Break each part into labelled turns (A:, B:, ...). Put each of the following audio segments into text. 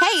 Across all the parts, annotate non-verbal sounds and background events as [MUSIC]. A: Hey,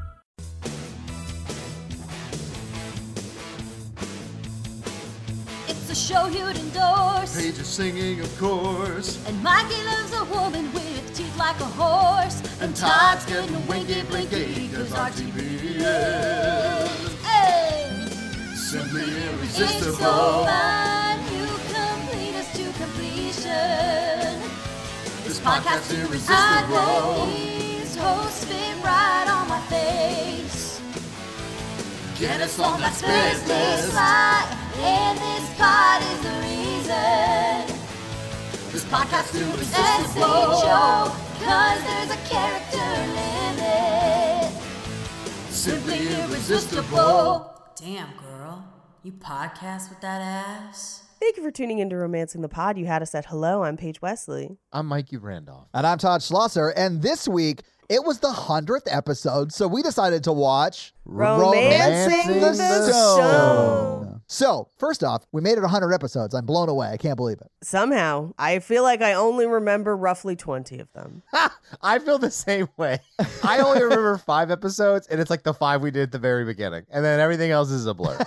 B: It's a show you'd endorse.
C: Page is singing, of course.
B: And Mikey loves a woman with teeth like a horse.
C: And Todd's getting winky blinky, cause our TV is
B: Hey!
C: simply
B: It's so
C: irresistible.
B: fun. You complete us to completion.
C: This
B: Podcast
C: podcast's
B: I know
C: irresistible.
B: these hosts fit right on my face.
C: Get us on that space
B: Business
C: list.
B: lie, and this pod is the reason.
C: This podcast's
B: That's a
C: irresistible.
B: joke, cause there's a character limit.
C: Simply irresistible.
D: Damn, girl. You podcast with that ass?
E: Thank you for tuning into Romancing the Pod. You had us at hello. I'm Paige Wesley.
F: I'm Mikey Randolph.
G: And I'm Todd Schlosser. And this week, it was the 100th episode. So we decided to watch
E: Romancing
G: the
E: Stone.
G: So, first off, we made it 100 episodes. I'm blown away. I can't believe it.
E: Somehow, I feel like I only remember roughly 20 of them.
F: I feel the same way. I only remember five episodes, and it's like the five we did at the very beginning, and then everything else is a blur.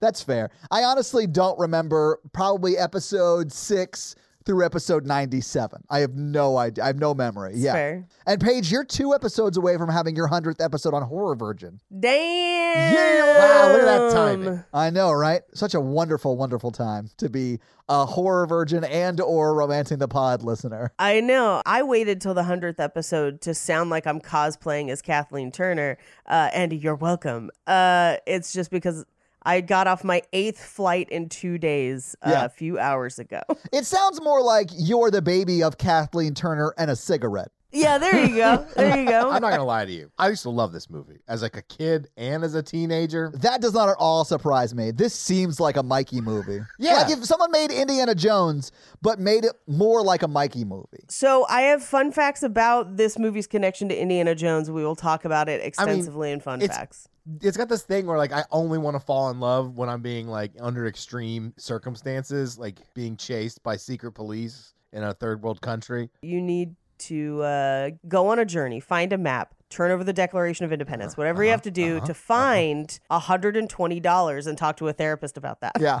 G: That's fair. I honestly don't remember probably episode six through episode 97. I have no idea. I have no memory. yeah.
E: fair.
G: And Paige, you're two episodes away from having your 100th episode on Horror Virgin.
E: Damn.
F: Wow, look at that timing.
G: I know, right? Such a wonderful, wonderful time to be a Horror Virgin and or Romancing the Pod listener.
E: I know. I waited till the 100th episode to sound like I'm cosplaying as Kathleen Turner. Uh, and you're welcome. Uh, it's just because I got off my eighth flight in two days uh,
G: Yeah.
E: a few hours ago. [LAUGHS]
G: It sounds more like you're the baby of Kathleen Turner and a cigarette.
E: yeah, there you go. There you go.
F: I'm not gonna lie to you. [LAUGHS] I used to love this movie as like a kid and as a teenager.
G: That does not at all surprise me. This seems like a Mikey movie.
F: Yeah.
G: Like if someone made Indiana Jones, but made it more like a Mikey movie.
E: So I have fun facts about this movie's connection to Indiana Jones. We will talk about it extensively in fun
F: it's-
E: facts.
F: It's got this thing where like I only want to fall in love when I'm being like under extreme circumstances, like being chased by secret police in a third world country.
E: You need to uh, go on a journey, find a map, turn over the Declaration of Independence, whatever you have to do to find $120 and talk to a therapist about that.
G: Yeah.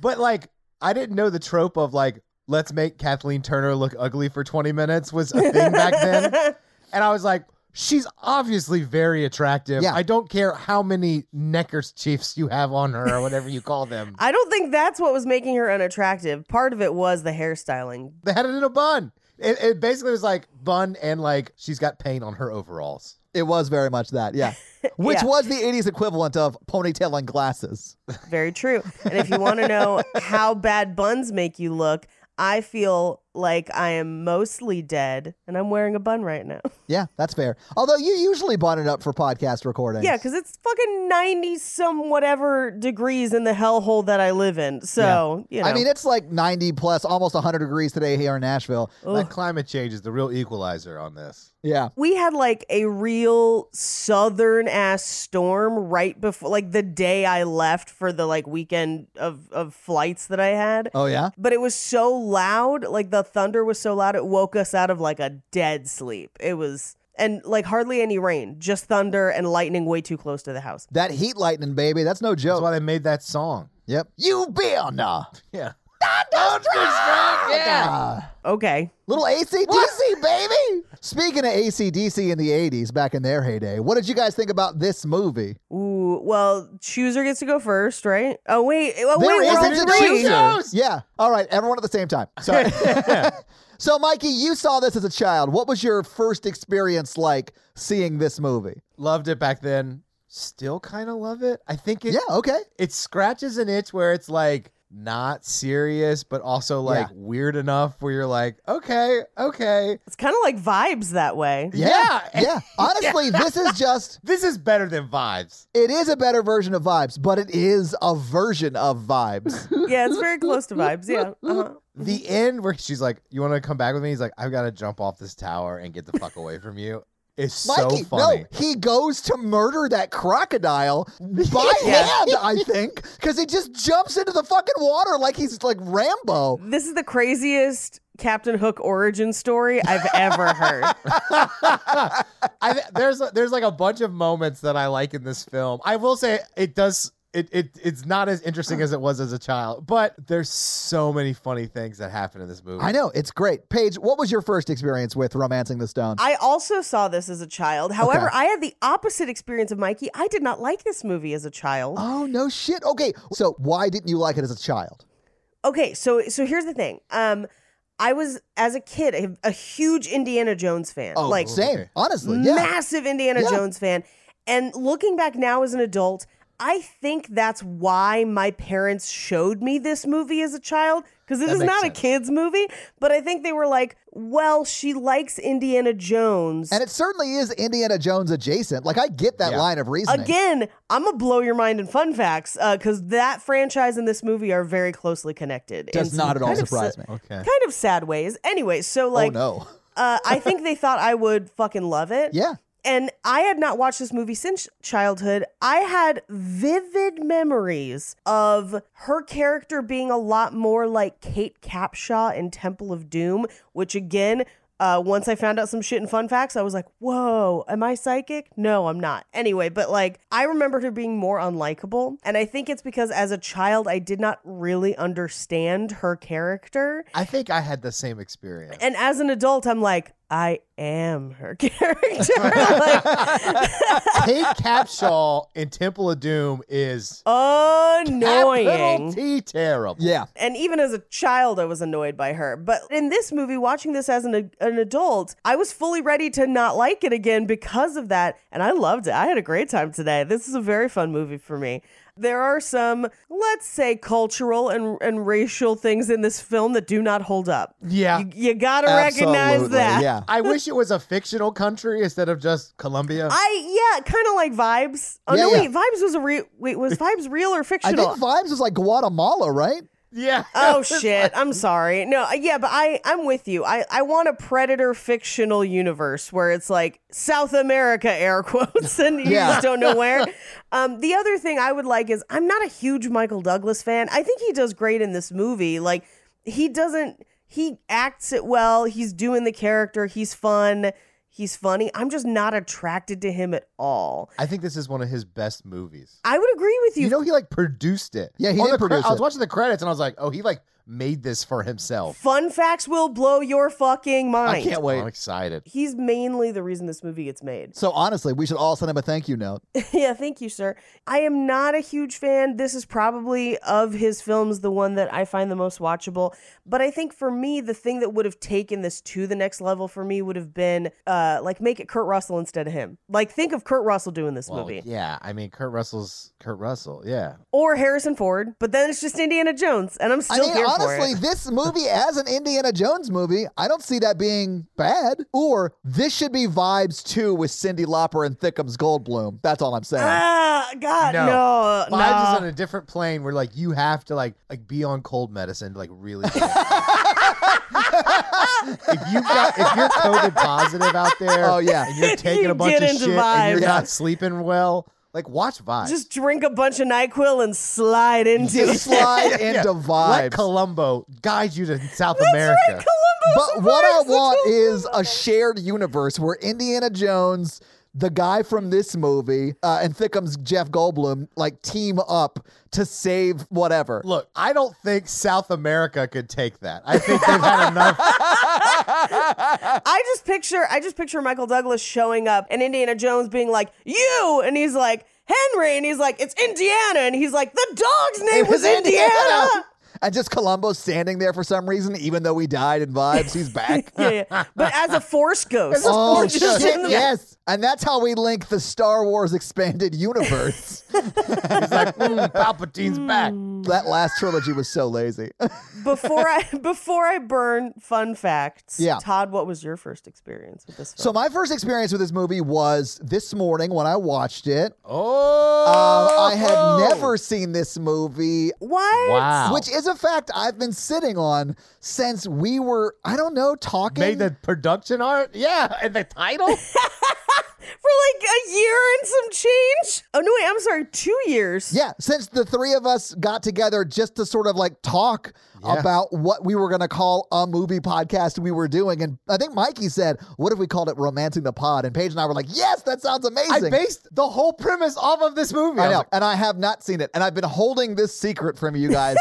F: But like, I didn't know the trope of like, let's make Kathleen Turner look ugly for 20 minutes was a thing back then. And I was like, she's obviously very attractive.
G: Yeah.
F: I don't care how many neckers chiefs you have on her or whatever you call them.
E: I don't think that's what was making her unattractive. Part of it was the hairstyling.
F: they had it in a bun. It, it basically was like bun and like she's got paint on her overalls.
G: It was very much
F: [LAUGHS]
G: that. Yeah. Which
E: Yeah.
G: was the 80s equivalent of ponytail and glasses.
E: Very true. And if you want to know how bad buns make you look, I feel like I am mostly dead and I'm wearing a bun right now.
G: Yeah, that's fair. Although you usually bought it up for podcast recordings.
E: Yeah, because it's fucking 90 some whatever degrees in the hellhole that I live in. So, you know.
G: I mean, it's like 90 plus, almost 100 degrees today here in Nashville.
F: That climate change is the real equalizer on this.
G: Yeah.
E: we had like a real southern ass storm right before, like the day I left for the like weekend of, of flights that I had.
G: Oh, yeah?
E: But it was so loud, like the thunder was so loud, it woke us out of like a dead sleep. It was, and like hardly any rain, just thunder and lightning way too close to the house.
G: That heat lightning, baby. That's no
F: That's
G: joke.
F: why they made that song.
G: Yep. You been uh,
F: [LAUGHS] Yeah.
G: Thunderstruck! Yeah.
E: Okay.
G: Little ACDC, baby. Speaking of ACDC in the 80s, back in their heyday, what did you guys think about this movie?
E: Ooh, well, chooser gets to go first, right? Oh wait, oh,
G: There
E: wait, we're
G: isn't
E: on
G: a
E: three.
G: chooser.
F: Shows!
G: Yeah. All right. Everyone at the
F: [LAUGHS]
G: same time. Sorry. [LAUGHS] so, Mikey, you saw this as a child. What was your first experience like seeing this movie?
F: Loved it back then. Still kind of love it. I think it
G: Yeah. Okay.
F: it scratches an itch where it's like not serious, but also like
G: Yeah.
F: weird enough where you're like, okay, okay,
E: It's kind of like vibes that way.
G: Yeah. Yeah. [LAUGHS] Honestly, this is just,
F: this is better than vibes.
G: it is a better version of vibes, but it is a version of [LAUGHS] vibes.
E: Yeah, it's very close to vibes. Yeah. Uh-huh.
F: The end where she's like, "You want to come back with me?" He's like, "I've got to jump off this tower and get the fuck away from you." It's
G: Mikey,
F: so funny.
G: no, he goes to murder that crocodile [LAUGHS] by hand, I think, because he just jumps into the fucking water like he's like Rambo.
E: This is the craziest Captain Hook origin story I've ever
G: [LAUGHS]
E: heard.
F: [LAUGHS] I th- there's there's like a bunch of moments that I like in this film. I will say it does it, it it's not as interesting as it was as a child, but there's so many funny things that happen in this movie.
G: I know it's great. Paige, what was your first experience with romancing the stone?
E: I also saw this as a child. However,
G: Okay.
E: I had the opposite experience of Mikey. I did not like this movie as a child.
G: oh no, shit. Okay, so why didn't you like it as a child? Oh.
E: okay so so here's the thing um i was as a kid a, a huge indiana jones fan like
G: Oh, same, honestly, yeah.
E: massive indiana
G: Yeah.
E: jones fan and looking back now as an adult i think that's why my parents showed me this movie as a child because it is
F: makes
E: not
F: sense.
E: a kids movie but i think they were like well she likes indiana jones
G: and it certainly is Indiana Jones adjacent. Like I get that
F: Yeah.
G: line of reasoning.
E: Again, I'm gonna blow your mind in fun facts because that franchise and this movie are very closely connected.
G: does
E: in some
G: not at all
E: kind of
G: surprise
E: sa-
G: me.
F: Okay.
E: kind of sad ways. Anyway, so like,
G: oh no,
E: uh, I think they thought I would fucking love it.
G: yeah.
E: And I had not watched this movie since childhood. I had vivid memories of her character being a lot more like Kate Capshaw in Temple of Doom, which again, uh, once I found out some shit and fun facts, I was like, whoa, am I psychic? No, I'm not. Anyway, but like, I remembered her being more unlikable. And I think it's because as a child, I did not really understand her character.
F: I think I had the same experience.
E: And as an adult, I'm like, I am her [LAUGHS]
G: [LAUGHS]
E: character. like,
F: [LAUGHS] Kate Capshaw in Temple of Doom is capital
E: annoying.
F: T terrible.
G: Yeah.
E: And even as a child, I was annoyed by her. But in this movie, watching this as an, an adult, I was fully ready to not like it again because of that. And I loved it. I had a great time today. This is a very fun movie for me. There are some, let's say, cultural and, and racial things in this film that do not hold up.
F: Yeah.
E: You, you got to
G: Absolutely.
E: recognize that.
G: Yeah.
F: I wish it was a fictional country instead of just Colombia.
E: I yeah, kind of like vibes. Oh
G: Yeah,
E: no,
G: yeah.
E: wait, vibes was a real. Wait,
G: [LAUGHS]
E: was vibes real or
G: I
E: fictional?
G: think Vibes was like Guatemala, right?
F: yeah.
E: Oh shit! I'm sorry. No, uh, yeah, but I I'm with you. I I want a predator fictional universe where it's like South America air [LAUGHS] quotes and you
G: Yeah.
E: just don't know
G: [LAUGHS]
E: where. Um, the other thing I would like is I'm not a huge Michael Douglas fan. I think he does great in this movie. Like he doesn't he acts it well. He's doing the character. He's fun. He's funny. I'm just not attracted to him at all.
F: I think this is one of his best movies.
E: I would agree with you.
F: You know he like produced it.
G: Yeah, he
F: On
G: did
F: the cre-
G: produce
F: I was
G: it.
F: watching the credits and I was like, oh, he like made this for himself.
E: Fun facts will blow your fucking mind.
G: I can't wait.
F: I'm excited.
E: He's mainly the reason this movie gets made.
F: [LAUGHS]
G: So honestly, we should all send him a thank you note.
E: yeah, thank you, sir. I am not a huge fan. This is probably of his films the one that I find the most watchable. But I think for me, the thing that would have taken this to the next level for me would have been uh, like make it Kurt Russell instead of him. Like think of Kurt Russell doing this
F: Well,
E: movie
F: yeah, I mean Kurt Russell's Kurt Russell. Yeah,
E: or Harrison Ford. But then it's just Indiana Jones, and I'm
G: I
E: still
G: mean,
E: here
G: honestly,
E: for it.
G: this movie as an Indiana Jones movie, I don't see that being bad. Or this should be vibes too with Cindy Lauper and Thickums Goldblum. That's all I'm saying.
E: Ah, God,
F: No.
E: no, no.
F: Vibes is on a different plane where like you have to like like be on cold medicine to like
E: [LAUGHS]
F: really. if you got if you're COVID positive out there,
G: Oh, yeah.
F: and you're
E: [LAUGHS]
F: taking
E: You
F: a bunch
E: get
F: of
E: into
F: shit and
E: Vibes.
F: you're not sleeping well, like watch Vibes.
E: just drink a bunch of Nyquil and slide into it. [LAUGHS]
G: Just slide
F: Yeah.
G: into
F: Let
G: vibes.
F: Columbo guide you to South
E: That's
F: America.
E: right, Columbus.
G: but what I
E: That's
G: want
E: right.
G: is a shared universe where Indiana Jones, the guy from this movie uh, and Thickums Jeff Goldblum like team up to save whatever.
F: Look, I don't think South America could take that. I think they've had
E: [LAUGHS]
F: enough.
E: I just picture I just picture Michael Douglas showing up and Indiana Jones being like, "You," and he's like, "Henry," and he's like, "It's Indiana," and he's like, "The dog's name was Indiana."
G: And just Columbo standing there for some reason, even though he died in vibes, he's
E: [LAUGHS]
G: back.
E: [LAUGHS] yeah, yeah. But as a force ghost,
G: Oh
E: He's [LAUGHS] just in
G: shit!
E: the-
G: Yes, and that's how we link the Star Wars expanded universe.
E: [LAUGHS]
F: It's like, mm, Palpatine's back.
E: Hmm.
G: that last trilogy was so lazy.
E: before I [LAUGHS] before I burn fun facts.
G: Yeah.
E: Todd, what was your first experience with this film?
G: so my first experience with this movie was this morning when I watched it. Um,
F: Oh,
G: I had never seen this movie
E: what?
F: Wow.
G: which is a fact I've been sitting on since we were, I don't know, talking.
F: made the production art? Yeah, and the
G: [LAUGHS]
F: title?
E: For like a year and some change? Oh no, wait, I'm sorry, two years.
G: yeah, since the three of us got together just to sort of like talk
F: Yeah.
G: about what we were going to call a movie podcast we were doing. And I think Mikey said, What if we called it Romancing the Pod? And Paige and I were like, Yes, that sounds
F: I
G: amazing.
F: based the whole premise off of this movie.
G: I
F: was
G: know.
F: like, [LAUGHS]
G: and I have not seen it. And I've been holding this secret from you guys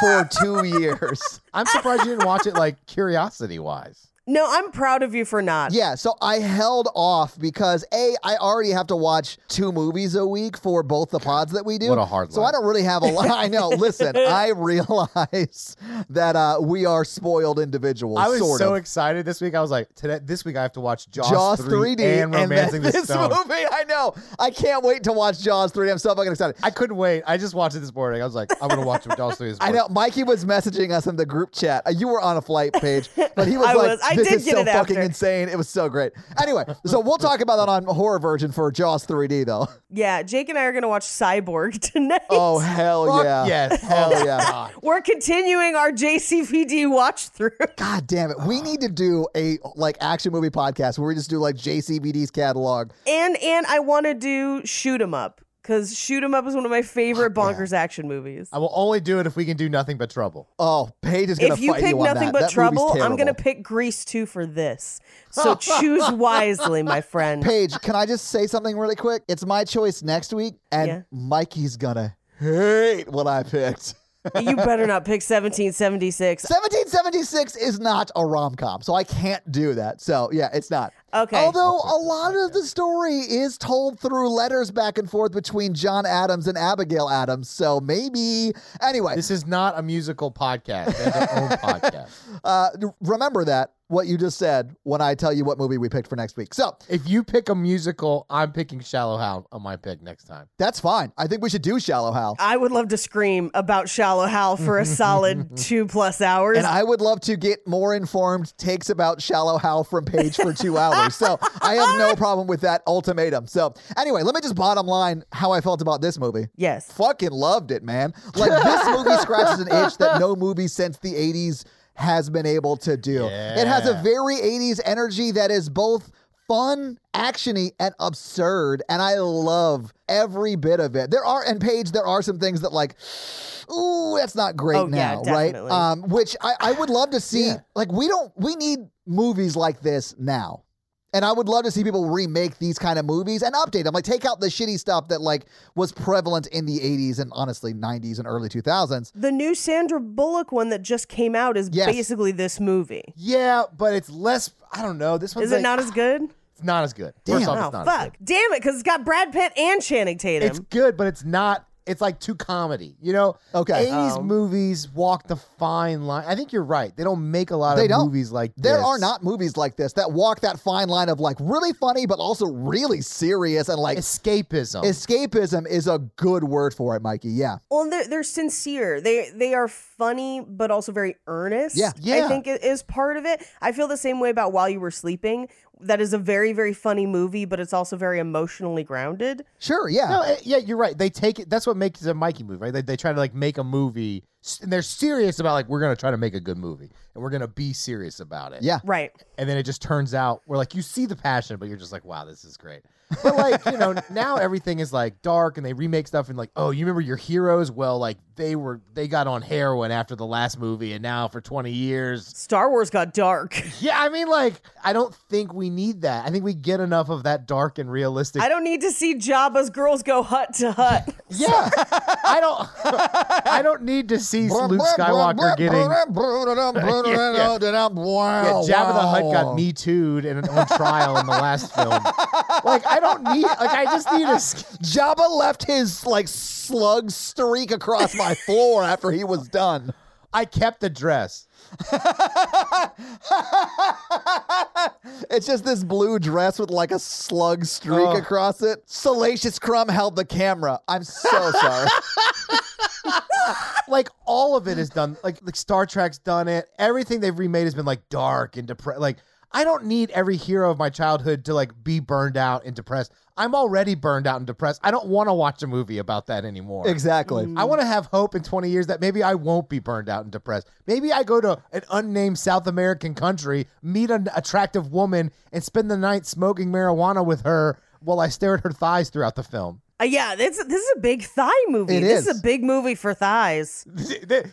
G: for two years.
F: I'm surprised you didn't watch it like curiosity wise.
E: No, I'm proud of you for not.
G: Yeah, so I held off because A, I already have to watch two movies a week for both the pods that we do.
F: What a hard
G: So
F: life.
G: I don't really have a lot. I
F: [LAUGHS]
G: know. Listen, I realize that uh, we are spoiled individuals.
F: I was
G: sort
F: so
G: of.
F: excited this week. I was like, today this week I have to watch Jaws,
G: Jaws
F: 3
G: 3D
F: and
G: then
F: Romancing the
G: this
F: Stone.
G: movie. I know. I can't wait to watch Jaws 3D. I'm so fucking excited.
F: I couldn't wait. I just watched it this morning. I was like, I'm gonna watch Jaws 3 this
G: [LAUGHS] I
F: morning.
G: know Mikey was messaging us in the group chat. Uh, You were on a flight page,
F: [LAUGHS]
G: but he was
E: I
G: like,
E: was. I
G: "This
E: did
G: is
E: get
G: so
E: it
G: fucking
E: after."
G: insane." It was so great. Anyway, so we'll talk about that on Horror Virgin for Jaws 3D though.
E: Yeah, Jake and I are gonna watch Cyborg [LAUGHS] tonight.
G: [LAUGHS] Oh hell
F: Fuck
G: yeah!
F: yes.
G: [LAUGHS] hell yeah!
F: God.
E: We're continuing our JCVD watch through.
G: God damn it! We need to do a like action movie podcast where we just do like JCBD's catalog.
E: And and I wanna do Shoot 'em up. Cause Shoot 'em up is one of my favorite bonkers action movies.
F: I will only do it if we can do nothing but trouble.
G: Oh, Paige is gonna
E: If you
G: fight
E: pick
G: you on
E: nothing
G: that.
E: but
G: That movie's
E: trouble, I'm gonna
G: terrible.
E: pick Grease 2 for this.
G: [LAUGHS]
E: So choose wisely, my friend.
G: Paige, can I just say something really quick? It's my choice next week, and
E: Yeah.
G: Mikey's gonna hate what I picked.
E: you better not pick 1776.
G: 1776 is not a rom com, so I can't do that. So yeah, it's not.
E: Okay.
G: Although a lot of the story is told through letters back and forth between John Adams and Abigail Adams, so maybe anyway.
F: This is not a musical podcast. They have their
G: [LAUGHS]
F: own podcast.
G: Uh, r- remember that what you just said when I tell you what movie we picked for next week. So
F: If you pick a musical, I'm picking Shallow Hound on my pick next time.
G: that's fine. I think we should do Shallow Hal.
E: I would love to scream about Shallow Hal for a solid
G: [LAUGHS]
E: two plus hours.
G: And I would love to get more informed takes about Shallow Hal from Page for two hours. So I have no problem with that ultimatum. So anyway, let me just bottom line how I felt about this movie.
E: yes.
G: Fucking loved it, man. Like this movie scratches an itch that no movie since the 80s has been able to do. It has a
F: Yeah.
G: very 80s energy that is both fun, actiony, and absurd. And I love every bit of it. There are, and Paige, there are some things that like, ooh, that's not great
E: Oh, yeah,
G: now, right?
E: definitely.
G: Um, which I, I would love to see. Like, we don't, we need movies like this now. And I would love to see people remake these kind of movies and update them. Like, take out the shitty stuff that like was prevalent in the '80s and honestly '90s and early 2000s.
E: The new Sandra Bullock one that just came out is
G: Yes.
E: basically this movie.
F: Yeah, but it's less. I don't know. This one's
E: Is it
F: like-
E: not as
F: [SIGHS]
E: good?
F: It's not as good.
G: Damn.
F: First off,
E: Oh,
F: it's not as
E: fuck.
F: good.
E: Damn it, because it's got Brad Pitt and Channing Tatum.
F: It's good, but it's not. It's like too comedy, you know.
G: Okay.
F: 80s
E: Oh.
F: movies walk the fine line. I think you're right. They don't make a lot
G: They
F: of
G: don't.
F: movies like
G: There
F: this.
G: are not movies like this that walk that fine line of like really funny but also really serious and like
F: escapism.
G: escapism is a good word for it, Mikey. Yeah.
E: well, they're, they're sincere. They they are funny, but also very earnest.
G: Yeah.
F: Yeah.
E: I think it is part of it. I feel the same way about While You Were Sleeping. That is a very, very funny movie, but it's also very emotionally grounded.
G: Sure. Yeah.
F: No, eh, yeah, you're right. They take it. That's what makes a Mikey movie, right? They, they try to like make a movie, s- and they're serious about like we're gonna try to make a good movie, and we're gonna be serious about it.
G: yeah.
E: Right.
F: and then it just turns out we're like you see the passion, but you're just like, wow, this is great. [LAUGHS] But like you know, now everything is like dark, and they remake stuff and like, oh, you remember your heroes? Well, like they were they got on heroin after the last movie, and now for twenty years
E: Star Wars got dark.
F: [LAUGHS] Yeah, I mean, like, I don't think we need that. I think we get enough of that dark and realistic.
E: I don't need to see Jabba's girls go hut to
F: [LAUGHS]
E: hut.
F: yeah, I don't. [LAUGHS] I don't need to see Luke Skywalker getting. [LAUGHS] Yeah,
G: Wow,
F: Jabba the Hutt
G: Oh, wow.
F: got me tooed and on trial in the [LAUGHS] last film. Like, I don't need. Like, I just need a. [LAUGHS] s-
G: Jabba left his like slug streak
F: [LAUGHS]
G: across my floor after he was done.
F: I kept the dress.
G: [LAUGHS] it's just this blue dress with like a slug streak
F: Oh.
G: across it. Salacious Crumb held the camera.
F: [LAUGHS]
G: I'm so sorry.
F: Like, all of it is done. Like, like Star Trek's done it. Everything they've remade has been like dark and depressed. Like. I don't need every hero of my childhood to like be burned out and depressed. I'm already burned out and depressed. I don't want to watch a movie about that anymore.
G: exactly.
F: I want to have hope in 20 years that maybe I won't be burned out and depressed. Maybe I go to an unnamed South American country, meet an attractive woman, and spend the night smoking marijuana with her while I stare at her thighs throughout the film.
E: Uh, yeah, this this is a big thigh movie.
G: It
E: this is.
G: is.
E: a big movie for thighs.
F: [LAUGHS]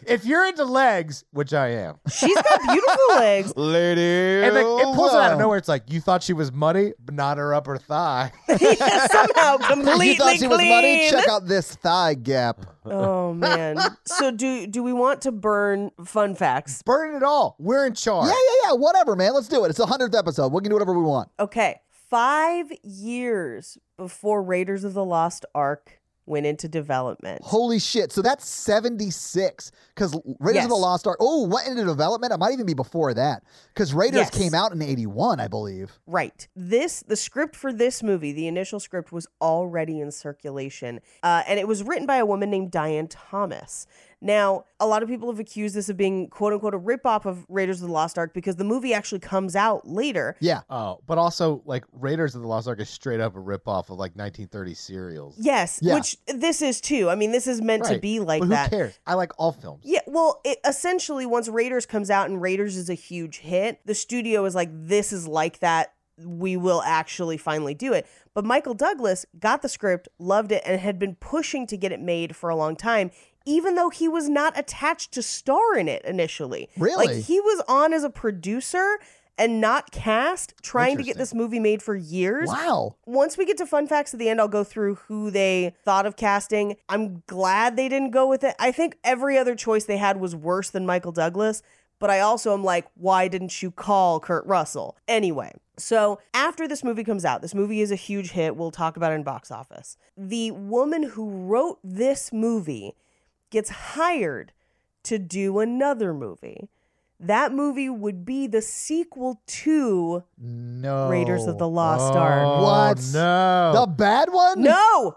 F: If you're into legs, which I am,
E: She's got beautiful
G: [LAUGHS]
E: legs.
G: Lady.
F: and like, it pulls it out of nowhere, it's like, you thought she was muddy, but not her upper thigh. [LAUGHS]
G: [LAUGHS]
E: Somehow completely
G: You thought she
E: clean.
G: was muddy? Check out this thigh gap.
E: Oh man. So do do we want to burn fun facts?
F: Burn it all. We're in charge.
G: Yeah, yeah, yeah. Whatever, man. Let's do it. It's the hundredth episode. We can do whatever we want.
E: Okay. Five years before Raiders of the Lost Ark went into development.
G: Holy shit! So that's seventy six. Because Raiders
E: Yes.
G: of the Lost Ark. Oh, went into development. It might even be before that. Because Raiders
E: Yes.
G: came out in eighty one, I believe.
E: Right. This the script for this movie, the initial script was already in circulation, uh, and it was written by a woman named Diane Thomas. Now, a lot of people have accused this of being "quote unquote" a ripoff of Raiders of the Lost Ark because the movie actually comes out later.
G: Yeah.
F: Oh, but also, like, Raiders of the Lost Ark is straight up a ripoff of like 1930s serials.
E: Yes,
G: Yeah.
E: which this is too. I mean, this is meant to
F: Right.
E: be like
F: but who
E: that.
F: cares? I like all films.
E: Yeah, well, it, essentially, once Raiders comes out and Raiders is a huge hit, the studio is like, this is like that. We will actually finally do it. But Michael Douglas got the script, loved it, and had been pushing to get it made for a long time, even though he was not attached to star in it initially.
G: Really?
E: Like, he was on as a producer and not cast, trying to get this movie made for years
G: Wow.
E: once we get to fun facts at the end, I'll go through who they thought of casting. I'm glad they didn't go with it. I think every other choice they had was worse than Michael Douglas, but I also am like, why didn't you call Kurt Russell? Anyway, so after this movie comes out, this movie is a huge hit. We'll talk about it in box office. The woman who wrote this movie gets hired to do another movie. That movie would be the sequel to
F: No.
E: Raiders of the Lost Ark.
F: Oh,
G: What?
F: No.
G: The bad one?
E: No.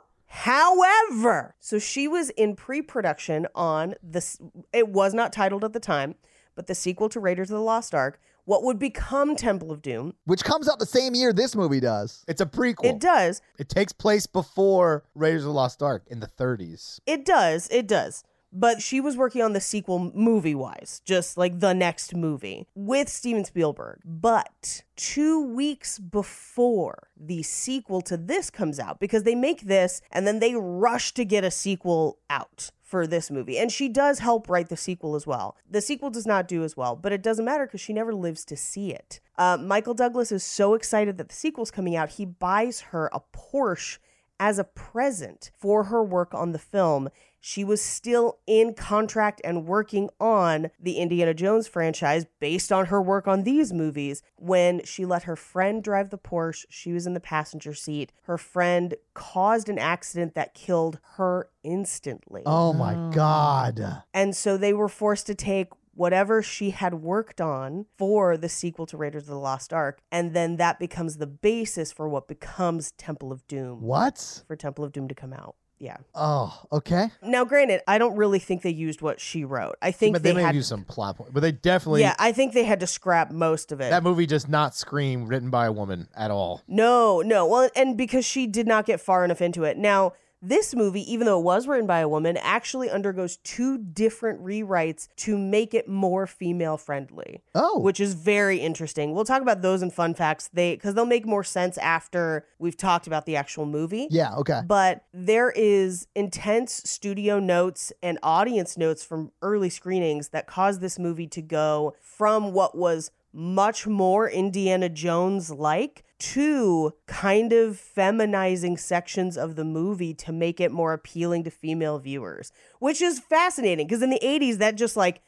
E: However, so she was in pre-production on this. It was not titled at the time, but the sequel to Raiders of the Lost Ark, what would become Temple of Doom.
G: Which comes out the same year this movie does.
F: It's a prequel.
E: It does.
F: It takes place before Raiders of the Lost Ark in the 30s.
E: It does. It does. But she was working on the sequel movie wise, just like the next movie with Steven Spielberg. But two weeks before the sequel to this comes out, because they make this and then they rush to get a sequel out for this movie. And she does help write the sequel as well. The sequel does not do as well, but it doesn't matter because she never lives to see it. Uh, Michael Douglas is so excited that the sequel's coming out, he buys her a Porsche as a present for her work on the film. She was still in contract and working on the Indiana Jones franchise based on her work on these movies. When she let her friend drive the Porsche, she was in the passenger seat. Her friend caused an accident that killed her instantly.
G: Oh my god.
E: And so they were forced to take whatever she had worked on for the sequel to Raiders of the Lost Ark. And then that becomes the basis for what becomes Temple of Doom
G: What?
E: for Temple of Doom to come out. Yeah.
G: Oh, okay.
E: Now, granted, I don't really think they used what she wrote. I think
F: But
E: they,
F: they, may
E: had
F: do some plot point. But they definitely
E: yeah, I think they had to scrap most of it.
F: that movie does not scream written by a woman at all.
E: no, no. Well, and because she did not get far enough into it. Now, This movie, even though it was written by a woman, actually undergoes two different rewrites to make it more female friendly
G: Oh,
E: which is very interesting. We'll talk about those and fun facts. They because they'll make more sense after we've talked about the actual movie.
G: yeah, okay.
E: But there is intense studio notes and audience notes from early screenings that caused this movie to go from what was much more Indiana Jones like to kind of feminizing sections of the movie to make it more appealing to female viewers, which is fascinating because in the 80s that just like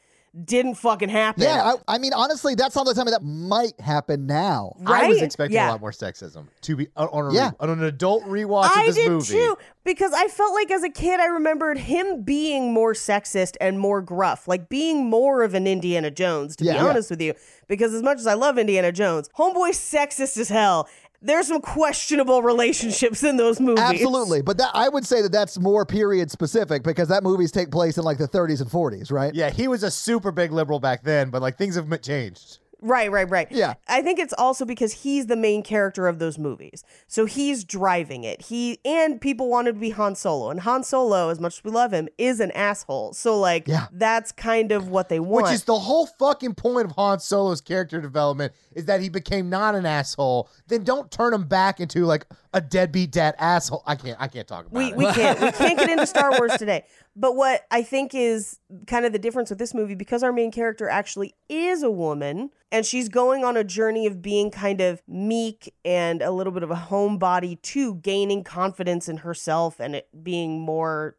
E: didn't fucking happen.
G: Yeah, I, I mean, honestly, that sounds like something that might happen now.
E: right?
F: I was expecting
E: yeah.
F: a lot more sexism to be on, on, a,
G: Yeah.
F: on an adult rewatch
E: I
F: of this
E: did
F: movie.
E: too because I felt like as a kid I remembered him being more sexist and more gruff, like being more of an Indiana Jones. To
G: Yeah,
E: be
G: yeah.
E: honest with you, because as much as I love Indiana Jones, homeboy's sexist as hell. There's some questionable relationships in those movies.
G: Absolutely, but that I would say that that's more period specific because that movies take place in like the 30s and 40s, right?
F: Yeah, he was a super big liberal back then, but like things have m- changed.
E: Right, right, right.
G: Yeah.
E: I think it's also because he's the main character of those movies. So he's driving it. He and people wanted to be Han Solo. And Han Solo, as much as we love him, is an asshole. So like
G: Yeah.
E: that's kind of what they want.
F: Which is the whole fucking point of Han Solo's character development is that he became not an asshole. Then don't turn him back into like a deadbeat dad asshole. I can't. I can't talk about
E: we,
F: it.
E: we can't we can't get into Star
G: [LAUGHS]
E: Wars today. But what I think is kind of the difference with this movie because our main character actually is a woman and she's going on a journey of being kind of meek and a little bit of a homebody to gaining confidence in herself and it being more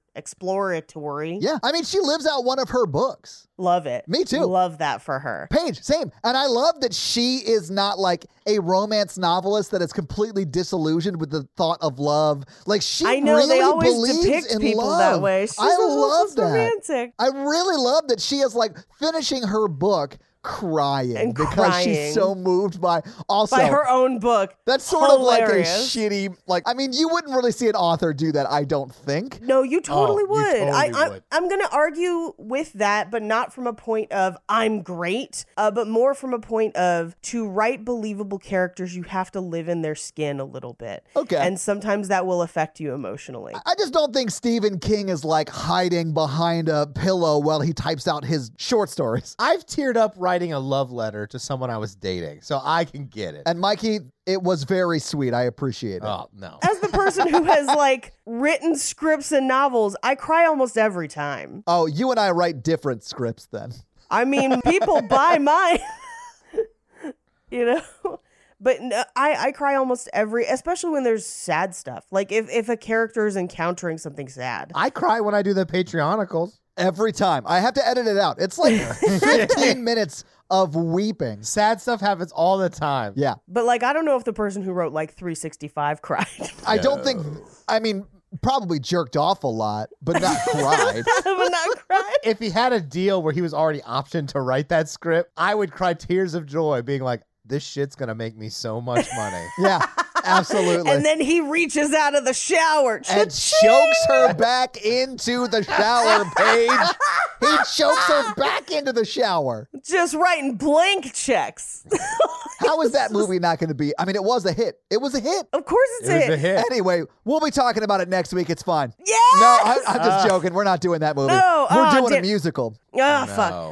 E: exploratory.
G: Yeah. I mean, she lives out one of her books.
E: Love it.
G: Me too.
E: Love that for her.
G: Paige, same. And I love that she is not like a romance novelist that is completely disillusioned with the thought of love. Like she
E: I know
G: really
E: they always
G: believes
E: depict
G: in
E: people
G: love.
E: that way. She's
G: I
E: a little
G: love that.
E: romantic.
G: I really love that she is like finishing her book crying
E: And
G: because
E: crying.
G: she's [LAUGHS] so moved by also
E: By her own book.
G: that's sort
E: Hilarious.
G: of like a shitty like I mean you wouldn't really see an author do that I don't think.
E: No, you totally
F: you
E: would. I,
F: totally
E: I,
F: would.
E: I'm going to argue with that, but not from a point of I'm great, uh, but more from a point of to write believable characters, you have to live in their skin a little bit.
G: Okay.
E: And sometimes that will affect you emotionally.
G: I just don't think Stephen King is like hiding behind a pillow while he types out his short stories.
F: [LAUGHS] I've teared up writing a love letter to someone I was dating, so I can get it.
G: And Mikey, it was very sweet. I appreciate it.
F: oh no.
E: As the person who has like written scripts and novels, I cry almost every time.
G: Oh, you and I write different scripts then.
E: I mean, people buy mine, [LAUGHS] you know. But no, I, I cry almost every, especially when there's sad stuff. Like if, if a character is encountering something sad.
F: I cry when I do the Patreonicals.
G: Every time. I have to edit it out. It's
F: [LAUGHS]
G: like 15 minutes of weeping.
F: Sad stuff happens all the time.
G: Yeah.
E: But like, I don't know if the person who wrote like 365 cried. [LAUGHS]
G: I don't think, I mean, probably jerked off a lot,
F: [LAUGHS]
G: but not cried.
E: but not cried.
F: If he had a deal where he was already optioned to write that script, I would cry tears of joy, being like, "This shit's gonna make me so much
G: [LAUGHS]
F: money."
G: Yeah,
F: [LAUGHS]
G: absolutely.
E: And then he reaches out of the shower.
G: and chokes her back into the shower, Paige.
E: [LAUGHS]
G: He chokes her back into the shower.
E: Just writing blank checks. [LAUGHS]
G: How is that movie not going to be? I mean, it was a hit. It was a hit.
E: of course it's
F: it was a
E: hit.
F: hit.
G: Anyway, we'll be talking about it next week. It's fine.
E: Yes!
G: No, I, I'm
F: Uh.
G: just joking. We're not doing that movie.
E: No,
G: We're
E: oh,
G: doing a
E: damn.
G: musical.
E: Oh,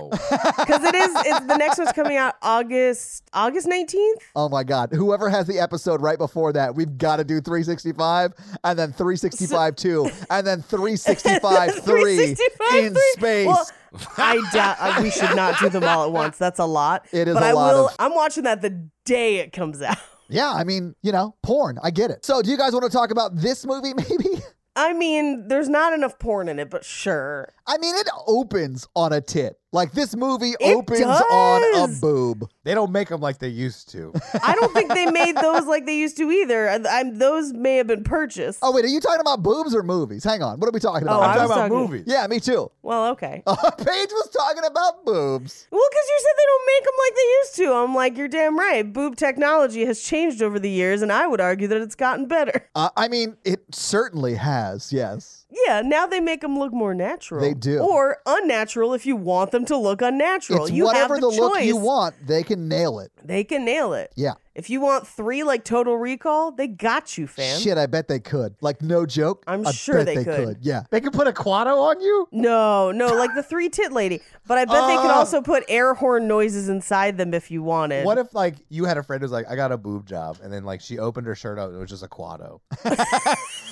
E: fuck. Because it is, it's, the next one's coming out August, August 19th?
G: Oh my God. Whoever has the episode right before that, we've got to do 365 and then 365 2 and then 365
E: [LAUGHS]
G: 3 in space.
E: Well, I
G: [LAUGHS]
E: doubt uh, we should not do them all at once. That's a lot.
G: It is
E: But
G: a
E: I
G: lot
E: will.
G: of-
E: I'm watching that the day it comes out. [LAUGHS]
G: yeah, I mean, you know, porn. I get it. So, do you guys want to talk about this movie [LAUGHS] maybe?
E: I mean, there's not enough porn in it, but sure.
G: I mean, it opens on a tit. Like this movie
E: It
G: opens on a
E: does.
G: boob.
F: They don't make them like they used to.
E: I don't think they made those like they used to either. I, I'm, those may have been purchased.
G: Oh wait, are you talking about boobs or movies? Hang on. What are we talking
E: Oh,
G: about?
E: I
F: Talk
E: was
F: about
E: talking-
F: movies.
G: yeah, me too. [LAUGHS] Uh,
E: Well, okay. Well,
G: Paige was talking about boobs.
E: because you said they don't make them like they used to. I'm like, you're damn right. Boob technology has changed over the years, and I would argue that it's gotten better.
G: Uh, I mean, it certainly has. Yes.
E: Yeah, now they make them look more natural.
G: They do.
E: Or unnatural if you want them to look unnatural.
G: it's
E: you
G: whatever
E: have the,
G: look you
E: choice.
G: want, they can nail it.
E: They can nail it.
G: Yeah.
E: If you want three like Total Recall, they got you, fam.
G: Shit, I bet they could. Like no joke.
E: I'm
G: I
E: sure
G: bet
E: they could.
G: Yeah.
F: They could put a quado on you?
E: No, no, like the three tit lady. But I bet they could
G: Uh.
F: Oh.
E: also put air horn noises inside them if you wanted.
F: What if like you had a friend who's like, I got a boob job, and then like she opened her shirt up and it was just a quado.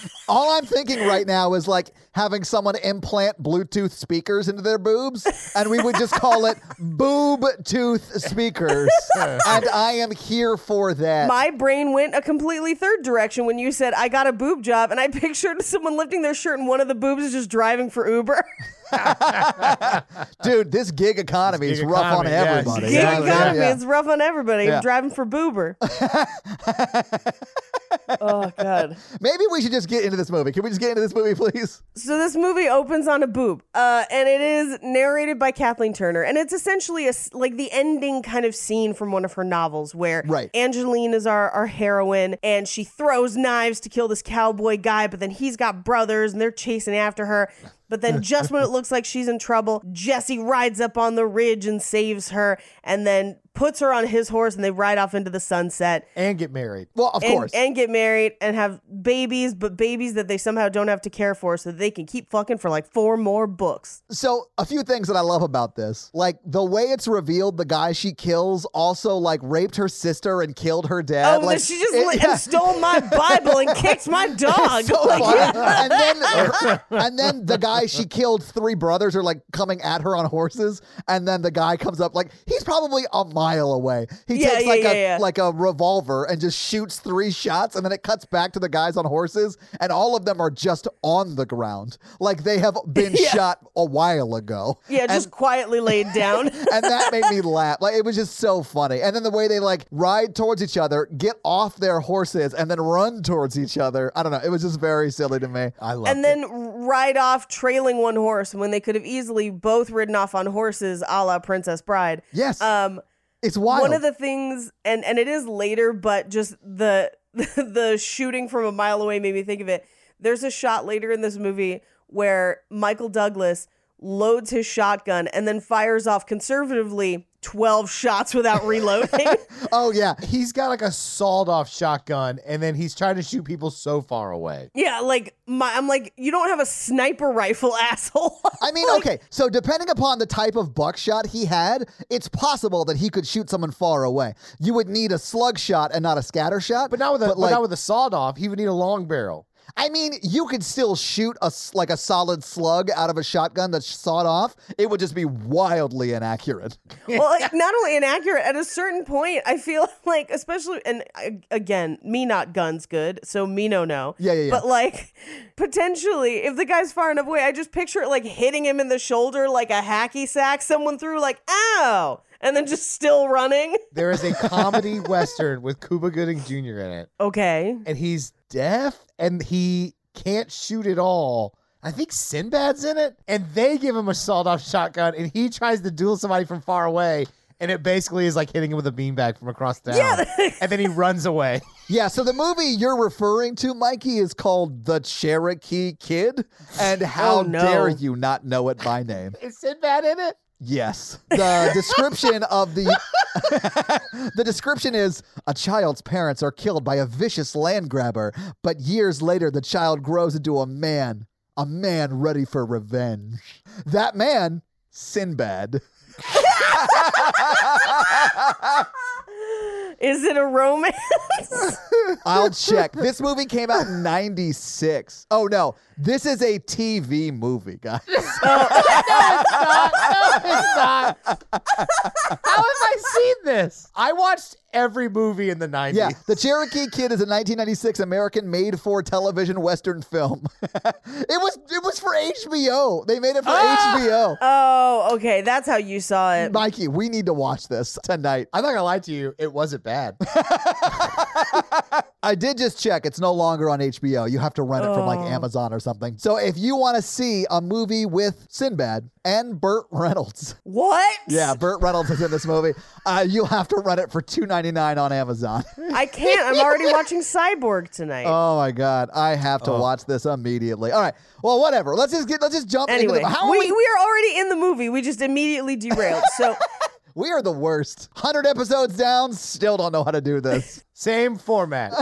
G: [LAUGHS] All I'm thinking right now is like having someone implant Bluetooth speakers into their boobs, and we would just call it boob tooth speakers. and I am here for that.
E: my brain went a completely third direction when you said I got a boob job, and I [LAUGHS] pictured someone lifting their shirt and one of the boobs is just driving for Uber. [LAUGHS]
G: Dude, this gig economy
F: This
G: is
F: gig
G: rough
F: economy,
G: on
F: yeah,
G: everybody.
F: it's
E: Gig
F: Exactly, yeah,
E: economy,
G: Yeah.
E: it's rough on everybody.
G: Yeah.
E: I'm driving for Boober. oh god.
G: Maybe we should just get into this movie. Can we just get into this movie, please?
E: So this movie opens on a boob, uh, and it is narrated by Kathleen Turner, and it's essentially a s like the ending kind of scene from one of her novels, where
G: Right.
E: Angeline is our our heroine, and she throws knives to kill this cowboy guy, but then he's got brothers, and they're chasing after her. But then, just when it looks like she's in trouble, Jesse rides up on the ridge and saves her, and then puts her on his horse, and they ride off into the sunset
F: And get married.
G: Well, of
E: and,
G: course.
E: and get married and have babies, but babies that they somehow don't have to care for so that they can keep fucking for like four more books.
G: So a few things that I love about this, like the way it's revealed, the guy she kills also like raped her sister and killed her
E: oh,
G: dad.
E: then
G: like
E: she just
G: it-
E: li-
G: yeah.
E: and stole my Bible and kicked my dog.
G: [LAUGHS] so
E: Like,
G: funny. and then her- and then the guy she killed three brothers are like coming at her on horses and then the guy comes up like he's probably a mile away he
E: Yeah,
G: takes
E: yeah,
G: like
E: yeah,
G: a
E: yeah.
G: like a revolver and just shoots three shots and then it cuts back to the guys on horses and all of them are just on the ground like
E: [LAUGHS]
G: they have been
E: Yeah.
G: shot a while ago
E: yeah, just quietly laid
G: [LAUGHS]
E: down.
G: and that made
E: [LAUGHS]
G: me laugh. Like it was just so funny. And then the way they like ride towards each other, get off their horses, and then run towards each other. I don't know. It was just very silly to me.
F: I love
E: and then ride off trailing one horse when they could have easily both ridden off on horses a la Princess Bride.
G: Yes,
E: Um,
G: it's wild.
E: One of the things, and and it is later, but just the [LAUGHS] the shooting from a mile away made me think of it. There's a shot later in this movie where Michael Douglas loads his shotgun and then fires off conservatively 12 shots without reloading. [LAUGHS]
G: oh yeah,
F: He's got like a sawed off shotgun, and then he's trying to shoot people so far away.
E: yeah, like my I'm like you don't have a sniper rifle, [LAUGHS] asshole.
G: I mean, okay. So depending upon the type of buckshot he had, it's possible that he could shoot someone far away. You would need a slug shot and not a scatter shot.
F: But not with a but
G: like,
F: not with a sawed off. He would need a long barrel.
G: I mean, you could still shoot a s- like a solid slug out of a shotgun that's sawed off. It would just be wildly inaccurate. [LAUGHS]
E: well, like, not only inaccurate, at a certain point, I feel [LAUGHS] like, especially, and a- again, me not guns good, so me no no.
G: Yeah, yeah, yeah.
E: But like, potentially, if the guy's far enough away, I just picture it like hitting him in the shoulder like a hacky sack someone threw, like, ow, and then just still running.
F: There is a comedy [LAUGHS] western with Cuba Gooding Jr. in it,
E: Okay.
F: and he's deaf and he can't shoot at all. I think Sinbad's in it, and they give him a sawed off shotgun, and he tries to duel somebody from far away, and it basically is like hitting him with a beanbag from across town.
E: Yeah. [LAUGHS]
F: and then he runs away.
G: Yeah, so the movie you're referring to, Mikey, is called The Cherokee Kid. And how
E: Oh, no.
G: dare you not know it by name?
F: Is Sinbad in it?
G: Yes.
E: [LAUGHS]
G: The description of the [LAUGHS] The description is a child's parents are killed by a vicious land grabber, but years later the child grows into a man, a man ready for revenge. That man, Sinbad.
E: Is it a romance? [LAUGHS]
G: I'll check. This movie came out in 96. Oh no, this is a TV movie,
F: [LAUGHS]
G: guys.
F: It's not. How have I seen this? I watched every movie in the 90s.
G: Yeah, The Cherokee Kid is a 1996 American made-for-television Western film. [LAUGHS] it was it was for HBO. They made it for
F: Ah!
G: HBO.
E: oh, okay. That's how you saw it.
G: Mikey, we need to watch this tonight.
F: I'm not gonna lie to you, it wasn't bad. [LAUGHS]
G: [LAUGHS] I did just check; it's no longer on HBO. You have to rent it from
F: Oh.
G: like Amazon or something. So if you want to see a movie with Sinbad and Burt
F: [LAUGHS]
G: Reynolds,
E: What?
G: yeah, Burt Reynolds is in this movie. Uh, you'll have to rent it for $2.99 on Amazon. [LAUGHS]
E: I can't. I'm already watching Cyborg tonight.
G: Oh my god, I have
F: Oh.
G: to watch this immediately. All right, well, whatever. Let's just get let's just jump
E: Anyway,
G: into the, how are
E: we,
G: we
E: we are already in the movie. We just immediately derailed. So
G: We are the worst. 100 episodes down, still don't know how to
F: [LAUGHS]
G: do this.
F: Same format.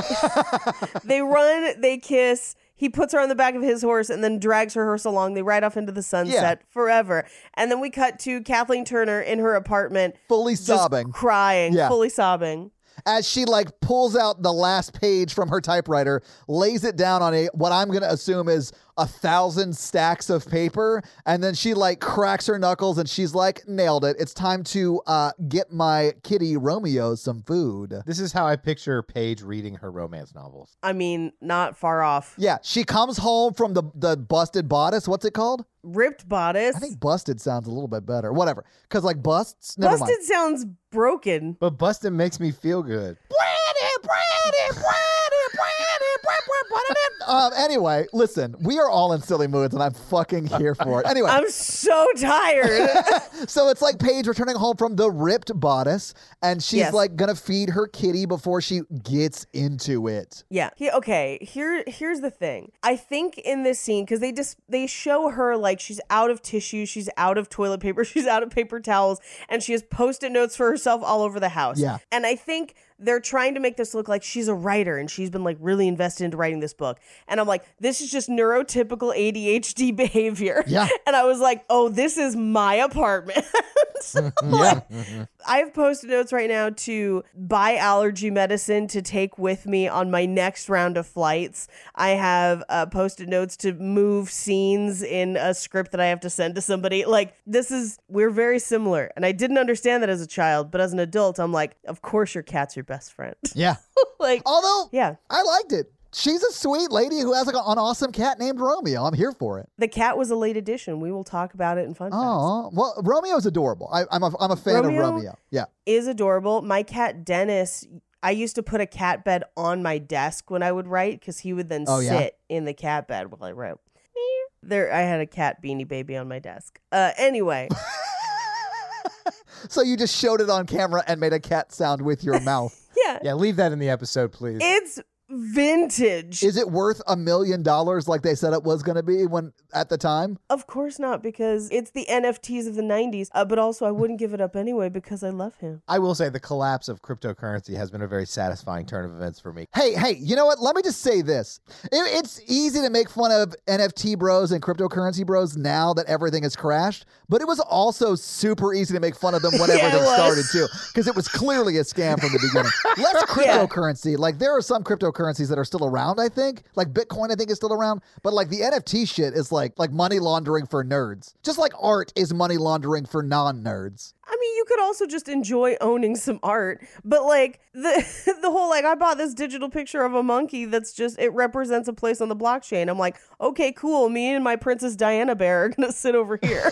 E: They run, they kiss. He puts her on the back of his horse and then drags her horse along. They ride off into the sunset forever. And then we cut to Kathleen Turner in her apartment,
G: Fully
E: just
G: sobbing
E: crying,
G: Yeah.
E: fully sobbing.
G: as she like pulls out the last page from her typewriter, lays it down on a what I'm going to assume is a thousand stacks of paper, and then she like cracks her knuckles and she's like, "Nailed it. It's time to uh get my kitty Romeo some food."
F: this is how I picture Paige reading her romance novels.
E: I mean, not far off.
G: Yeah, she comes home from the the busted bodice. What's it called?
E: Ripped bodice.
G: I think busted sounds a little bit better. Whatever. Cuz like busts, never
E: Busted sounds broken.
F: But Bustin makes me feel good.
G: mind. Um, anyway, listen, we are all in silly moods and I'm fucking here for it. Anyway,
E: I'm so
G: [LAUGHS]
E: tired.
G: so it's like Paige returning home from the ripped bodice and she's
E: Yes.
G: like going to feed her kitty before she gets into it.
E: Yeah. He, okay. Here, here's the thing. I think in this scene, because they just they show her like she's out of tissue, she's out of toilet paper, [LAUGHS] she's out of paper towels, and she has post-it notes for herself all over the house.
G: Yeah.
E: And I think they're trying to make this look like she's a writer and she's been like really invested into writing this book. And I'm like, this is just neurotypical ADHD [LAUGHS] behavior.
G: Yeah.
E: And I was like, oh, this is my apartment. [LAUGHS]
G: [LAUGHS] Yeah.
E: I have post-it notes right now to buy allergy medicine to take with me on my next round of flights. I have uh, post-it notes to move scenes in a script that I have to send to somebody. [LAUGHS] Like this is we're very similar, and I didn't understand that as a child, but as an adult, I'm like, of course your cat's your best friend.
G: [LAUGHS]
E: [LAUGHS]
G: Yeah.
E: like,
G: Although
E: yeah,
G: I liked it. She's a sweet lady who has like an awesome cat named Romeo. I'm here for it.
E: the cat was a late addition. We will talk about it in fun facts.
G: Oh, well, Romeo's adorable. I, I'm, a, I'm a fan
E: Romeo?
G: of Romeo. Yeah.
E: is adorable. My cat Dennis, I used to put a cat bed on my desk when I would write because he would then
G: Oh,
E: sit
G: yeah?
E: in the cat bed while I wrote. There, I had a cat beanie baby on my desk. Uh,
G: [LAUGHS]
E: anyway, [LAUGHS]
G: So you just showed it on camera and made a cat sound with
F: [LAUGHS]
G: your mouth.
E: yeah,
F: Yeah, leave that in the episode, please.
E: it's vintage.
G: Is it worth a million dollars like they said it was going to be when at the time?
E: of course not, because it's the NFTs of the '90s. Uh, but also, I wouldn't give it up anyway because I love him.
F: I will say the collapse of cryptocurrency has been a very satisfying turn of events for me.
G: Hey, hey, you know what? Let me just say this. It, it's easy to make fun of NFT bros and cryptocurrency bros now that everything has crashed, but it was also super easy to make fun of them whenever
E: [LAUGHS] Yeah, it
G: they
E: was.
G: started too, because it was clearly a scam from the
E: [LAUGHS]
G: beginning. Less cryptocurrency. Like there are some cryptocurrencies that are still around, I think. Like Bitcoin, I think is still around, but like the NFT shit is like like money laundering for nerds. Just like art is money laundering for non-nerds.
E: I mean, you could also just enjoy owning some art, but like the the [LAUGHS] whole like I bought this digital picture of a monkey that's just it represents a place on the blockchain. I'm like, okay, cool. Me and my Princess Diana bear are gonna sit over
G: [LAUGHS]
E: here.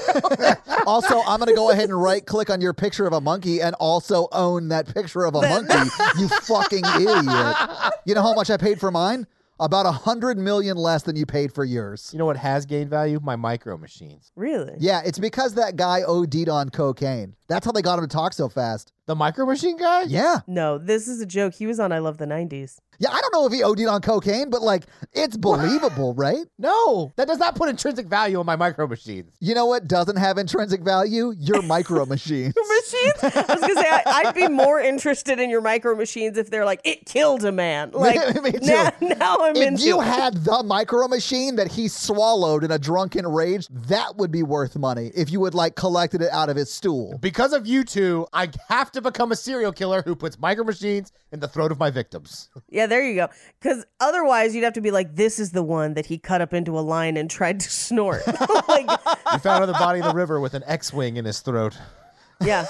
G: Also, I'm going to go ahead and right click on your picture of a monkey and also own that picture of a monkey. You fucking idiot. You know how much I paid for mine? About a hundred million less than you paid for yours.
F: You know what has gained value? My micro machines.
E: really?
G: Yeah, it's because that guy OD'd on cocaine. That's how they got him to talk so fast.
F: The micro machine guy?
G: Yeah.
E: No, this is a joke. He was on I Love the '90s.
G: Yeah, I don't know if he OD'd on cocaine, but like, it's believable, right?
F: No, that does not put intrinsic value on my micro machines.
G: You know what doesn't have intrinsic value? Your micro machines.
E: Machines. [LAUGHS] I was gonna say I, I'd be more interested in your micro machines if they're like it killed a man. Like
G: [LAUGHS] Me too.
E: now, now I'm
G: if
E: into
G: you
E: it.
G: had the micro machine that he swallowed in a drunken rage, that would be worth money if you would like collected it out of his stool.
F: Because of you two, I have to become a serial killer who puts micro machines in the throat of my victims.
E: Yeah, there you go. Because otherwise, you'd have to be like, this is the one that he cut up into a line and [LAUGHS] tried to snort. Oh like,
F: We found another body in the river with an X Wing in his throat.
E: yeah.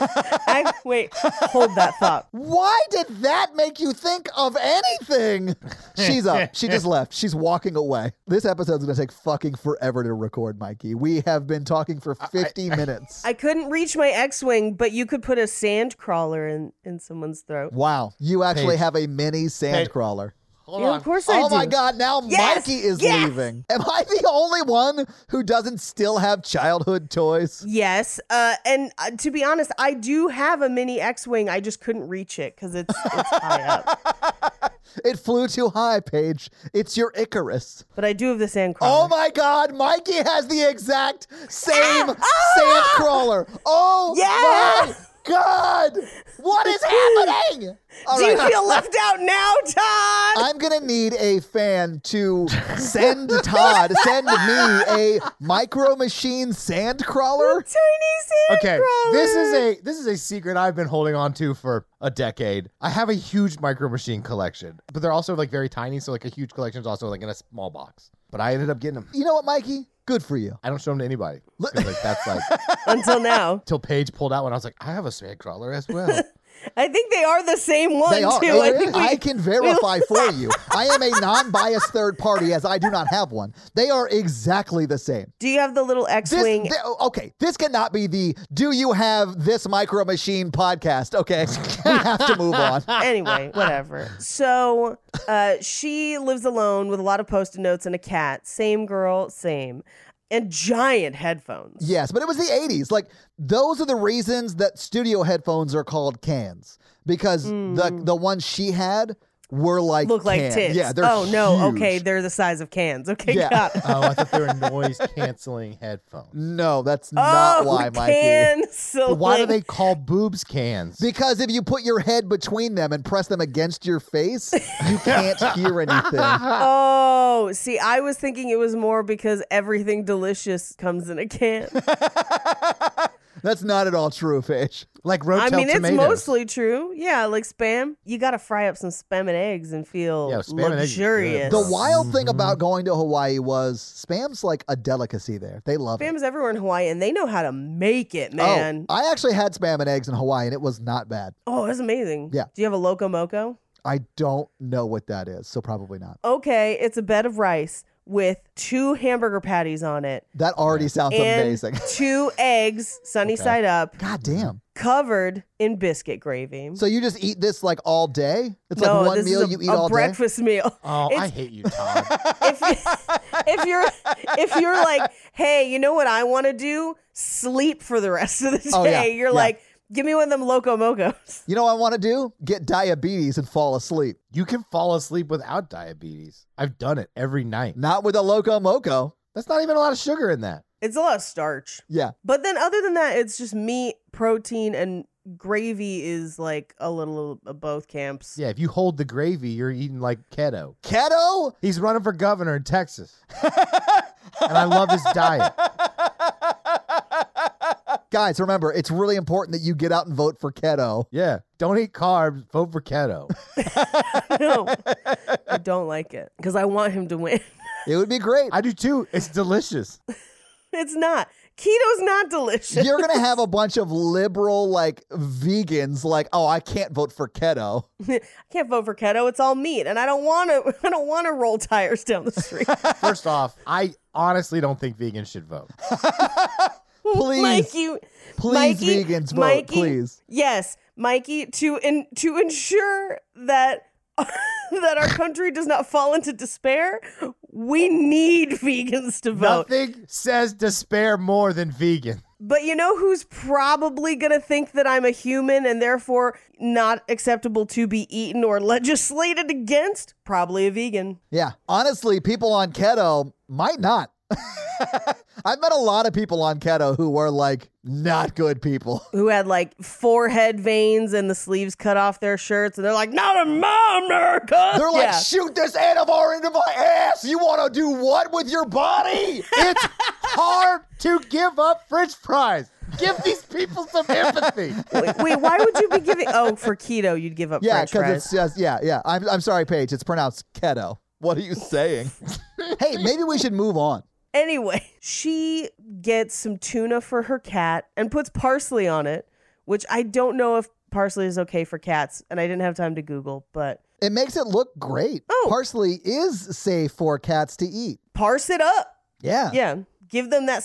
E: I, wait, hold that thought.
G: Why did that make you think of
E: [LAUGHS]
G: anything? She's up. She just left. She's walking away. This episode's going to take fucking forever to record, Mikey. We have been talking
E: [LAUGHS]
G: for 50 minutes.
E: I couldn't reach my X Wing, but you could put a sand crawler in, in someone's throat.
G: wow. You actually
F: Paige.
G: have a mini sand
F: Paige.
G: crawler.
F: Hold
E: Yeah,
F: on.
E: of course I
G: Oh
E: do.
G: my God, now
E: Yes!
G: Mikey is
E: Yes!
G: leaving. Am I the only one who doesn't still have childhood toys?
E: Yes. Uh, and uh, to be honest,
G: [LAUGHS]
E: I do have a mini X Wing. I just couldn't reach it because it's, it's high up.
G: It flew too high, Paige. It's your Icarus.
E: But I do have the sand
G: Oh
E: crawler.
G: my God, Mikey has the exact same sand crawler. Oh
E: Yeah!
G: my God, what is happening? All
E: do you
G: right.
E: feel left out now,
G: [LAUGHS]
E: Todd?
G: I'm gonna need a fan to send Todd, send me a micro machine sand crawler.
E: Tiny
F: Okay,
E: sand crawler.
F: this is a this is a secret I've been holding on to for a decade. I have a huge micro machine collection, but they're also like very tiny. So like a huge collection is also like in a small box. But I ended up getting them.
G: You know what, Mikey? Good for you.
F: I don't show them to anybody. 'Cause, Like that's [LAUGHS] like
E: until now.
F: till Paige pulled out one. I was like, I have a sand crawler as [LAUGHS] well.
E: I think they are the same one
G: They are.
E: too.
G: They-
E: I think we-
G: I can verify
E: [LAUGHS]
G: for you. I am a non-biased third party, as I do not have one. They are exactly the same.
E: do you have the little X
G: This,
E: wing?
G: th- [LAUGHS] okay, this cannot be the "Do you have this micro machine?" podcast. Okay, [LAUGHS] we have to move
E: [LAUGHS]
G: on.
E: anyway, whatever. So uh, she lives alone with a lot of post-it notes and a cat. Same girl, same, and giant headphones.
G: Yes, but it was the 80s. Like those are the reasons that studio headphones are called cans because the the ones she had were like
E: Hmm. Look like
G: cans.
E: tits.
G: Yeah, they're
E: oh no.
G: huge.
E: Okay, they're the size of cans. Okay,
G: Yeah. Uh,
E: got it.
F: oh, I thought they were noise canceling headphones.
G: No, that's
E: [LAUGHS] Oh,
G: not why,
E: [LAUGHS]
G: Mikey.
E: Canceling.
F: Why do they call boobs cans?
G: Because if you put your head between them and press them against your face, you can't hear anything.
E: Oh, see, I was thinking it was more because everything delicious comes in a can.
G: That's not at all true, Fish.
F: like rotel
E: I mean, it's
F: tomatoes.
E: mostly true. Yeah, like spam. You got to fry up some spam and eggs and feel
F: Yeah, spam and eggs is good,
E: luxurious.
G: The wild thing about going to Hawaii was spam's like a delicacy there. They love
E: spam
G: it.
E: is everywhere in Hawaii, and they know how to make it, man.
G: Oh, I actually had spam and eggs in Hawaii, and it was not bad.
E: Oh, that's amazing.
G: Yeah.
E: Do you have a loco moco?
G: I don't know what that is, so probably not.
E: Okay, it's a bed of rice with two hamburger patties on it
G: That already sounds
E: and
G: amazing. [LAUGHS]
E: two eggs, sunny side up,
G: God damn.
E: covered in biscuit gravy.
G: So you just eat this like all day? It's
E: no,
G: like one
E: this
G: meal
E: is a,
G: you eat
E: a
G: all day?
E: breakfast [LAUGHS] meal.
F: Oh, I
E: It's-
F: hate you, [LAUGHS] Todd.
E: if, [LAUGHS] if you're if you're like, hey, you know what I want to do? Sleep for the rest of the day.
G: Oh, yeah,
E: You're
G: yeah.
E: like, give me one of them loco mocos.
G: You know what I want to do? Get diabetes and fall asleep.
F: you can fall asleep without diabetes. I've done it every night.
G: Not with a loco moco.
F: That's not even a lot of sugar in that.
E: [LAUGHS] It's a lot of starch,
G: Yeah.
E: but then other than that, it's just meat, protein, and gravy is like a little of both camps.
F: Yeah, if you hold the gravy, you're eating like keto.
G: Keto?
F: He's running for governor in Texas. and I love his diet.
G: Guys, remember, it's really important that you get out and vote for keto.
F: Yeah, don't eat carbs, vote for keto.
E: [LAUGHS] No,
G: [LAUGHS]
E: I don't like it because I want him to win. [LAUGHS]
G: It would be great.
F: I do too. It's delicious.
E: it's not keto's not delicious.
G: [LAUGHS] You're going to have a bunch of liberal, like vegans, like, oh, I can't vote for keto.
E: [LAUGHS] I can't vote for keto. It's all meat, and I don't want to. [LAUGHS] I don't want to roll tires down the street.
F: First off, I honestly don't think vegans should vote.
G: Please.
E: Mikey,
G: Please,
E: Mikey,
G: vegans, vote,
E: Mikey,
G: please.
E: Yes, Mikey, to in, to ensure that [LAUGHS] that our country does not fall into despair, we need vegans to vote.
F: Nothing says despair more than vegan. [LAUGHS]
E: But you know who's probably going to think that I'm a human and therefore not acceptable to be eaten or [LAUGHS] legislated against? Probably a vegan.
G: Yeah. Honestly, people on keto might not. [LAUGHS] I've met a lot of people on keto who were like not good people.
E: who had like forehead veins and the sleeves cut off their shirts, and they're like, "Not in my America!"
G: They're like,
E: Yeah.
G: shoot this anavar into my ass. You want to do what with your body?
F: It's hard to give up french fries. Give these people some empathy.
E: wait, wait, why would you be giving? Oh, for keto, you'd give up
G: yeah,
E: French
G: because
E: fries.
G: it's just, yeah, yeah. I'm, I'm sorry, Paige. It's pronounced keto. What are you saying? [LAUGHS] hey, maybe we should move on.
E: Anyway, [LAUGHS] she gets some tuna for her cat and puts parsley on it, which I don't know if parsley is okay for cats, and I didn't have time to Google, but
G: It makes it look great.
E: Oh.
G: Parsley is safe for cats to eat.
E: parse it up.
G: Yeah.
E: Yeah, give them that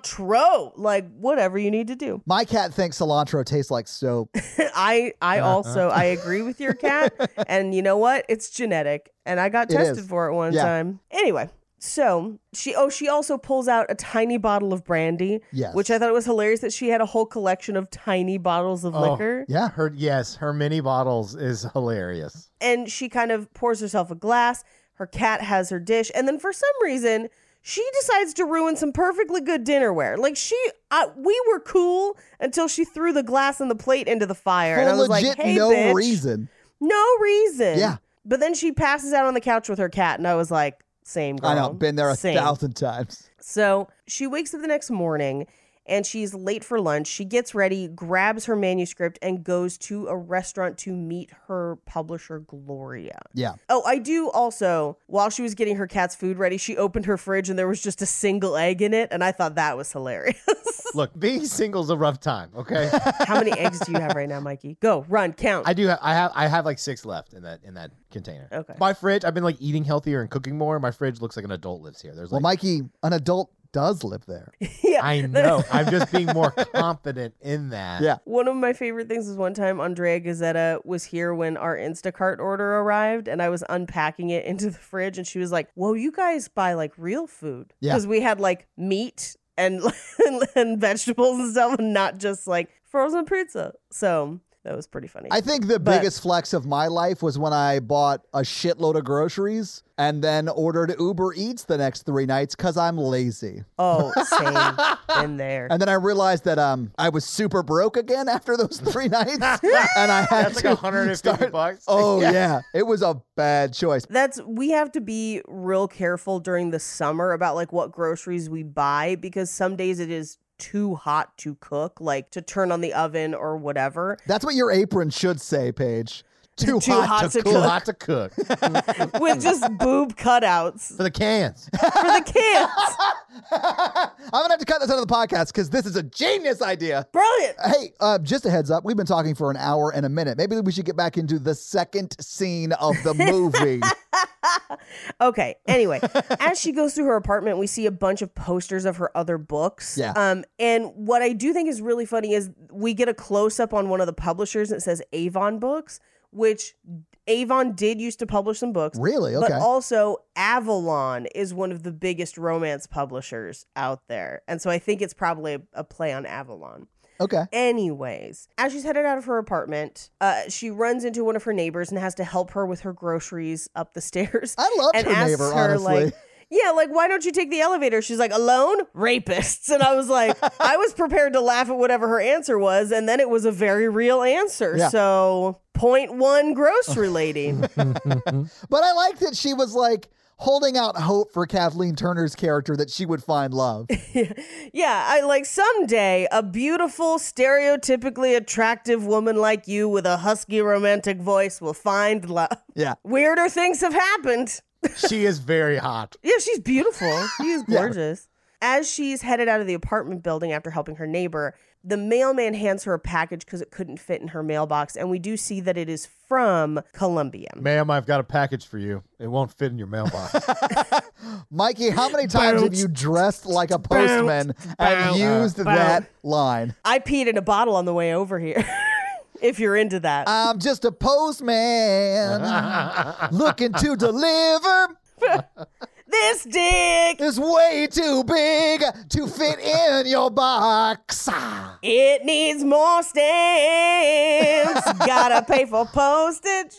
E: cilantro, like whatever you need to do.
G: My cat thinks cilantro tastes like soap.
E: I I
G: Uh-huh.
E: also I agree with
G: [LAUGHS]
E: your cat, and you know what? It's genetic, and I got
G: It
E: tested
G: is.
E: for it one
G: Yeah.
E: time. Anyway, So she oh she also pulls out a tiny bottle of brandy,
G: Yes.
E: which I thought it was hilarious that she had a whole collection of tiny bottles of
F: Oh.
E: liquor.
G: Yeah. [LAUGHS]
F: Her yes, her mini bottles is hilarious.
E: and she kind of pours herself a glass. Her cat has her dish, and then for some reason, she decides to ruin some perfectly good dinnerware. Like she, I, we were cool until she threw the glass and the plate into the fire, and I
G: For
E: was
G: legit
E: like, "Hey,
G: no
E: bitch,
G: reason.
E: no reason."
G: Yeah.
E: But then she passes out on the couch with her cat, and I was like, "Same girl."
G: I know. Been there a
E: same.
G: thousand times.
E: So she wakes up the next morning and she's late for lunch. She gets ready, grabs her manuscript, and goes to a restaurant to meet her publisher, Gloria.
G: Yeah.
E: Oh, I do also, while she was getting her cat's food ready, she opened her fridge and there was just a single egg in it. And I thought that was hilarious. [LAUGHS]
F: Look, being single's a rough time, okay?
E: How many eggs do you have right now, Mikey? Go, run, count.
F: I do have I have I have like 6 left in that in that container.
E: Okay.
F: My fridge, I've been like eating healthier and cooking more. My fridge looks like an adult lives here. There's
G: Well,
F: like
G: Mikey, an adult does live there.
E: yeah.
G: [LAUGHS]
F: I know. I'm just being more confident in that.
G: Yeah.
E: One of my favorite things is one time Andrea Gazetta was here when our Instacart order arrived and I was unpacking it into the fridge and she was like, Whoa, you guys buy like real food.
G: Yeah.
E: Because we had like meat and, [LAUGHS] and vegetables and stuff and not just like frozen pizza. So that was pretty funny.
G: I think the
E: But-
G: biggest flex of my life was when I bought a shitload of groceries and then ordered Uber Eats the next three nights because I'm lazy.
E: oh,
G: [LAUGHS]
E: same in there.
G: And then I realized that um I was super broke again [LAUGHS] after those three nights, [LAUGHS] and I had
F: That's like
G: to
F: 150
G: start-
F: bucks.
G: [LAUGHS] Oh yeah. it was a bad choice.
E: That's we have to be real careful during the summer about like what groceries we buy because some days it is too hot to cook, like to turn on the oven or whatever.
G: That's what your apron should say, Paige. Too,
E: Too
G: hot,
E: hot
G: to,
E: to
F: Too
G: cook.
E: cook.
F: hot to cook for
E: with just boob cutouts
G: [LAUGHS]
F: the cans.
E: for the kids.
G: I'm gonna have to cut this out of the podcast because this is a genius idea.
E: Brilliant.
G: Hey, uh, just a heads up, we've been talking for an hour and a minute. Maybe we should get back into the second scene of the movie.
E: Okay. Anyway, as she goes through her apartment, we see a bunch of posters of her other books.
G: Yeah.
E: Um, and what I do think is really funny is we get a close up on one of the publishers and it says Avon Books, which Avon did used to publish some books.
G: really?
E: But
G: Okay.
E: also, Avalon is one of the biggest romance publishers out there. And so I think it's probably a, a play on Avalon.
G: okay.
E: Anyways, as she's headed out of her apartment, uh, she runs into one of her neighbors and has to help her with her groceries up the [LAUGHS] stairs.
G: I loved
E: and
G: her
E: asks
G: neighbor,
E: her,
G: honestly.
E: like, yeah, like, why don't you take the elevator? She's like, alone? Rapists. And I was
G: [LAUGHS]
E: like, I was prepared to laugh at whatever her answer was. And then it was a very real answer.
G: Yeah. Mm-hmm.
E: So, point one grocery lady.
G: But I liked that she was like holding out hope for Kathleen Turner's character that she would find love.
E: Yeah, I like someday a beautiful, stereotypically attractive woman like you with a husky romantic voice will find love.
G: Yeah.
E: [LAUGHS] Weirder things have happened.
F: she is very hot.
E: Yeah, she's beautiful. She is gorgeous. As she's headed out of the apartment building after helping her neighbor, the mailman hands her a package because it couldn't fit in her mailbox. And we do see that it is from Colombia.
F: Ma'am, I've got a package for you. It won't fit in your mailbox.
G: [LAUGHS] Mikey, how many times have you dressed like a postman and used that line?
E: I peed in a bottle on the way over here, [LAUGHS] if you're into that.
G: I'm just a postman looking to deliver.
E: this dick,
G: It's way too big to fit in your box.
E: it needs more
G: [LAUGHS]
E: stamps. Gotta pay for
G: [LAUGHS]
E: postage.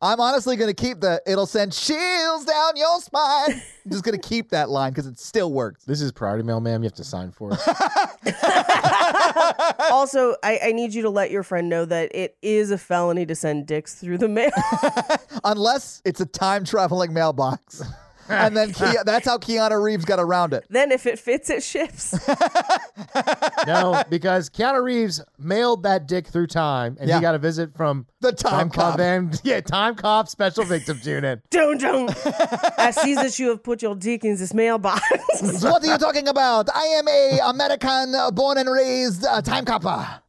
G: I'm honestly going to keep the it'll send chills down your spine. I'm just going to keep that line because it still works.
F: this is priority mail, ma'am. You have to sign for
G: [LAUGHS]
F: it.
E: Also, I, I need you to let your friend know that it is a felony to send dicks through the
G: [LAUGHS]
E: mail.
G: Unless it's a time
F: [LAUGHS]
G: traveling mailbox. And then Ke- that's how Keanu Reeves got around it.
E: then, if it fits, it ships.
F: no, because Keanu Reeves mailed that dick through time, and
G: Yeah.
F: he got a visit from
G: The
F: Tom
G: time
F: Cobb
G: cop.
F: and [LAUGHS] yeah, Time Cop Special Victims Unit.
E: don't don't i see that you have put your dick in this
G: [LAUGHS]
E: mailbox
G: What are you talking about? I am a American uh, born and raised uh, time copper.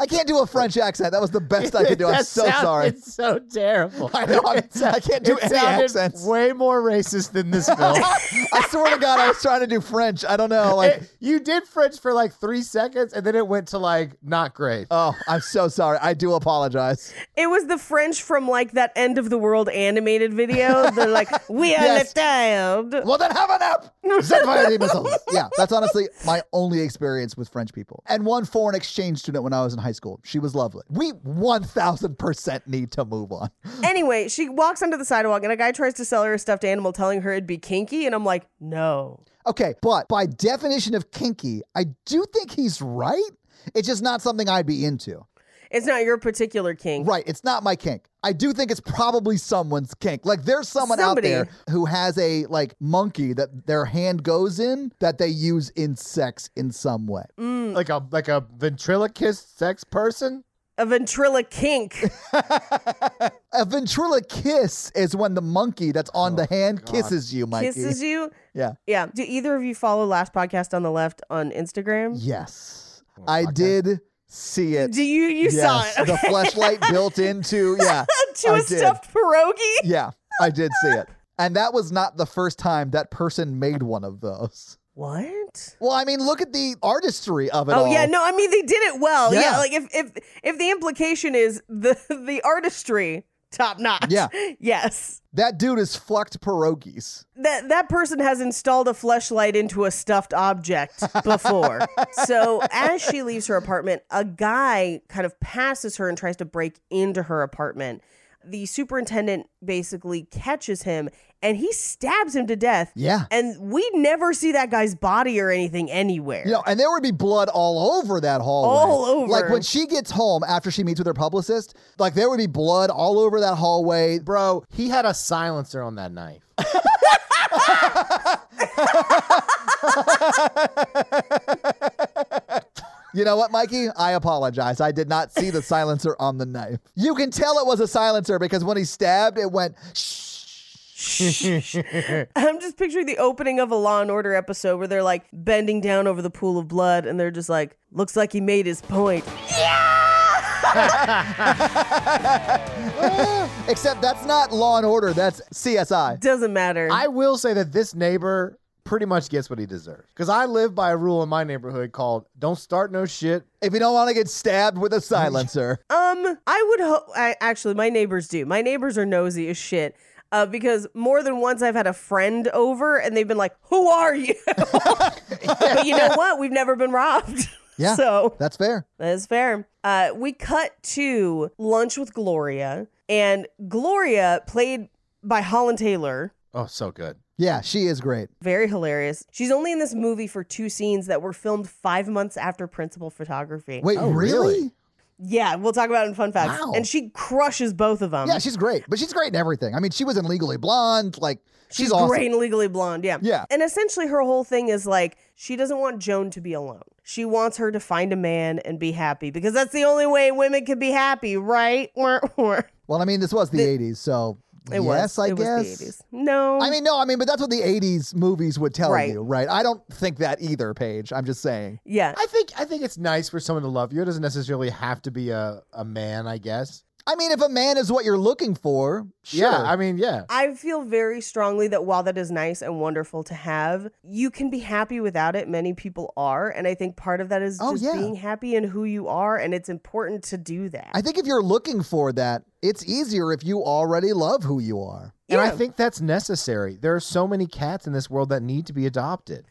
G: I can't do a French accent. That was the best I could do. I'm
F: That
G: so
F: sounded
G: sorry.
F: so terrible.
G: I know, I'm-
F: It sou-
G: [LAUGHS] I can't do
F: it
G: any
F: sounded
G: accents. [LAUGHS]
F: Way more racist than this film.
G: I swear to God, I was trying to do French. I don't know.
F: [LAUGHS]
G: Like,
F: It- you did French for like three seconds, and then it went to like not great.
G: oh, I'm so sorry. I do apologize.
E: It was the French from like that end of the world animated video. They're like, "We are
G: Yes.
E: the child."
G: Well, then have an app. Send fire the missiles. Yeah, that's honestly my only experience with French people. And one foreign exchange student when I was in high school. She was lovely. We 1000% need to move on.
E: [LAUGHS] Anyway, she walks onto the sidewalk and a guy tries to sell her a stuffed animal, telling her it'd be kinky, and I'm like, "No."
G: Okay, but by definition of kinky, I do think he's right. It's just not something I'd be into.
E: It's not your particular kink.
G: Right, it's not my kink. I do think it's probably someone's kink. Like there's someone
E: Somebody.
G: out there who has a like monkey that their hand goes in that they use in sex in some way.
E: Mm.
F: Like a like a ventriloquist sex person.
E: A ventrilo
G: [LAUGHS]
E: kink.
G: A ventrilo kiss is when the monkey that's on
F: Oh,
G: the hand kisses you, Mikey.
E: kisses you.
G: Yeah.
E: Yeah. Do either of you follow Last Podcast on the Left on Instagram?
G: Yes. I did see it.
E: Do you you saw
G: Yes,
E: it? Okay.
G: The fleshlight built into yeah.
E: [LAUGHS] to
G: [LAUGHS] I
E: a
G: did.
E: stuffed pierogi.
G: Yeah, I did see it. And that was not the first time that person made one of those.
E: What?
G: Well, I mean, look at the artistry of it
E: Oh
G: all.
E: yeah, no, I mean they did it well. Yeah.
G: Yeah.
E: like if if if the implication is the [LAUGHS] the artistry top notch.
G: Yeah.
E: [LAUGHS] Yes.
G: That dude is fucked pierogies.
E: That that person has installed a fleshlight into a stuffed object before. so as she leaves her apartment, a guy kind of passes her and tries to break into her apartment. The superintendent basically catches him and he stabs him to death.
G: Yeah.
E: And we never see that guy's body or anything anywhere.
G: You know, and there would be blood all over that hallway.
E: All over.
G: Like when she gets home after she meets with her publicist, like there would be blood all over that hallway.
F: Bro, he had a silencer on that knife.
G: You know what, Mikey? I apologize. I did not
E: [LAUGHS]
G: see the silencer on the knife. You can tell it was a silencer because when he stabbed, it went shh.
E: [LAUGHS] I'm just picturing the opening of a Law and Order episode where they're like bending down over the pool of blood and they're just like, looks like he made his point.
G: Except that's not Law and Order. That's CSI.
E: Doesn't matter.
F: I will say that this neighbor pretty much gets what he deserves. Because I live by a rule in my neighborhood called don't start no shit.
G: If you don't want to get stabbed with a silencer,
E: um, I would hope. I actually, my neighbors do. My neighbors are nosy as shit. Uh, because more than once I've had a friend over and they've been like, "Who are you?" [LAUGHS] but you
G: [LAUGHS]
E: know what? We've never been robbed.
G: Yeah.
E: [LAUGHS] So
G: [LAUGHS] that's fair.
E: That is fair. Uh, we cut to lunch with Gloria, and Gloria, played by Holland Taylor,
F: Oh, so good.
G: Yeah, she is great.
E: very hilarious. She's only in this movie for two scenes that were filmed five months after principal photography.
G: Wait, really?
F: Oh, really?
E: Yeah, we'll talk about it in fun facts.
G: Wow.
E: And she crushes both of them.
G: Yeah, she's great, but she's great in everything. I mean, she was in Legally Blonde. Like, she's,
E: She's
G: awesome.
E: great in Legally Blonde. Yeah.
G: Yeah.
E: And essentially, her whole thing is like, she doesn't want Joan to be alone. She wants her to find a man and be happy because that's the only way women can be happy, right? [LAUGHS]
G: Well, I mean, this was the, 80s, so
E: It
G: yes,
E: was.
G: I
E: it
G: guess.
E: was the 80s. No.
G: I mean, no, I mean, but that's what the 80s movies would tell
E: Right.
G: you, right? I don't think that either, Paige. I'm just saying.
E: yeah.
F: I think I think it's nice for someone to love you. It doesn't necessarily have to be a, a man, I guess.
G: I mean, if a man is what you're looking for, sure.
F: Yeah, I mean, yeah.
E: I feel very strongly that while that is nice and wonderful to have, you can be happy without it. Many people are. And I think part of that is
G: Oh,
E: just
G: yeah.
E: being happy in who you are. And it's important to do that.
G: I think if you're looking for that, it's easier if you already love who you are.
F: And I
E: Yeah.
F: think that's necessary. There are so many cats in this world that need to be adopted.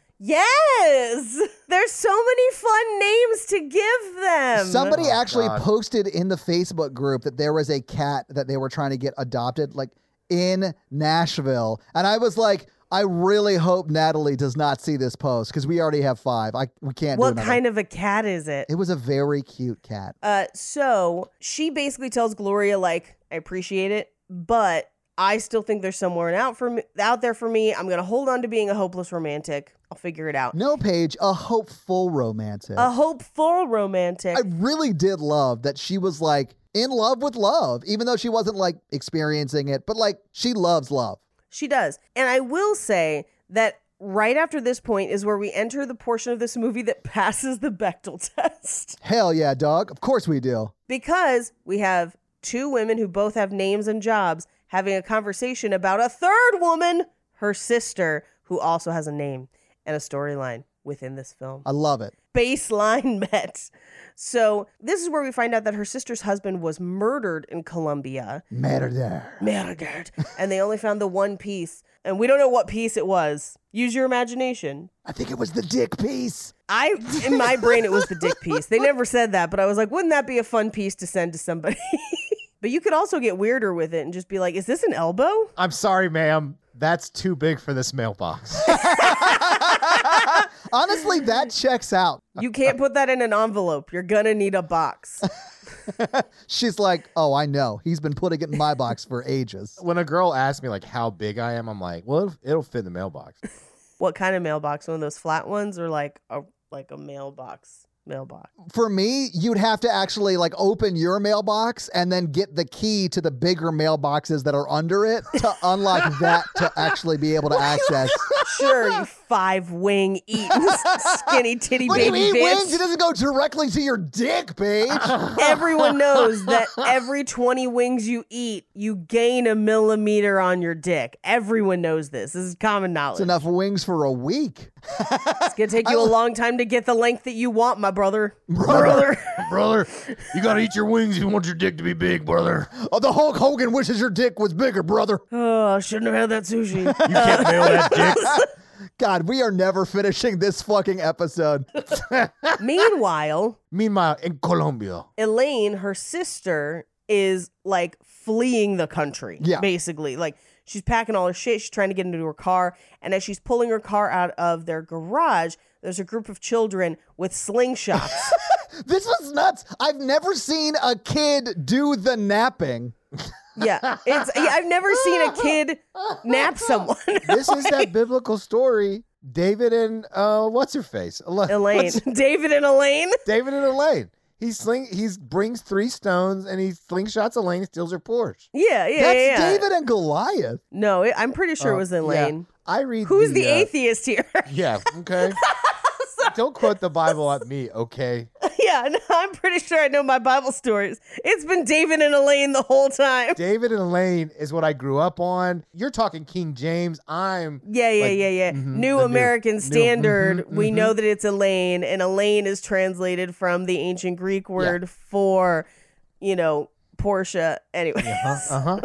E: yes. There's so many fun names to give them.
G: Somebody
F: Oh,
G: actually
F: God.
G: posted in the Facebook group that there was a cat that they were trying to get adopted, like in Nashville. And I was like, I really hope Natalie does not see this post because we already have five. I we can't.
E: what
G: do
E: kind of a cat is it?
G: It was a very cute cat.
E: Uh, so she basically tells Gloria, like, I appreciate it, but I still think there's someone out for me, out there for me. I'm gonna hold on to being a hopeless romantic. I'll figure it out.
G: No, Paige, a hopeful romantic.
E: A hopeful romantic.
G: I really did love that she was like in love with love, even though she wasn't like experiencing it, but like she loves love.
E: She does. And I will say that right after this point is where we enter the portion of this movie that [LAUGHS] passes the Bechtel test.
G: Hell yeah, dog. Of course we do.
E: because we have two women who both have names and jobs having a conversation about a third woman, her sister, who also has a name and a storyline within this film.
G: I love it.
E: Baseline [LAUGHS] met. So, this is where we find out that her sister's husband was murdered in Colombia.
G: Murder.
E: Murdered. and they only found the one piece, and we don't know what piece it was. Use your imagination.
G: I think it was the dick piece. [LAUGHS]
E: I in my brain it was the dick piece. They never said that, but I was like, wouldn't that be a fun piece to send to somebody? [LAUGHS] but you could also get weirder with it and just be like, is this an elbow?
F: I'm sorry, ma'am. That's too big for this [LAUGHS] mailbox.
G: Honestly, that checks out.
E: You can't put that in an envelope. You're gonna need a box.
G: She's like, oh, I know. He's been putting it in my box for ages.
F: when a girl asks me like how big I am, I'm like, well, it'll- it'll fit in the mailbox.
E: what kind of mailbox? One of those flat ones or like a like a mailbox? Mailbox.
G: For me, you'd have to actually like open your mailbox and then get the key to the bigger mailboxes that are under it to unlock that to actually be able to access.
E: Sure,
G: [LAUGHS]
E: you five wing eating skinny titty
G: What do you
E: baby
G: mean,
E: bitch.
G: [LAUGHS] wings? It doesn't go directly to your
E: [LAUGHS]
G: dick, bitch.
E: Everyone knows that every 20 wings you eat, you gain a millimeter on your dick. Everyone knows this. This is common knowledge.
G: It's enough wings for a week.
E: It's gonna take you a long time to get the length that you want, my brother. [LAUGHS]
G: Brother.
F: [LAUGHS] brother, you gotta eat your wings if you want your dick to be big, brother.
G: Oh, the Hulk Hogan wishes your dick was bigger, brother.
E: Oh, I shouldn't have had that sushi.
F: You can't mail that dick.
G: God, we are never finishing this fucking episode.
E: Uh, Meanwhile,
F: Meanwhile, in Colombia.
E: Elaine, her sister, is like fleeing the country.
G: Yeah.
E: Basically. Like she's packing all her shit. She's trying to get into her car. And as she's pulling her car out of their garage, there's a group of children with slingshots.
G: This was nuts. I've never seen a kid do the napping.
E: yeah. It's yeah, I've never seen a kid nap someone.
F: This is that biblical story. David and uh, what's her face? Ele-
E: Elaine.
F: what's-
E: [LAUGHS] David and Elaine.
F: David and Elaine. He sling. He brings three stones and he slingshots Elaine, and steals her Porsche.
E: Yeah, yeah,
G: That's
E: yeah.
G: David and Goliath.
E: No, it, I'm pretty sure
F: Oh,
E: it was
F: yeah.
E: Elaine.
F: I read.
E: Who's the
F: uh,
E: atheist here? [LAUGHS]
F: Yeah. Okay. Don't quote the Bible at me. Okay.
E: yeah, no, I'm pretty sure I know my Bible stories. It's been David and Elaine the whole time.
F: David and Elaine is what I grew up on. You're talking King James. I'm
E: Yeah, yeah,
F: Like,
E: yeah, yeah.
F: mhm,
E: new
F: the new-
E: American
F: new-
E: Standard.
F: mhm,
E: We
F: mhm.
E: know that it's Elaine, and Elaine is translated from the ancient Greek word for, you know, Portia. Anyway,
F: Uh
G: [LAUGHS]
F: huh.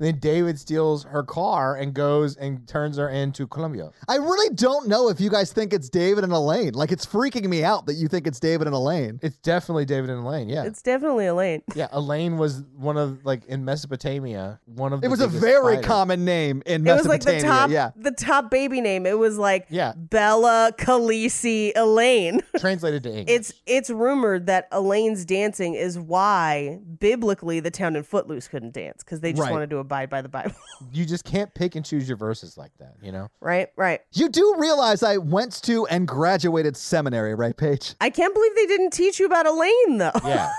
F: Then David steals her car and goes and turns her into Columbia.
G: I really don't know if you guys think it's David and Elaine. Like, it's freaking me out that you think it's David and Elaine.
F: It's definitely David and Elaine. Yeah.
E: [LAUGHS] it's definitely Elaine.
F: yeah. Elaine was one of like in Mesopotamia. One of
G: It
F: the
G: was a
F: biggest
G: very
F: fighters.
G: common name in
E: It was like
G: Mesopotamia.
E: the top,
G: yeah.
E: the top baby name. It was like
F: Yeah.
E: Bella Khaleesi Elaine.
F: [LAUGHS] translated to English.
E: It's it's rumored that Elaine's dancing is why biblically the town in Footloose couldn't dance because they just
G: Right.
E: wanted to abide by the Bible. [LAUGHS]
F: you just can't pick and choose your verses like that. You know.
E: right, right.
G: You do realize I went to and graduated seminary, right, Paige?
E: I can't believe they didn't teach you about Elaine though.
F: Yeah.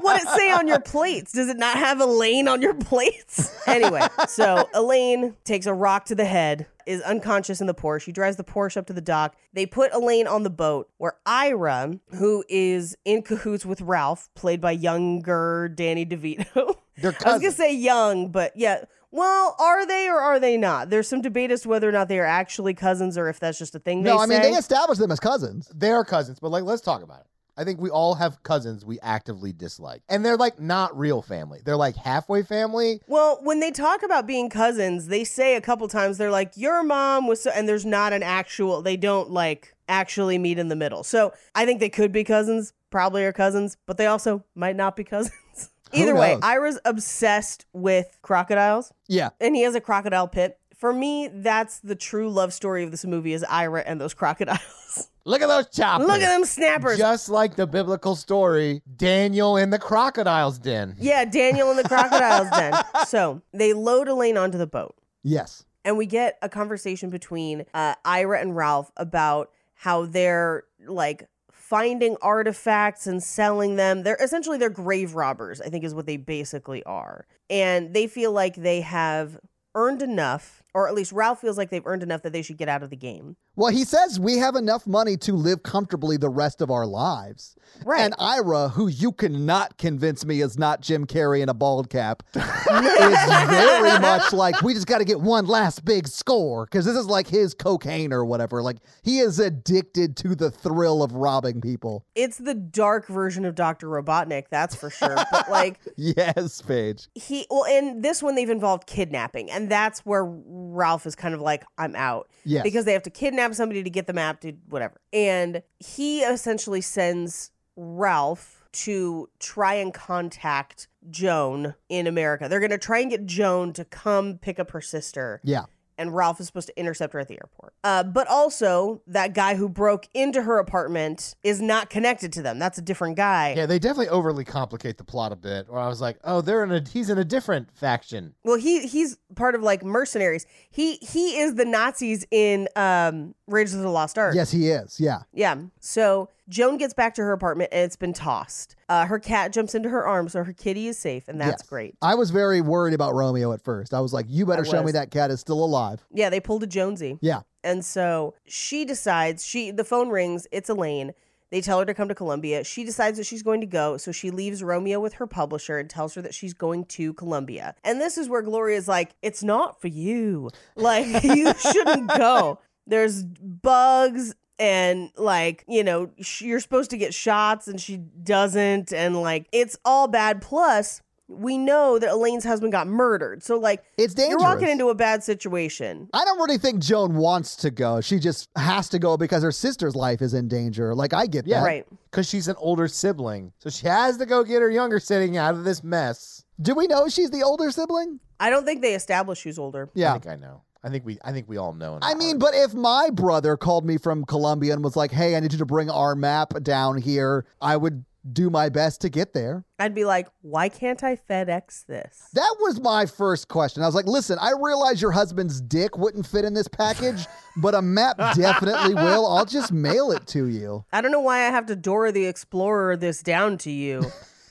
E: what it say on your plates? Does it not have Elaine on your plates? [LAUGHS] anyway, so Elaine takes a rock to the head, is unconscious in the Porsche. She drives the Porsche up to the dock. They put Elaine on the boat where Ira, who is in cahoots with Ralph, played by younger Danny DeVito.
F: They're
E: [LAUGHS] I was gonna
F: cousins.
E: say young, but yeah. Well, are they or are they not? There's some debate as to whether or not they are actually cousins or if that's just a thing.
G: No,
E: they
G: I mean,
E: say.
G: they established them as cousins.
F: They are cousins, but like, let's talk about it. I think we all have cousins we actively dislike, and they're like not real family. They're like halfway family.
E: Well, when they talk about being cousins, they say a couple times they're like, "Your mom was," so, and there's not an actual. They don't like actually meet in the middle. So I think they could be cousins, probably are cousins, but they also might not be cousins. [LAUGHS] Either way,
G: knows?
E: Ira's obsessed with crocodiles,
G: Yeah.
E: and he has a crocodile pit. For me, that's the true love story of this movie: is Ira and those crocodiles. [LAUGHS]
F: Look at those choppers.
E: Look at them snappers.
F: Just like the biblical story, Daniel in the crocodile's den.
E: yeah, Daniel and the crocodiles.
G: [LAUGHS]
E: Then, so they load Elaine onto the boat.
G: Yes.
E: and we get a conversation between uh, Ira and Ralph about how they're like finding artifacts and selling them. They're essentially they're grave robbers, I think is what they basically are. And they feel like they have earned enough, or at least Ralph feels like they've earned enough that they should get out of the game.
G: Well, he says we have enough money to live comfortably the rest of our lives.
E: Right.
G: And Ira, who you cannot convince me is not Jim Carrey in a
E: [LAUGHS]
G: bald cap, is very much like we just got to get one last big score because this is like his cocaine or whatever. Like he is addicted to the thrill of robbing people. [LAUGHS]
E: It's the dark version of Dr. Robotnik, that's for sure. But like
G: Yes, Paige.
E: he well in this one they've involved kidnapping and that's where ralph is kind of like i'm out
G: Yes.
E: because they have to kidnap somebody to get the map to whatever and he essentially sends ralph to try and contact joan in america they're going to try and get joan to come pick up her sister
G: Yeah.
E: and Ralph is supposed to intercept her at the airport. Uh, but also, that guy who broke into her apartment is not connected to them. That's a different guy.
F: Yeah, they definitely overly complicate the plot a bit. Where I was like, oh, they're in a he's in a different faction.
E: well he he's part of like mercenaries he he is the nazis in um raiders of the lost ark
G: Yes, he is. Yeah.
E: yeah so joan gets back to her apartment and it's been tossed uh, her cat jumps into her arms so her kitty is safe and that's
G: Yes.
E: great
G: I was very worried about Romeo at first. I was like, you better
E: I
G: show me
E: was.
G: that cat is still alive.
E: yeah they pulled a jonesy
G: Yeah.
E: and so she decides she the phone rings it's elaine they tell her to come to Columbia. She decides that she's going to go, so she leaves Romeo with her publisher and tells her that she's going to Columbia. And this is where Gloria's like, "It's not for you. Like [LAUGHS] you shouldn't go. There's bugs and like, you know, sh- you're supposed to get shots and she doesn't and like it's all bad plus we know that Elaine's husband got murdered. So like
G: It's
E: you're
G: dangerous.
E: walking into a bad situation.
G: I don't really think Joan wants to go. She just has to go because her sister's life is in danger. Like I get
F: Yeah.
G: that.
E: Right.
F: Because she's an older sibling. So she has to go get her younger sitting out of this mess.
G: Do we know she's the older sibling?
E: I don't think they establish who's older.
F: I
G: Yeah.
F: think I know. I think we I think we all know. in
G: I
F: our
G: mean,
F: heart.
G: but if my brother called me from Colombia and was like, "Hey, I need you to bring our map down here," I would do my best to get there.
E: I'd be like, why can't I FedEx this?
G: That was my first question. I was like, "Listen, I realize your husband's dick wouldn't fit in
F: [LAUGHS]
G: this package, but a map definitely will. I'll just mail it to you."
E: I don't know why I have to Dora the Explorer this down to you.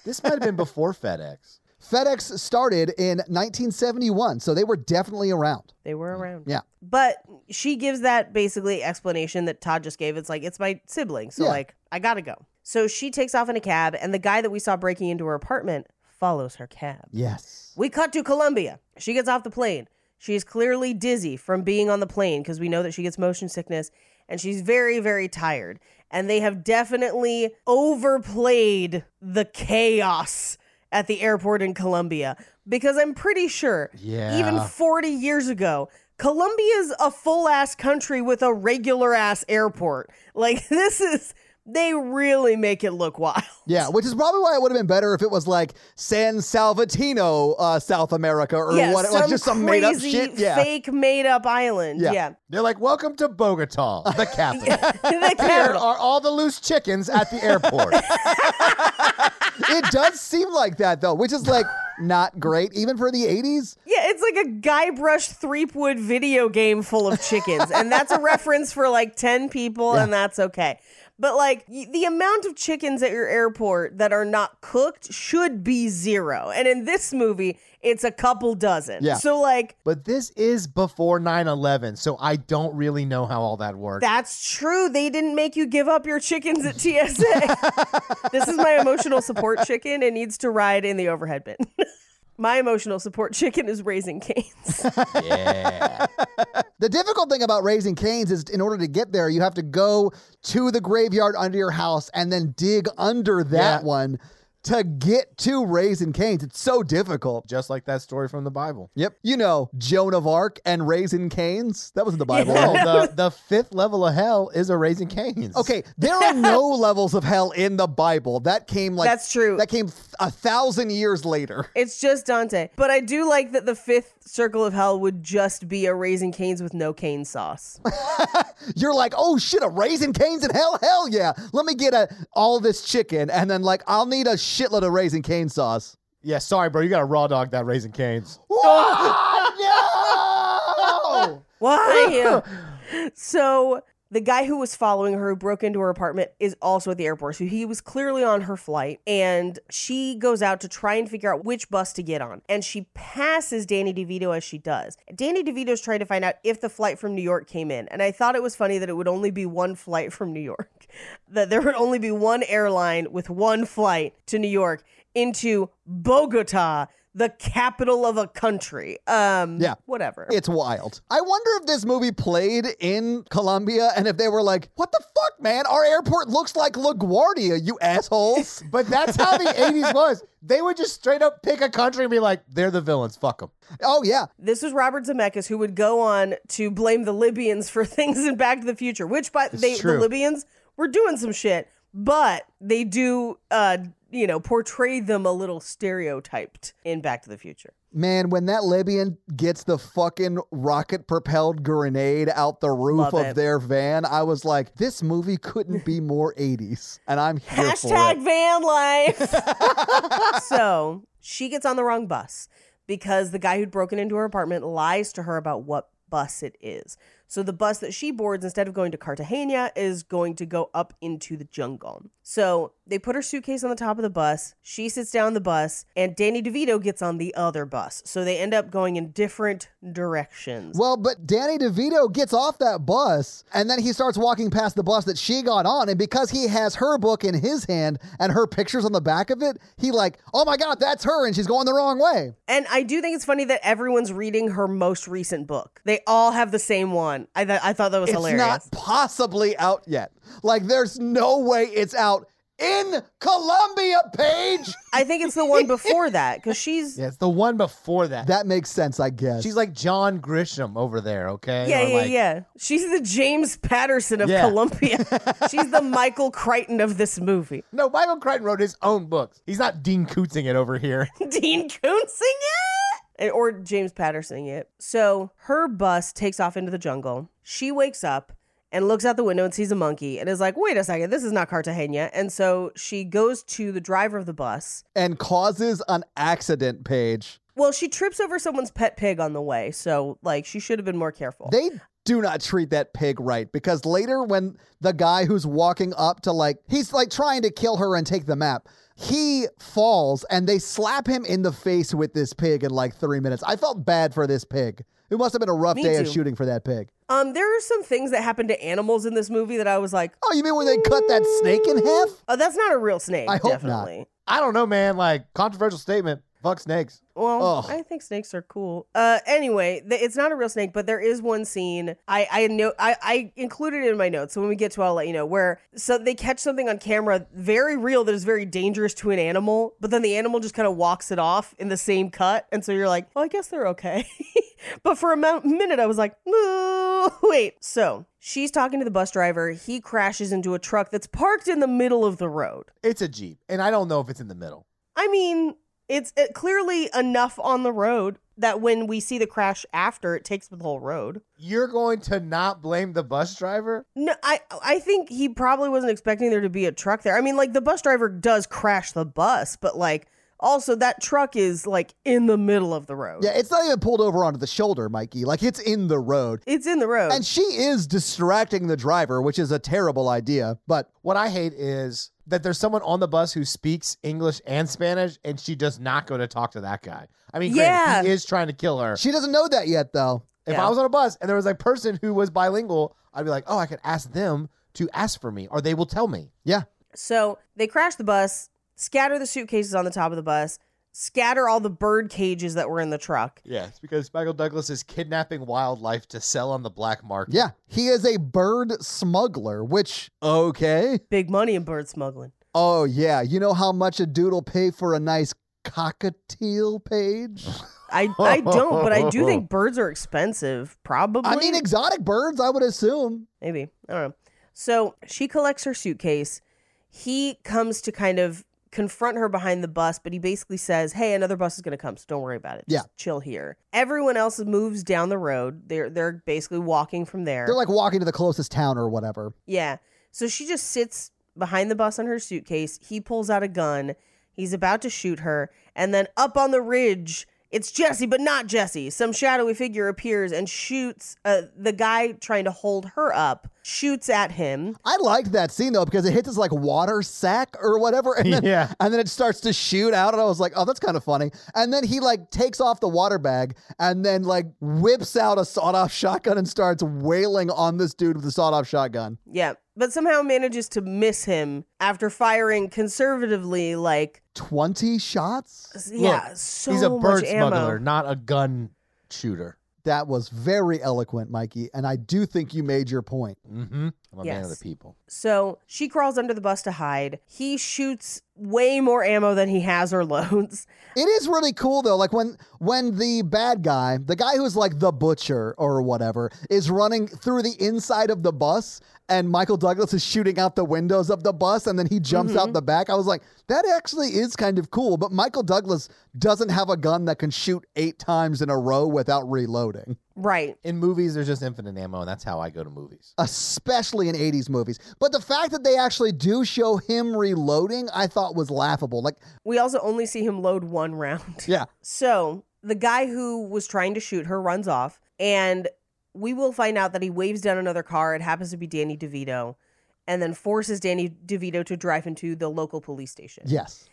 F: this might have been
G: [LAUGHS]
F: before FedEx.
G: FedEx started in 1971, so they were definitely around.
E: they were around.
G: Yeah.
E: But she gives that basically explanation that Todd just gave. It's like, it's my sibling. So,
G: Yeah.
E: like, I gotta go. So she takes off in a cab, and the guy that we saw breaking into her apartment follows her cab.
G: Yes.
E: We cut to Columbia. She gets off the plane. She is clearly dizzy from being on the plane because we know that she gets motion sickness and she's very, very tired. And they have definitely overplayed the chaos at the airport in Columbia because I'm pretty sure,
F: Yeah.
E: even 40 years ago, Columbia's a full ass country with a regular ass airport. Like, [LAUGHS] this is, they really make it look wild.
G: Yeah, which is probably why it would have been better if it was like San Salvatino, uh, South America, or
E: yeah,
G: what,
E: some
G: like just some made
E: crazy
G: up shit. Yeah.
E: fake made up island.
G: Yeah.
E: yeah.
F: They're like, welcome to Bogota,
G: [LAUGHS]
F: the capital.
E: [LAUGHS] the
F: Here
E: cat.
F: are all the loose chickens at the
G: [LAUGHS]
F: airport.
G: it does seem like that though, which is like not great, even for the '80s.
E: Yeah, it's like a Guybrush Threepwood video game full of chickens. and that's a reference for like 10 people, and that's okay. But like y- the amount of chickens at your airport that are not cooked should be zero. And in this movie, it's a couple dozen.
G: Yeah.
E: So like
F: but this is before 9-11, so I don't really know how all that works.
E: that's true. They didn't make you give up your chickens at TSA. this is my emotional support chicken. It needs to ride in the overhead bin. [LAUGHS] my emotional support chicken is raising canes.
G: The difficult thing about raising canes is, in order to get there, you have to go to the graveyard under your house and then dig under that
F: Yeah.
G: one to get to raising canes. It's so difficult.
F: Just like that story from the Bible.
G: [LAUGHS] Yep, you know Joan of Arc and raising canes. That was in the
F: [LAUGHS]
G: Bible.
F: Well,
G: right?
F: the, the fifth level of hell is a raising canes.
G: Okay, there are no levels of hell in the Bible. That came like
E: That's true.
G: That came th- a thousand years later.
E: It's just Dante. But I do like that the fifth circle of hell would just be a raising canes with no cane sauce.
G: You're like, oh shit, a raisin canes in hell, hell yeah. Let me get a all this chicken, and then like I'll need a shitload of raisin cane sauce.
F: Yeah, sorry, bro. You got to raw dog that raising canes.
E: [LAUGHS]
G: What? no!
E: Why? so The guy who was following her, who broke into her apartment, is also at the airport. So he was clearly on her flight. And she goes out to try and figure out which bus to get on. And she passes Danny DeVito as she does. Danny DeVito's trying to find out if the flight from New York came in. And I thought it was funny that it would only be one flight from New York, [LAUGHS] that there would only be one airline with one flight to New York into Bogota, the capital of a country. Um,
G: Yeah.
E: Whatever.
G: [LAUGHS] It's wild. I wonder if this movie played in Colombia and if they were like, what the fuck, man? Our airport looks like LaGuardia, you
E: [LAUGHS]
G: assholes.
F: But that's how the
G: [LAUGHS]
F: 80s was. They would just straight up pick a country and be like, they're the villains. Fuck them.
G: oh, yeah.
E: This was Robert Zemeckis who would go on to blame the Libyans for [LAUGHS] things in Back to the Future, which by they, the
F: true.
E: Libyans were doing some shit, but they do, uh, you know, portray them a little stereotyped in Back to the Future.
G: Man, when that Libyan gets the fucking rocket propelled grenade out the roof
E: Love
G: of
E: it.
G: their van, I was like, this movie couldn't be more 80s. And I'm here for
E: Hashtag
G: it.
E: van life.
G: [LAUGHS]
E: so she gets on the wrong bus because the guy who'd broken into her apartment lies to her about what bus it is. So the bus that she boards, instead of going to Cartagena, is going to go up into the jungle. So they put her suitcase on the top of the bus. She sits down on the bus, and Danny DeVito gets on the other bus. So they end up going in different directions.
G: Well, but Danny DeVito gets off that bus and then he starts walking past the bus that she got on. And because he has her book in his hand and her pictures on the back of it, he like, oh my God, that's her. And she's going the wrong way.
E: And I do think it's funny that everyone's reading her most recent book. They all have the same one. I, th- I thought that was
G: It's
E: hilarious.
G: not possibly out yet. Like, there's no way it's out in Colombia, Paige.
E: I think it's the one before that because she's
F: Yeah, it's the one before that.
G: that makes sense, I guess.
F: She's like John Grisham over there, okay?
E: yeah
F: Or
E: yeah
F: like-
E: yeah. She's the James Patterson of
F: Yeah.
E: Columbia. she's the Michael Crichton of this movie. [LAUGHS]
F: No, Michael Crichton wrote his own books. He's not Dean Cootsing it over here. [LAUGHS]
E: Dean Koontz-ing it And- or James Patterson it. So her bus takes off into the jungle. She wakes up and looks out the window and sees a monkey and is like, "Wait a second, this is not Cartagena." And so she goes to the driver of the bus.
G: and causes an accident, Paige.
E: Well, she trips over someone's pet pig on the way, so like she should have been more careful.
G: They do not treat that pig right because later when the guy who's walking up to like he's like trying to kill her and take the map he falls and they slap him in the face with this pig in like three minutes i felt bad for this pig it must have been a rough
E: Me
G: day of
E: too.
G: shooting for that pig
E: um, there are some things that happen to animals in this movie that I was like,
G: oh you mean when they cut that snake in half
E: Oh, that's not a real snake.
G: I hope not.
E: definitely.
F: I don't know, man. Like, controversial statement. Fuck snakes.
E: Well,
G: Ugh.
E: I think snakes are cool. Uh, anyway, th- it's not a real snake, but there is one scene I I know I, I included it in my notes. So when we get to, it, I'll let you know where. So they catch something on camera, very real, that is very dangerous to an animal, but then the animal just kind of walks it off in the same cut, and so you're like, well, I guess they're okay. [LAUGHS] but for a mo- minute, I was like, no, wait. So she's talking to the bus driver. He crashes into a truck that's parked in the middle of the road.
F: It's a Jeep, and I don't know if it's in the middle.
E: I mean, it's uh clearly enough on the road that when we see the crash after, it takes up the whole road.
F: You're going to not blame the bus driver?
E: No, I I think he probably wasn't expecting there to be a truck there. I mean, like the bus driver does crash the bus, but like also that truck is like in the middle of the road.
G: yeah it's not even pulled over onto the shoulder mikey like it's in the road
E: It's in the road.
G: and she is distracting the driver which is a terrible idea but
F: What I hate is that there's someone on the bus who speaks English and Spanish, and she does not go to talk to that guy. I mean,
E: Yeah.
F: granted, he is trying to kill her.
G: she doesn't know that yet though
F: If
E: Yeah.
F: I was on a bus and there was a person who was bilingual, I'd be like, oh, I could ask them to ask for me, or they will tell me.
G: yeah
E: So they crash the bus, scatter the suitcases on the top of the bus, scatter all the bird cages that were in the truck.
F: Yeah, it's because Michael Douglas is kidnapping wildlife to sell on the black market.
G: yeah he is a bird smuggler which okay
E: Big money in bird smuggling.
G: Oh yeah, you know how much a dude'll pay for a nice cockatiel page?
E: I, I don't, but I do think birds are expensive, probably.
G: I mean exotic birds, I would assume.
E: maybe i don't know so she collects her suitcase he comes to kind of confront her behind the bus but he basically says hey another bus is going to come so don't worry about it Just chill here everyone else moves down the road they're they're basically walking from there
G: They're like walking to the closest town or whatever.
E: yeah so she just sits behind the bus on her suitcase he pulls out a gun he's about to shoot her and then up on the ridge it's Jesse, but not Jesse. Some shadowy figure appears and shoots uh, the guy trying to hold her up, shoots at him.
G: I liked that scene though because it hits this like water sack or whatever, and then,
F: Yeah.
G: and then it starts to shoot out, and I was like, oh, that's kind of funny. And then he like takes off the water bag and then like whips out a sawed-off shotgun and starts wailing on this dude with the sawed-off shotgun.
E: Yeah, but somehow manages to miss him after firing conservatively, like,
G: Twenty shots.
E: yeah,
F: Look,
E: so
F: He's a
E: much
F: bird
E: ammo.
F: smuggler, not a gun shooter.
G: That was very eloquent, Mikey, and I do think you made your point.
F: Mm-hmm. I'm a man of the
E: Yes.
F: people.
E: So she crawls under the bus to hide. He shoots way more ammo than he has or [LAUGHS] loads.
G: It is really cool though. Like when when the bad guy, the guy who's like the butcher or whatever, is running through the inside of the bus and Michael Douglas is shooting out the windows of the bus and then he jumps out the back. I was like, that actually is kind of cool, but Michael Douglas doesn't have a gun that can shoot 8 times in a row without reloading,
E: Right.
F: In movies, there's just infinite ammo, and that's how I go to movies.
G: especially in 80s movies. But the fact that they actually do show him reloading, I thought was laughable. Like,
E: We also only see him load one round.
G: yeah.
E: [LAUGHS] So the guy who was trying to shoot her runs off, and we will find out that he waves down another car. It happens to be Danny DeVito, and then forces Danny DeVito to drive into the local police station.
G: Yes.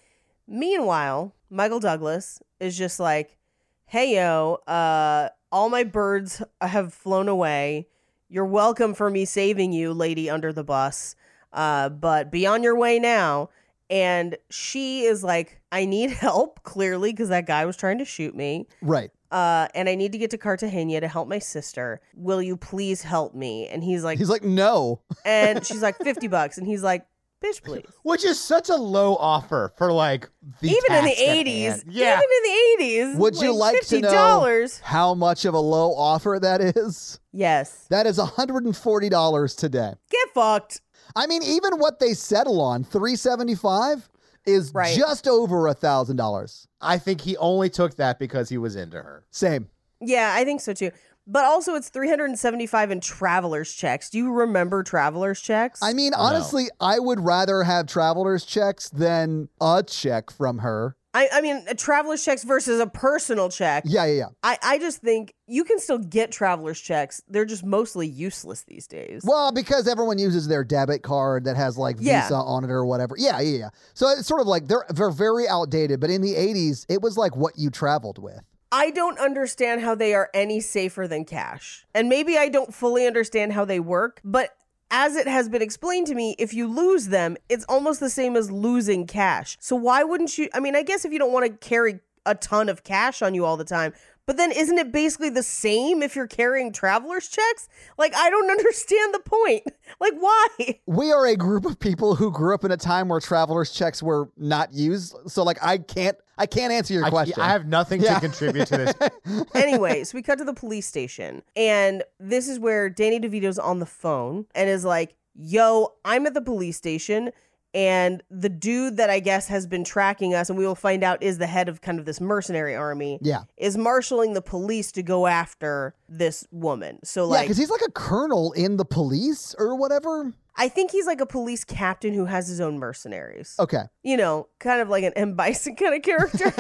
E: Meanwhile, Michael Douglas is just like, hey, yo, uh, all my birds have flown away. You're welcome for me saving you, lady under the bus. Uh, but be on your way now. And she is like, I need [LAUGHS] help, clearly, because that guy was trying to shoot me.
G: Right.
E: Uh, and I need to get to Cartagena to help my sister. Will you please help me? And he's like,
G: He's [LAUGHS] like, "No."
E: and she's like, 50 bucks. And he's like, bitch, please.
F: Which is such a low offer for like the
E: even in the
F: task at
E: 80s
F: hand. Yeah.
E: even in the 80s
G: Would you like to know-
E: dollars
G: How much of a low offer that is?
E: yes
G: That is $140 today.
E: get fucked
G: I mean, even what they settle on, 375 is
E: Right.
G: just over a thousand dollars.
F: I think he only took that because he was into her.
G: Same.
E: yeah i think so too but also it's 375 in travelers checks do you remember travelers checks
G: I mean, honestly, I would rather have travelers checks than a check from her.
E: i, I mean a travelers checks versus a personal check
G: Yeah, yeah, yeah.
E: I, I just think you can still get travelers checks they're just mostly useless these days
G: Well, because everyone uses their debit card that has like
E: Yeah.
G: Visa on it or whatever. Yeah, yeah, yeah. So it's sort of like they're they're very outdated, but in the 80s, it was like what you traveled with.
E: I don't understand how they are any safer than cash. And maybe I don't fully understand how they work, but as it has been explained to me, if you lose them, it's almost the same as losing cash. So why wouldn't you? I mean, I guess if you don't want to carry a ton of cash on you all the time, but then isn't it basically the same if you're carrying traveler's checks? Like, I don't [LAUGHS] understand the point. Like, why?
G: we are a group of people who grew up in a time where travelers checks were not used. So like I can't I can't answer your
F: I,
G: question.
F: I have nothing
G: Yeah.
F: to contribute to this.
G: [LAUGHS]
E: Anyways, we cut to the police station, and this is where Danny DeVito's on the phone and is like, Yo, I'm at the police station, and the dude that I guess has been tracking us, and we will find out is the head of kind of this mercenary army,
G: yeah.
E: is marshaling the police to go after this woman. So,
G: yeah,
E: like,
G: because he's like a colonel in the police or whatever.
E: I think he's like a police captain who has his own mercenaries.
G: Okay.
E: You know, kind of like an M. Bison kind of
G: [LAUGHS]
E: character.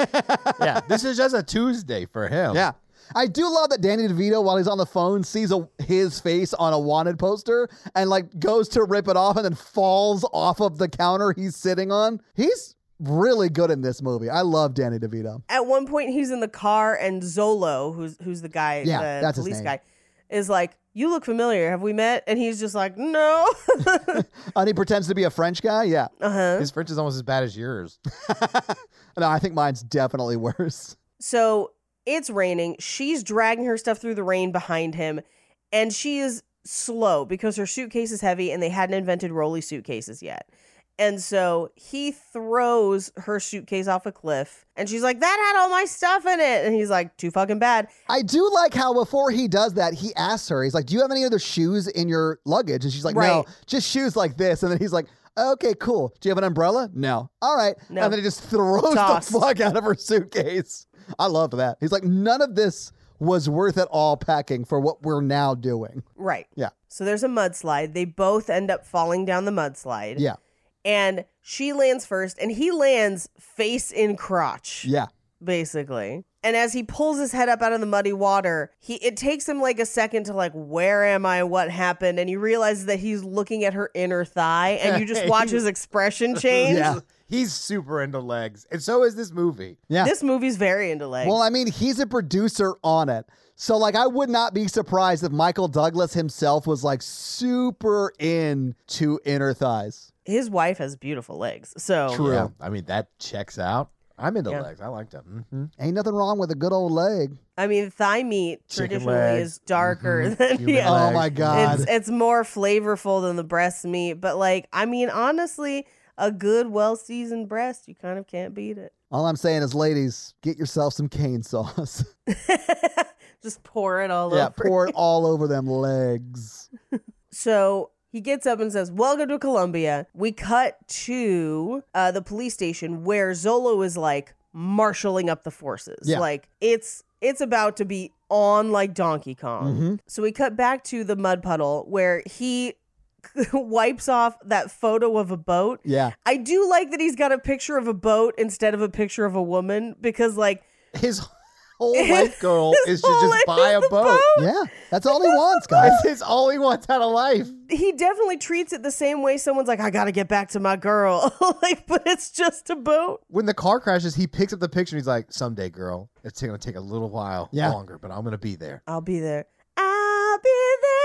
F: yeah, this is just a Tuesday for him.
G: Yeah. I do love that Danny DeVito, while he's on the phone, sees a, his face on a wanted poster and like goes to rip it off and then falls off of the counter he's sitting on. He's really good in this movie. I love Danny DeVito.
E: at one point he's in the car and Zolo, who's who's the guy,
G: Yeah,
E: the
G: that's his
E: police
G: name.
E: guy, is like, "You look familiar. Have we met?" And he's just like, "No." [LAUGHS]
G: And he pretends to be a French guy. Yeah.
E: uh-huh.
F: His French is almost as bad as yours. [LAUGHS]
G: No, I think mine's definitely [LAUGHS] worse.
E: So it's raining. She's dragging her stuff through the rain behind him, and she is slow because her suitcase is heavy and they hadn't invented rolly suitcases yet. And so he throws her suitcase off a cliff, and she's like, "That had all my stuff in it." And he's like, "Too fucking bad."
G: I do like how before he does that, he asks her, he's like, Do you have any other shoes in your luggage? And she's like, No,
E: Right.
G: just shoes like this. And then he's like, Okay, cool. Do you have an umbrella? No. All right.
E: No.
G: And then he just throws
E: Tossed.
G: the fuck out of her suitcase. I loved that. He's like, None of this was worth it all packing for what we're now doing.
E: Right.
G: Yeah.
E: So there's a mudslide. They both end up falling down the mudslide.
G: Yeah.
E: And she lands first, and he lands face in crotch,
G: Yeah.
E: basically. And as he pulls his head up out of the muddy water, he it takes him like a second to like, where am I? What happened? And he realizes that he's looking at her inner thigh, and you
G: [LAUGHS]
E: just watch his expression change.
G: Yeah.
F: He's super into legs, and so is this movie.
G: Yeah.
E: This movie's very into legs.
G: Well, I mean, he's a producer on it. So, like, I would not be surprised if Michael Douglas himself was like super into inner thighs.
E: his wife has beautiful legs, so
G: True.
F: Yeah, I mean that checks out. I'm into legs. I like them. Mhm.
G: Ain't nothing wrong with a good old leg.
E: I mean, thigh meat
F: Chicken
E: traditionally
F: leg.
E: is darker [LAUGHS] than
F: Human
E: yeah.
F: leg.
G: Oh my God.
E: It's it's more flavorful than the breast meat, but like I mean, honestly, a good, well seasoned breast, you kind of can't beat it. [LAUGHS]
G: All I'm saying is, ladies, get yourself some
E: [LAUGHS]
G: cane sauce.
E: Just pour it all
G: yeah,
E: over.
G: pour it all over them legs.
E: So he gets up and says, Welcome to Columbia. We cut to uh, the police station where Zolo is like marshaling up the forces.
G: Yeah.
E: Like it's it's about to be on like Donkey Kong.
G: Mhm.
E: So we cut back to the mud puddle where he [LAUGHS] wipes off that photo of a boat.
G: Yeah.
E: I do like that he's got a picture of a boat instead of a picture of a woman because like
F: His [LAUGHS] whole
E: [LAUGHS]
F: life goal
E: his
F: is to
E: whole life
F: just buy
E: is
F: a
E: the
F: boat.
G: Yeah. That's all
E: [LAUGHS]
G: he wants, guys.
F: It's his all he wants out of life.
E: he definitely treats it the same way someone's like, I gotta get back to my girl. [LAUGHS] like, but it's just a boat.
F: When the car crashes, he picks up the picture and he's like, "Someday, girl, it's gonna take a little while
G: Yeah.
F: longer, but I'm gonna be there."
E: I'll be there. I'll be there.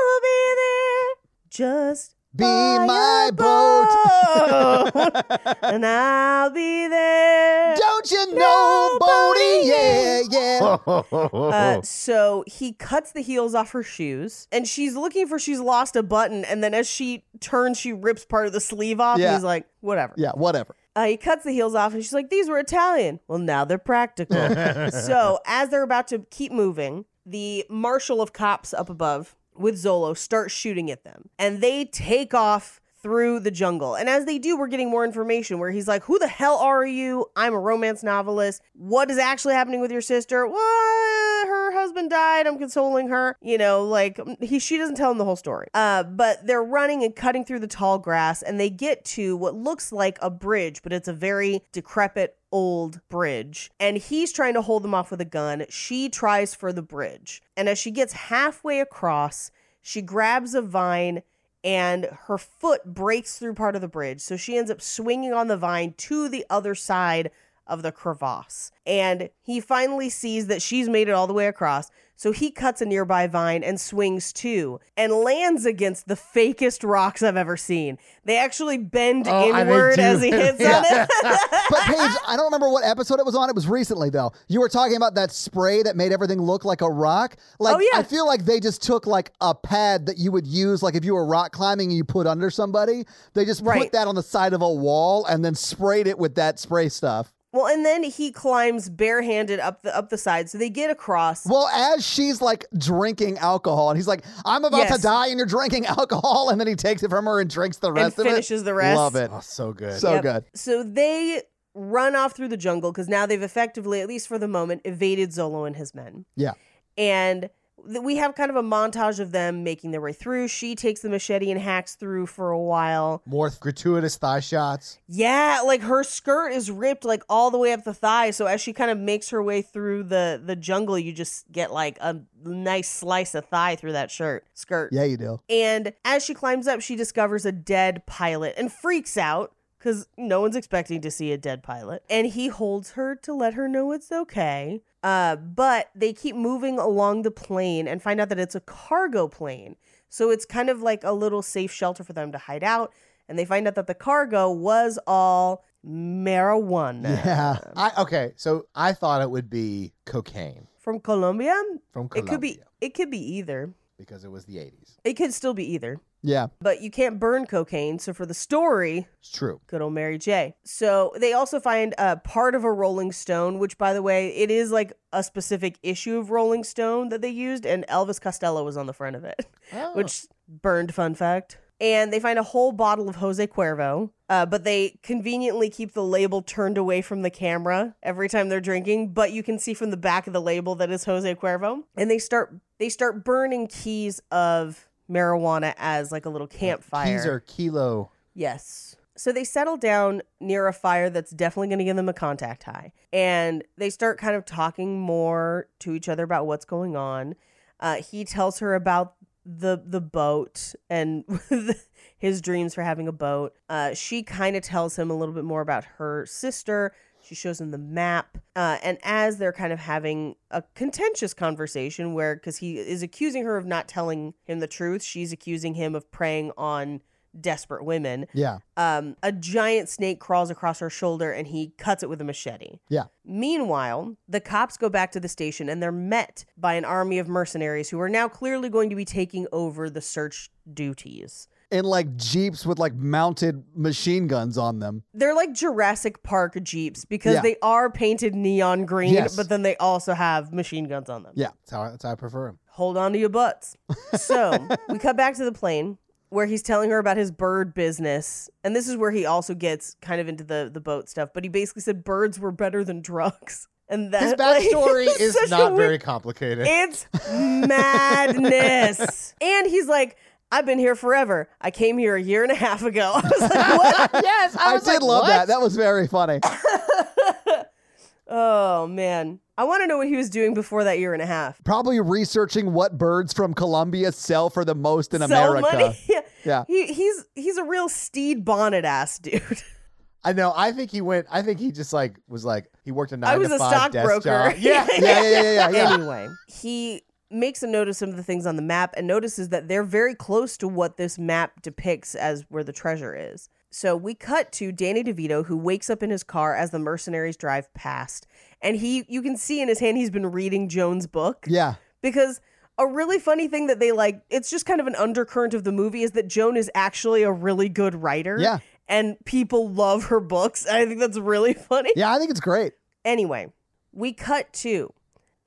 E: I'll be there. Just
G: Be
E: buy
G: my
E: a
G: boat.
F: [LAUGHS]
E: boat. [LAUGHS] and I'll be there.
G: Don't you know, Bodie? Yeah,
E: [LAUGHS]
G: yeah.
F: [LAUGHS]
E: Uh,
F: Oh,
E: so he cuts the heels off her shoes, and she's looking for she's lost a button. And then as she turns, she rips part of the sleeve off.
G: Yeah.
E: And he's like, whatever.
G: Yeah, whatever.
E: Uh, he cuts the heels off, and she's like, "These were Italian." Well, now they're practical. so as they're about to keep moving, the marshal of cops up above with Zolo starts shooting at them, and they take off through the jungle. And as they do, we're getting more information where he's like, "Who the hell are you? I'm a romance novelist. What is actually happening with your sister? What? Her husband died. I'm consoling her. You know, like mm, he she doesn't tell him the whole story. Uh, but they're running and cutting through the tall grass, and they get to what looks like a bridge, but it's a very decrepit old bridge. And he's trying to hold them off with a gun. She tries for the bridge. And as she gets halfway across, she grabs a vine and her foot breaks through part of the bridge. So she ends up swinging on the vine to the other side of the crevasse. And he finally sees that she's made it all the way across. So he cuts a nearby vine and swings too and lands against the fakest rocks I've ever seen. They actually bend
F: Oh, I- they
E: inward
F: do.
E: as
G: [LAUGHS]
E: he hits on it. [LAUGHS]
G: But Paige, I don't remember what episode it was on. It was recently though. You were talking about that spray that made everything look like a rock. Like
E: Oh, yeah.
G: I feel like they just took like a pad that you would use, like if you were rock climbing and you put under somebody. They just
E: Right.
G: put that on the side of a wall and then sprayed it with that spray stuff.
E: Well, and then he climbs barehanded up the up the side, so they get across.
G: Well, as she's like drinking alcohol, and he's like, "I'm about
E: Yes.
G: to die, and you're drinking [LAUGHS] alcohol," and then he takes it from her and drinks the rest of it.
E: finishes the rest.
G: Love it.
F: oh, so good.
G: So
E: Yep.
G: good.
E: So they run off through the jungle because now they've effectively, at least for the moment, evaded Zolo and his men.
G: Yeah.
E: And th- we have kind of a montage of them making their way through. She takes the machete and hacks through for a while.
F: More gratuitous thigh shots.
E: Yeah, like her skirt is ripped like all the way up the thigh. So as she kind of makes her way through the the jungle, you just get like a nice slice of thigh through that shirt skirt.
G: Yeah,
F: [LAUGHS]
G: you do.
E: And as she climbs up, she discovers a dead pilot and freaks out because no one's expecting to see a dead pilot. And he holds her to let her know it's okay. Uh, but they keep moving along the plane and find out that it's a cargo plane. So it's kind of like a little safe shelter for them to hide out. And they find out that the cargo was all marijuana
G: Yeah.
F: I okay. So I thought it would be cocaine
E: from Colombia.
F: from
E: It
F: Colombia
E: could be. It could be either.
F: because it was the 80s.
E: It could still be either.
G: Yeah.
E: But you can't burn cocaine. So for the story,
F: It's true.
E: Good old Mary J. So they also find uh, part of a Rolling Stone, which, by the way, it is like a specific issue of Rolling Stone that they used, and Elvis Costello was on the front of it, [LAUGHS] which burned fun fact. And they find a whole bottle of Jose Cuervo, uh, but they conveniently keep the label turned away from the camera every time they're drinking. But you can see from the back of the label that it's Jose Cuervo, and they start they start burning keys of marijuana as like a little campfire.
F: These are Oh. kilo.
E: Yes. So they settle down near a fire that's definitely going to give them a contact high. And they start kind of talking more to each other about what's going on. Uh, he tells her about the the boat and [LAUGHS] his dreams for having a boat. Uh, she kind of tells him a little bit more about her sister. She shows him the map. Uh, and as they're kind of having a contentious conversation, where because he is accusing her of not telling him the truth, she's accusing him of preying on desperate women.
G: Yeah.
E: Um, a giant snake crawls across her shoulder and he cuts it with a machete.
G: Yeah.
E: Meanwhile, the cops go back to the station and they're met by an army of mercenaries who are now clearly going to be taking over the search duties.
G: In like jeeps with like mounted machine guns on them.
E: They're like Jurassic Park jeeps because
G: Yeah.
E: they are painted neon green,
G: Yes.
E: but then they also have machine guns on them.
G: Yeah.
F: That's how, I- that's how I prefer him.
E: hold on to your butts. So we cut back to the plane where he's telling her about his bird business. And this is where he also gets kind of into the, the boat stuff. But he basically said birds were better than drugs. And that
F: His
E: like,
F: backstory
E: [LAUGHS] it's
F: is
E: such a
F: not
E: weird-
F: very complicated.
E: It's
F: [LAUGHS]
E: madness. and he's like, I've been here forever. I came here a year and a half ago. [LAUGHS] I was like, what? yes.
G: I,
E: was
G: did
E: like,
G: love
E: what?
G: that. That was very funny.
E: Oh, man. I want to know what he was doing before that year and a half.
G: Probably researching what birds from Colombia sell for the most in
E: Sell
G: America.
E: money? [LAUGHS] Yeah.
G: Yeah.
E: He, he's he's a real Steed Bonnet ass dude.
F: I know. I think he went. I think he just like was like he worked a nine
E: I was
F: to
E: a
F: five desk
E: stockbroker.
F: job.
E: [LAUGHS]
F: Yeah,
G: Yeah, yeah, yeah, yeah, yeah.
E: Anyway, he makes a note of some of the things on the map and notices that they're very close to what this map depicts as where the treasure is. So we cut to Danny DeVito who wakes up in his car as the mercenaries drive past. And he you can see in his hand he's been reading Joan's book
G: yeah.
E: because a really funny thing that they like it's just kind of an undercurrent of the movie is that Joan is actually a really good writer.
G: Yeah.
E: And people love her books. And I think that's really [LAUGHS] funny.
G: Yeah, I think it's great.
E: Anyway, we cut to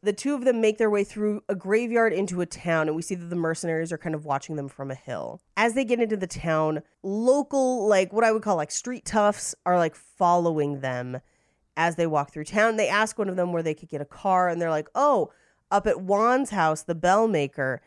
E: the two of them make their way through a graveyard into a town, and we see that the mercenaries are kind of watching them from a hill. As they get into the town, local, like what I would call like street toughs, are like following them as they walk through town. They ask one of them where they could get a car, and they're like, oh, up at Juan's house, the bell maker.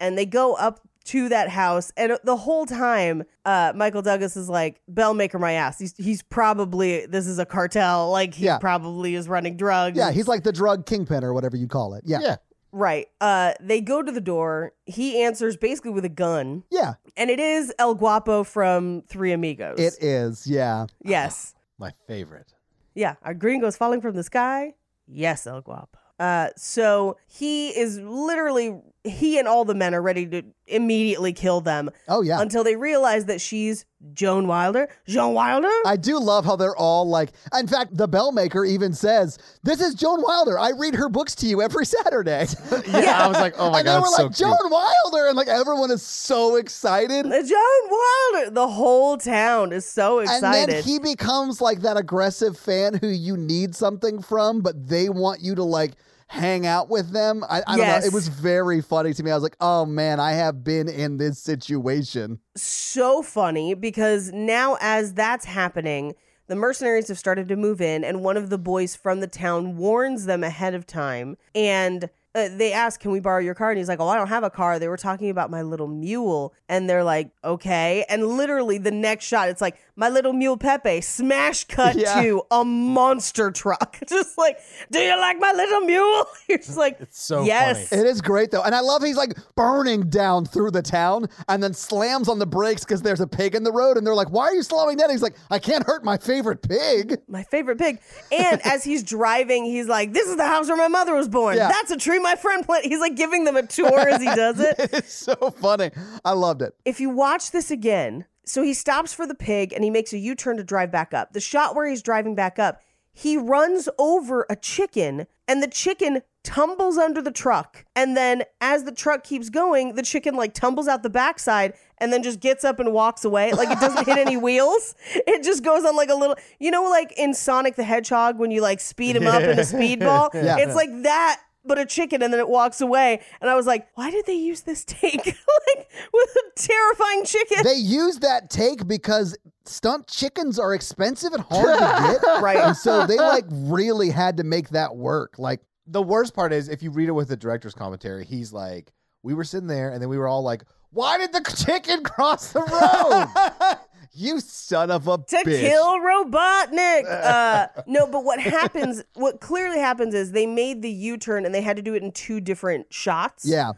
E: And they go up to that house, and the whole time, uh, Michael Douglas is like, bell maker my ass. He's, he's probably, this is a cartel. Like, he
G: Yeah.
E: probably is running drugs.
G: Yeah, he's like the drug kingpin or whatever you call it. Yeah.
F: Yeah.
E: Right. Uh, they go to the door. He answers basically with a gun,
G: Yeah,
E: and it is El Guapo from Three Amigos.
G: it is. Yeah.
E: yes.
F: my favorite.
E: Yeah. Are gringos falling from the sky? Yes, El Guapo. Uh, so he is literally he and all the men are ready to immediately kill them
G: Oh, yeah.
E: until they realize that she's Joan Wilder. Joan Wilder.
G: I do love how they're all like, in fact, the bellmaker even says, This is Joan Wilder. I read her books to you every [LAUGHS] Saturday.
F: Yeah, I was like, oh my
G: [LAUGHS] and
F: god,
G: they were
F: it's so cute.
G: like, Joan Wilder. And like, everyone is so excited.
E: Uh, Joan Wilder. The whole town is so excited.
G: And then he becomes like that aggressive fan who you need something from, but they want you to like hang out with them. I, I
E: Yes.
G: don't know. It was very funny to me. I was like, oh man, I have been in this situation.
E: so funny because now as that's happening the mercenaries have started to move in and one of the boys from the town warns them ahead of time and uh, they ask can we borrow your car and he's like oh i don't have a car they were talking about my little mule and they're like okay and literally the next shot it's like my little mule pepe smash cut
G: Yeah.
E: to a monster truck [LAUGHS] just like do you like my little mule [LAUGHS] you're just like
F: It's so
E: yes
G: It is great though. And I love he's like burning down through the town and then slams on the brakes because there's a pig in the road. And they're like, why are you slowing down? He's like, I can't hurt my favorite pig. [LAUGHS]
E: my favorite pig. And as he's driving, he's like, "This is the house where my mother was born.
G: Yeah.
E: That's a tree my friend planted." He's like giving them a tour as he does it.
G: It's so funny. I loved it.
E: If you watch this again, so he stops for the pig and he makes a U-turn to drive back up. The shot where he's driving back up, he runs over a chicken and the chicken tumbles under the truck. And then as the truck keeps going, the chicken like tumbles out the backside and then just gets up and walks away. Like it doesn't hit any wheels. It just goes on like a little, you know, like in Sonic the Hedgehog when you like speed him up in a speedball.
G: Yeah.
E: It's like that, but a chicken, and then it walks away. And I was like, why did they use this [LAUGHS] take like with a terrifying chicken?
G: They use that take because stunt chickens are expensive and
E: [LAUGHS]
G: hard to get.
E: Right.
G: And so they like really had to make that work. Like,
F: The worst part is if you read it with the director's commentary, he's like, we were sitting there, and then we were all like,
G: Why did the chicken cross the road?
E: [LAUGHS]
G: you son of a
E: [LAUGHS] to
G: bitch.
E: kill
G: [LAUGHS]
E: Robotnik. Uh, no, but what happens? What clearly happens is they made the U turn and they had to do it in two different shots.
G: Yeah.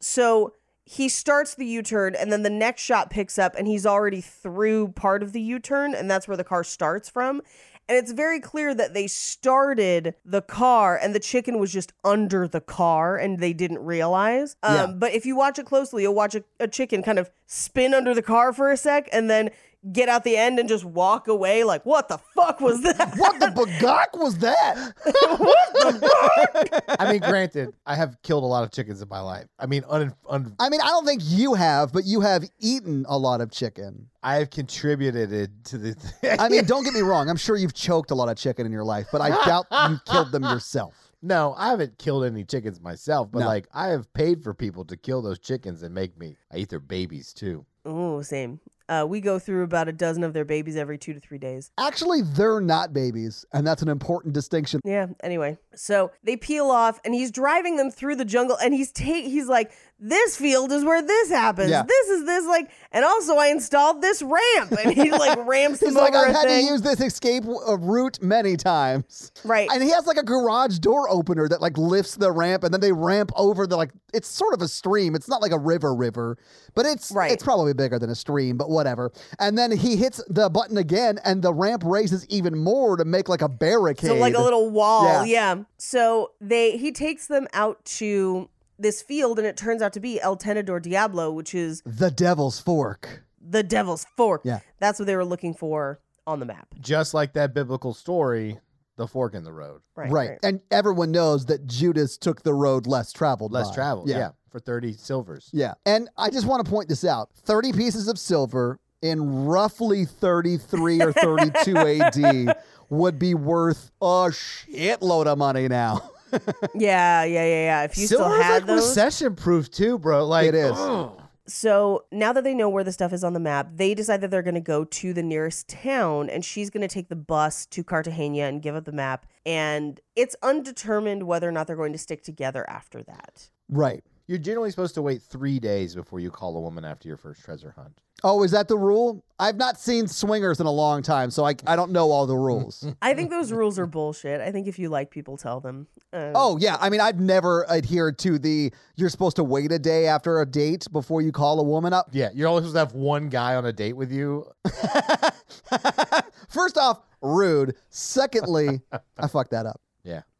E: So he starts the U turn and then the next shot picks up and he's already through part of the U turn and that's where the car starts from. And it's very clear that they started the car and the chicken was just under the car and they didn't realize. Um,
G: Yeah.
E: But if you watch it closely, you'll watch a, a chicken kind of spin under the car for a sec and then get out the end and just walk away like, what the fuck was that? [LAUGHS]
G: What the bagok was that?
F: I mean, granted, I have killed a lot of chickens in my life. I mean, un, un,
G: I mean, I don't think you have, but you have eaten a lot of chicken.
F: I have contributed to the. [LAUGHS]
G: I mean, don't get me wrong. I'm sure you've choked a lot of chicken in your life, but I doubt you killed them yourself.
F: no, I haven't killed any chickens myself, but
G: No.
F: like I have paid for people to kill those chickens and make me. I eat their babies too.
E: Ooh, same. Uh, we go through about a dozen of their babies every two to three days.
G: Actually, they're not babies, and that's an important distinction.
E: Yeah. Anyway, so they peel off, and he's driving them through the jungle, and he's take he's like, "This field is where this happens.
G: Yeah.
E: This is this like." And also, I installed this ramp, and he
G: [LAUGHS]
E: like ramps them
G: He's like,
E: over
G: I've
E: a
G: had
E: thing.
G: to use this escape w- uh, route many times.
E: right.
G: And he has like a garage door opener that like lifts the ramp, and then they ramp over the like. It's sort of a stream. It's not like a river, river, but it's
E: Right.
G: it's probably bigger than a stream, but whatever. And then he hits the button again, and the ramp raises even more to make like a barricade.
E: So like a little wall.
G: Yeah.
E: Yeah. So they he takes them out to this field, and it turns out to be El Tenedor Diablo, which is
G: the Devil's Fork.
E: the Devil's Fork.
G: Yeah.
E: That's what they were looking for on the map.
F: Just like that biblical story, the fork in the road,
E: Right.
G: right. And everyone knows that Judas took the road less traveled.
F: less
G: by.
F: traveled. Yeah. for thirty silvers.
G: Yeah. And I just want to point this out 30 pieces of silver in roughly 33 or 32 AD would be worth a shitload of money now. [LAUGHS]
E: Yeah. Yeah. Yeah. Yeah. If you
F: Silver
E: still
F: is
E: had
F: like
E: those. Oh.
F: recession proof too, bro. Like
G: It is.
F: ugh.
E: So now that they know where the stuff is on the map, they decide that they're going to go to the nearest town and she's going to take the bus to Cartagena and give up the map. And it's undetermined whether or not they're going to stick together after that.
G: right.
F: You're generally supposed to wait three days before you call a woman after your first treasure hunt.
G: Oh, is that the rule? I've not seen swingers in a long time, so I, I don't know all the rules.
E: I think those rules are bullshit. I think if you like people, tell them. Uh,
G: oh, yeah. I mean, I've never adhered to the you're supposed to wait a day after a date before you call a woman up. [LAUGHS]
F: Yeah, you're always supposed to have one guy on a date with you.
G: First off, rude. Secondly, I fucked that up.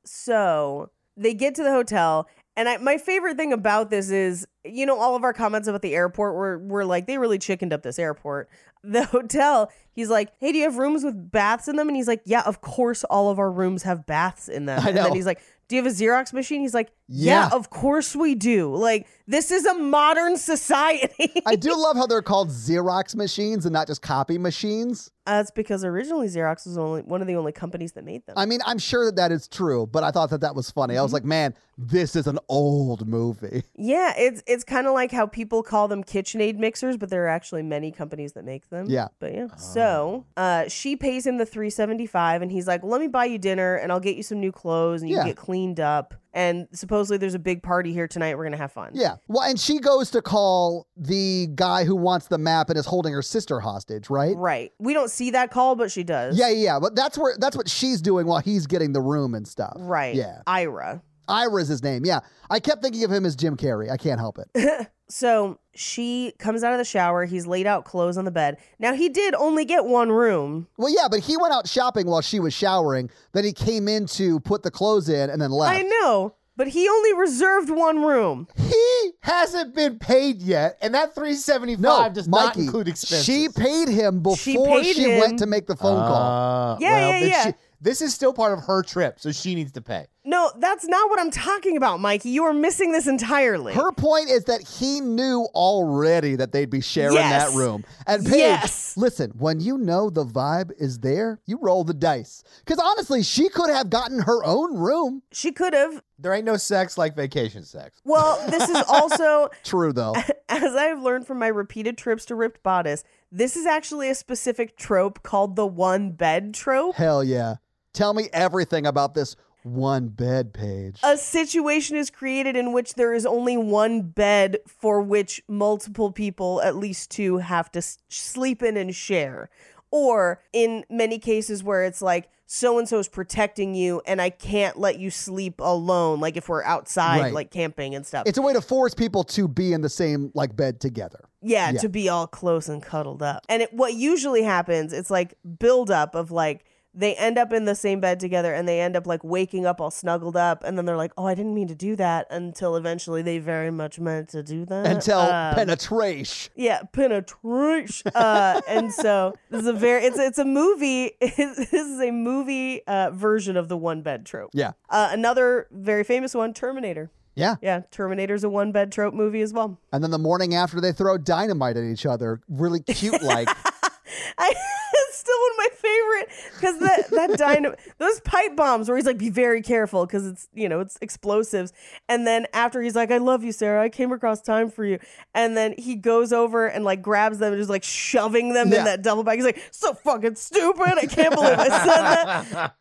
E: So they get to the hotel. And I, my favorite thing about this is, you know, all of our comments about the airport were, were like, they really chickened up this airport. [LAUGHS] The hotel, he's like, hey, do you have rooms with baths in them? And he's like, yeah, of course, all of our rooms have baths in them.
G: I
E: And then
G: know.
E: he's like, do you have a Xerox machine? He's like,
G: Yeah.
E: yeah, of course we do. Like, this is a modern [LAUGHS] society.
G: I do love how they're called Xerox machines and not just copy machines.
E: Uh, That's because originally Xerox was only one of the only companies that made them.
G: I mean, I'm sure that that is true, but I thought that that was funny.
E: Mm-hmm.
G: I was like, man, this is an old movie. [LAUGHS]
E: Yeah, it's it's kind of like how people call them KitchenAid mixers, but there are actually many companies that make them.
G: Yeah.
E: But yeah. So uh, she pays him the three seventy five, and he's like, well, "Let me buy you dinner, and I'll get you some new clothes, and you can
G: Yeah.
E: get cleaned up." And supposedly there's a big party here tonight. We're gonna have fun.
G: Yeah. Well, and she goes to call the guy who wants the map and is holding her sister hostage, right?
E: Right. We don't see that call, but she does.
G: Yeah, yeah, yeah. But that's where that's what she's doing while he's getting the room and stuff.
E: Right.
G: Yeah.
E: Ira.
G: Ira's his name. Yeah. I kept thinking of him as Jim Carrey. I can't help
E: [LAUGHS]
G: it.
E: So she comes out of the shower. He's laid out clothes on the bed. Now he did only get one room.
G: well, yeah, but he went out shopping while she was showering. Then he came in to put the clothes in and then left.
E: I know, but he only reserved one room.
F: He hasn't been paid yet, and that three seventy
G: No,
F: five does not
G: Mikey,
F: include expenses.
G: She paid him before she,
E: She paid him.
G: went to make the phone call.
F: Uh,
E: Yeah,
F: well,
E: yeah,
F: then
E: yeah.
F: she- this is still part of her trip, so she needs to pay.
E: No, that's not what I'm talking about, Mikey. You are missing this entirely.
G: Her point is that he knew already that they'd be sharing
E: Yes.
G: that room. And Paige,
E: Yes.
G: listen, when you know the vibe is there, you roll the dice. Because honestly, she could have gotten her own room.
E: she could have.
F: There ain't no sex like vacation sex.
E: Well, this is also, [LAUGHS]
G: True though.
E: as I've learned from my repeated trips to Ripped Bodice, this is actually a specific trope called the one bed trope.
G: Hell yeah. Tell me everything about this One bed page.
E: a situation is created in which there is only one bed for which multiple people, at least two, have to s- sleep in and share. Or in many cases where it's like so and so is protecting you and I can't let you sleep alone, like if we're outside,
G: Right.
E: like camping and stuff.
G: it's a way to force people to be in the same like
E: [LAUGHS]
G: bed together.
E: yeah,
G: Yeah.
E: to be all close and cuddled up. And it, what usually happens, it's like buildup of like they end up in the same bed together and they end up like waking up all snuggled up and then they're like, "Oh, I didn't mean to do that." Until eventually they very much meant to do that.
G: Until
E: Um,
G: penetration.
E: yeah, penetration. Uh, and so this is a very it's it's a movie. [LAUGHS] this is a movie uh, version of the one bed trope.
G: Yeah.
E: Uh, another very famous one, Terminator.
G: Yeah.
E: Yeah, Terminator's a one bed trope movie as well.
G: And then the morning after they throw dynamite at each other, really cute like.
E: I, [LAUGHS] it's still one of my favorite because that
G: [LAUGHS]
E: that dynam- those pipe bombs where he's like, "Be very careful," because it's you know it's explosives. And then after he's like, "I love you, Sarah. I came across time for you," and then he goes over and like grabs them and is like shoving them
G: Yeah.
E: in that double bag. He's like, "So fucking stupid! I can't believe I said
G: [LAUGHS]
E: that."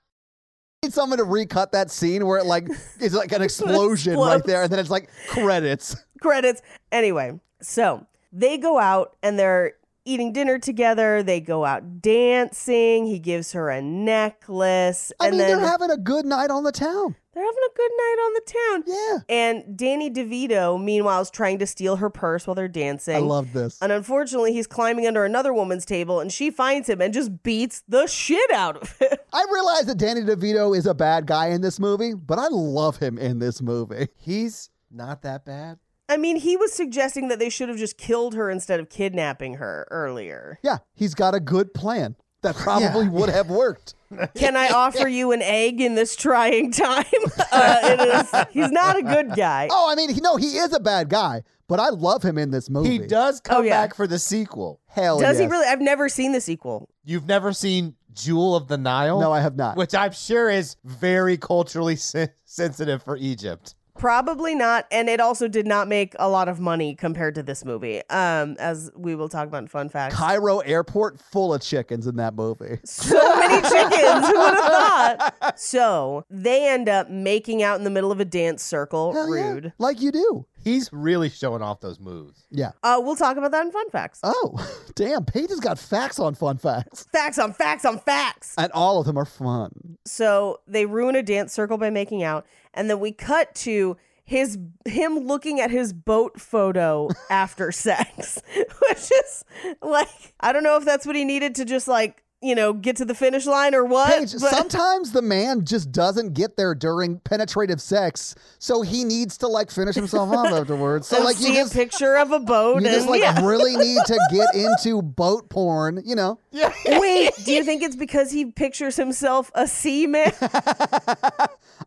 G: need someone to recut that scene where it like [LAUGHS] is like an explosion right
E: Explodes.
G: there, and then it's like credits.
E: Credits. Anyway, so they go out and they're eating dinner together. They go out dancing. He gives her a necklace,
G: I
E: and
G: mean,
E: then
G: they're having a good night on the town.
E: they're having a good night on the town.
G: Yeah,
E: And Danny DeVito, meanwhile, is trying to steal her purse while they're dancing.
G: I love this.
E: and unfortunately, he's climbing under another woman's table and she finds him and just beats the shit out of him. [LAUGHS]
G: I realize that Danny DeVito is a bad guy in this movie, but I love him in this movie.
F: He's not that bad.
E: I mean, he was suggesting that they should have just killed her instead of kidnapping her
G: [LAUGHS]
E: earlier.
G: Yeah, he's got a good plan
E: [LAUGHS]
G: that probably would have worked.
E: Can I offer you an egg in this trying time? [LAUGHS] Uh, it is, he's not a good guy.
G: Oh, I mean, he, no, he is a bad guy, but I love him in this movie.
F: He does come
E: Oh, yeah.
F: back for the sequel.
G: Hell
E: Does he
G: yes.
E: really? I've never seen the sequel.
F: You've never seen Jewel of the Nile?
G: No, I have not.
F: Which I'm sure is very culturally sen- sensitive for Egypt.
E: Probably not, and it also did not make a lot of money compared to this movie. Um, as we will talk about in fun facts.
G: Cairo airport full of chickens in that movie.
E: So
G: [LAUGHS]
E: many chickens. Who would have thought? So they end up making out in the middle of a dance circle.
G: Hell yeah,
E: Rude.
G: like you do.
F: He's really showing off those moves.
G: Yeah.
E: Uh, we'll talk about that in fun facts.
G: Oh, [LAUGHS] damn. Paige has got facts on fun facts.
E: facts on facts on facts.
G: And all of them are fun.
E: so they ruin a dance circle by making out, and then we cut to his him looking at his boat
G: [LAUGHS]
E: photo after sex, [LAUGHS] which is like I don't know if that's what he needed to just like you know get to the finish line or what.
G: Paige,
E: but-
G: sometimes the man just doesn't get there during penetrative sex, so he needs to like finish himself
E: [LAUGHS]
G: off afterwards. So,
E: So
G: like you
E: see
G: just,
E: a picture of a boat
G: you just
E: and
G: like
E: yeah.
G: really need to get into boat porn, you know?
E: [LAUGHS] Wait, do you think it's because he pictures himself a
G: [LAUGHS]
E: seaman? Ew,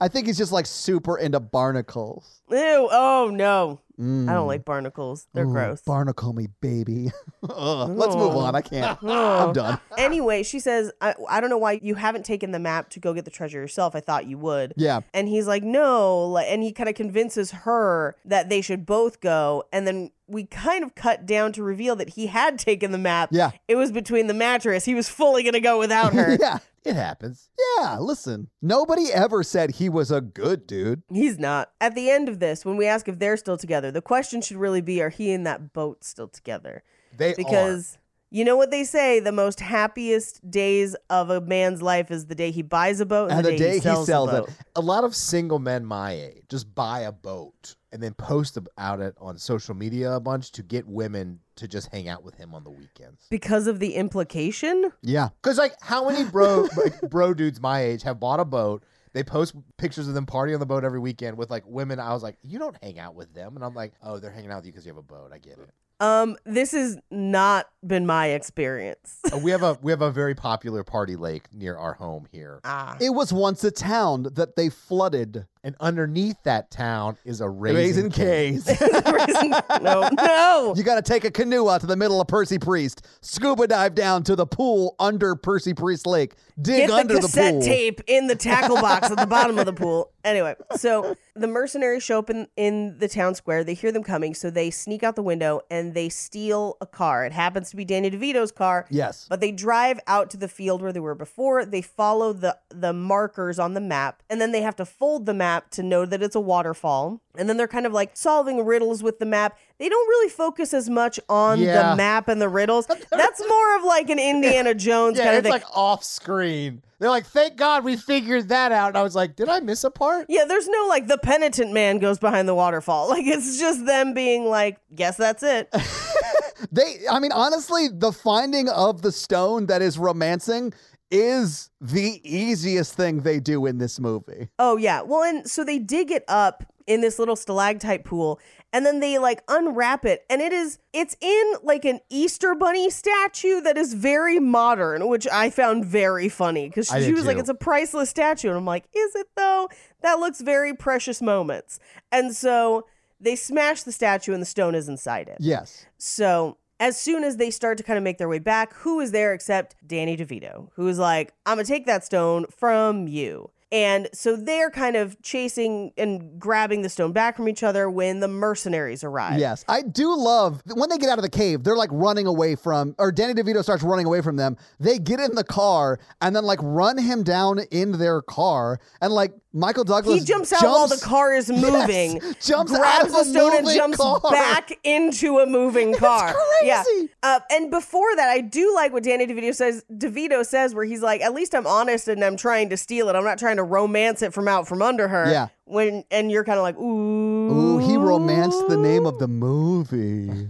G: I think he's just like super into barnacles.
E: oh no. I don't like barnacles. They're
G: Mm. Ooh,
E: gross.
G: Barnacle me, baby. [LAUGHS] Ugh, let's move on. I can't. I'm done.
E: Oh. anyway, she says, I, I don't know why you haven't taken the map to go get the treasure yourself. I thought you would.
G: Yeah.
E: And he's like, no. like- And he kind of convinces her that they should both go. And then we kind of cut down to reveal that he had taken the map.
G: Yeah.
E: It was between the mattress. He was fully going to go without her.
G: [LAUGHS] Yeah.
F: It happens.
G: Yeah. Listen, nobody ever said he was a good dude.
E: He's not. At the end of this, when we ask if they're still together, the question should really be are he and that boat still together?
F: They are.
E: Because you know what they say the most happiest days of a man's life is the day Oh, he buys a boat and,
G: And the day he
E: sells,
G: sells
E: a
G: it.
E: boat.
F: A lot of single men my age just buy a boat and then post about it on social media a bunch to get women to just hang out with him on the weekends.
E: Because of the implication?
G: Yeah.
F: Because like, how many bro like, bro dudes my age have bought a boat? They post pictures of them partying on the boat every weekend with like women. I was like, you don't hang out with them, and I'm like, oh, they're hanging out with you because you have a boat. I get it.
E: Um, this has not been my experience. [LAUGHS]
F: Uh, we have a we have a very popular party lake near our home here,
E: ah.
G: It was once a town that they flooded.
F: and underneath that town is a raisin,
G: Raising K's. [LAUGHS]
E: no, no.
G: you got to take a canoe out to the middle of Percy Priest, scuba dive down to the pool under Percy Priest Lake,
E: Get
G: dig
E: the
G: under the,
E: cassette
G: pool. [LAUGHS]
E: tape in the tackle box at the bottom of the pool. Anyway, so the mercenaries show up in, in the town square. They hear them coming, so they sneak out the window and they steal a car. It happens to be Danny DeVito's car.
G: Yes.
E: But they drive out to the field where they were before. They follow the the markers on the map, and then they have to fold the map to know that it's a waterfall. And then they're kind of like solving riddles with the map. They don't really focus as much on
F: Yeah.
E: the map and the
G: [LAUGHS]
E: riddles. That's more of like an Indiana Jones
F: Yeah,
E: kind of
F: it's
E: thing.
F: like off screen. They're like, thank God we figured that out. And I was like, did I miss a part?
E: yeah, there's no like the penitent man goes behind the waterfall. [LAUGHS] Like it's just them being like, guess that's it.
F: [LAUGHS]
G: They, I mean, honestly, the finding of the stone that is romancing is the easiest thing they do in this movie.
E: Oh yeah. Well, and so they dig it up in this little stalactite pool and then they like unwrap it and it is it's in like an Easter bunny statue that is very modern, which I found very funny cuz
F: I
E: she
F: did
E: was like
F: too.
E: it's a priceless statue and I'm like, is it though? That looks very precious moments. And so they smash the statue and the stone is inside it.
G: Yes.
E: So as soon as they start to kind of make their way back, who is there except Danny DeVito, who is like, I'm gonna take that stone from you. And so they're kind of chasing and grabbing the stone back from each other when the mercenaries arrive.
G: Yes. I do love when they get out of the cave, they're like running away from, or Danny DeVito starts running away from them. They get in the car and then like run him down in their car. And like Michael Douglas
E: He jumps out while the
G: jumps-
E: car is moving,
G: [LAUGHS] Yes, jumps
E: grabs
G: out
E: the
G: of a
E: stone and
G: moving
E: jumps
G: car.
E: back into a
G: [LAUGHS]
E: moving car. Yeah.
G: crazy.
E: Uh, and before that, I do like what Danny DeVito says. DeVito says where he's like, "At least I'm honest and I'm trying to steal it. I'm not trying to romance it from out from under her."
G: Yeah.
E: When and you're kind of like, "Ooh."
G: Ooh, he romanced the name of the movie.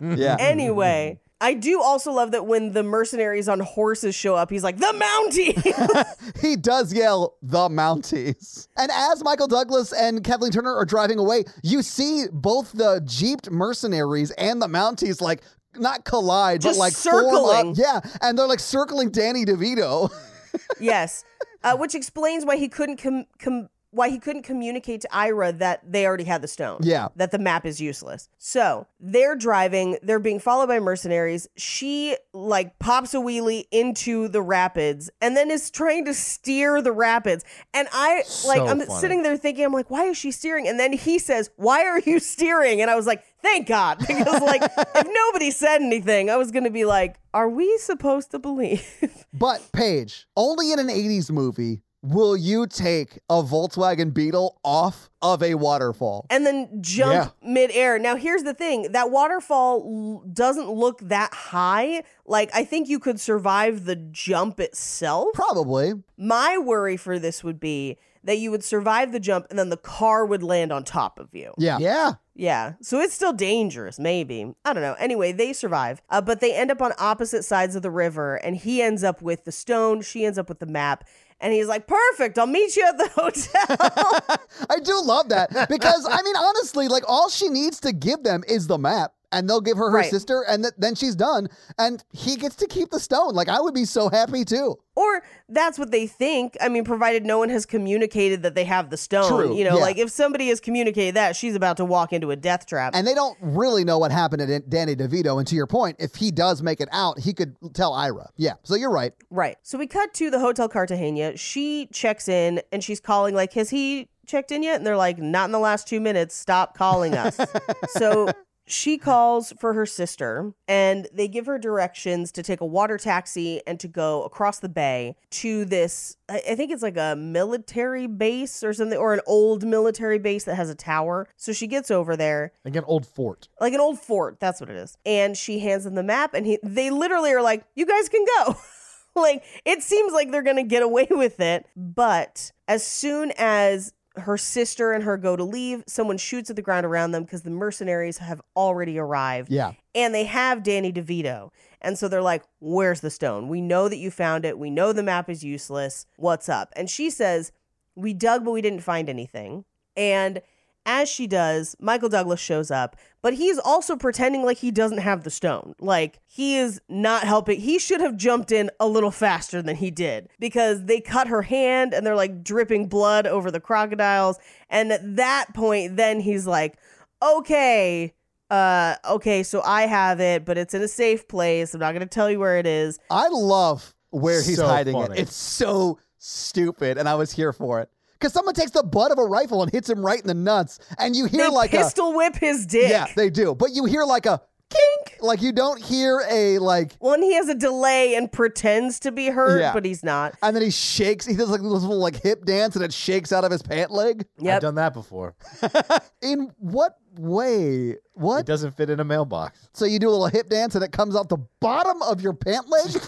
G: [LAUGHS] yeah.
E: Anyway. I do also love that when the mercenaries on horses show up, he's like, the Mountie!
G: he does yell the Mounties. And as Michael Douglas and Kathleen Turner are driving away, you see both the jeeped mercenaries and the Mounties like not collide,
E: Just
G: but like Form
E: circling.
G: up. Yeah, and they're like circling Danny DeVito. [LAUGHS]
E: yes. Uh, which explains why he couldn't com- com- why he couldn't communicate to Ira that they already had the stone.
G: Yeah.
E: That the map is useless. So they're driving, they're being followed by mercenaries. She like pops a wheelie into the rapids and then is trying to steer the rapids. And I like
F: So
E: I'm
F: funny.
E: sitting there thinking, I'm like, why is she steering? And then he says, Why are you steering? And I was like, Thank God. [LAUGHS] Because like if nobody said anything, I was gonna be like, Are we supposed to believe?
G: but Paige, only in an 80s movie will you take a Volkswagen Beetle off of a waterfall.
E: and then jump midair. Now, here's the thing that waterfall l- doesn't look that high. Like, I think you could survive the jump itself.
G: Probably.
E: My worry for this would be that you would survive the jump and then the car would land on top of you.
G: Yeah.
F: Yeah.
E: Yeah. So it's still dangerous, maybe. I don't know. Anyway, they survive, uh, but they end up on opposite sides of the river, and he ends up with the stone, she ends up with the map. And he's like, perfect, I'll meet you at the [LAUGHS] hotel.
G: [LAUGHS] I do love that because I mean, honestly, like all she needs to give them is the map, and they'll give her her
E: Right.
G: sister, and th- then she's done, and he gets to keep the stone. Like I would be so happy too.
E: Or that's what they think. I mean, provided no one has communicated that they have the stone.
G: True,
E: You know,
G: yeah.
E: like if somebody has communicated that, she's about to walk into a death trap.
G: And they don't really know what happened to Dan- Danny DeVito. And to your point, if he does make it out, he could tell Ira. Yeah, so you're right.
E: right. So we cut to the Hotel Cartagena. She checks in and she's calling, like, has he checked in yet? And they're like, not in the last two minutes. Stop calling us. so she calls for her sister and they give her directions to take a water taxi and to go across the bay to this i I think it's like a military base or something or an old military base that has a tower so she gets over there
F: Like an old fort.
E: like an old fort that's what it is and she hands him the map and he they literally are like you guys can go [LAUGHS] like it seems like they're gonna get away [LAUGHS] with it but as soon as her sister and her go to leave someone shoots at the ground around them because the mercenaries have already arrived
G: Yeah.
E: and they have Danny DeVito. And so they're like, Where's the stone? We know that you found it. We know the map is useless. What's up? And she says, We dug, but we didn't find anything. And as she does, Michael Douglas shows up, but he's also pretending like he doesn't have the stone. Like he is not helping. He should have jumped in a little faster than he did because they cut her hand and they're like dripping blood over the crocodiles. And at that point, then he's like, okay, uh, okay, so I have it, but it's in a safe place. I'm not gonna tell you where it is.
G: I love where he's
F: So
G: hiding
F: funny.
G: it. It's so stupid, and I was here for it. because someone takes the butt of a rifle and hits him right in the nuts, and you hear
E: They
G: like a
E: pistol whip his dick.
G: yeah, they do, but you hear like a kink, like you don't hear a like,
E: One, he has a delay and pretends to be hurt,
G: Yeah.
E: but he's not.
G: and then he shakes. He does like this little like hip dance, and it shakes out of his pant leg.
E: Yep.
F: I've done that before.
G: In what way?
F: It
G: What?
F: doesn't fit in a mailbox.
G: So you do a little hip dance, and it comes off the bottom of your
E: [LAUGHS]
G: pant leg.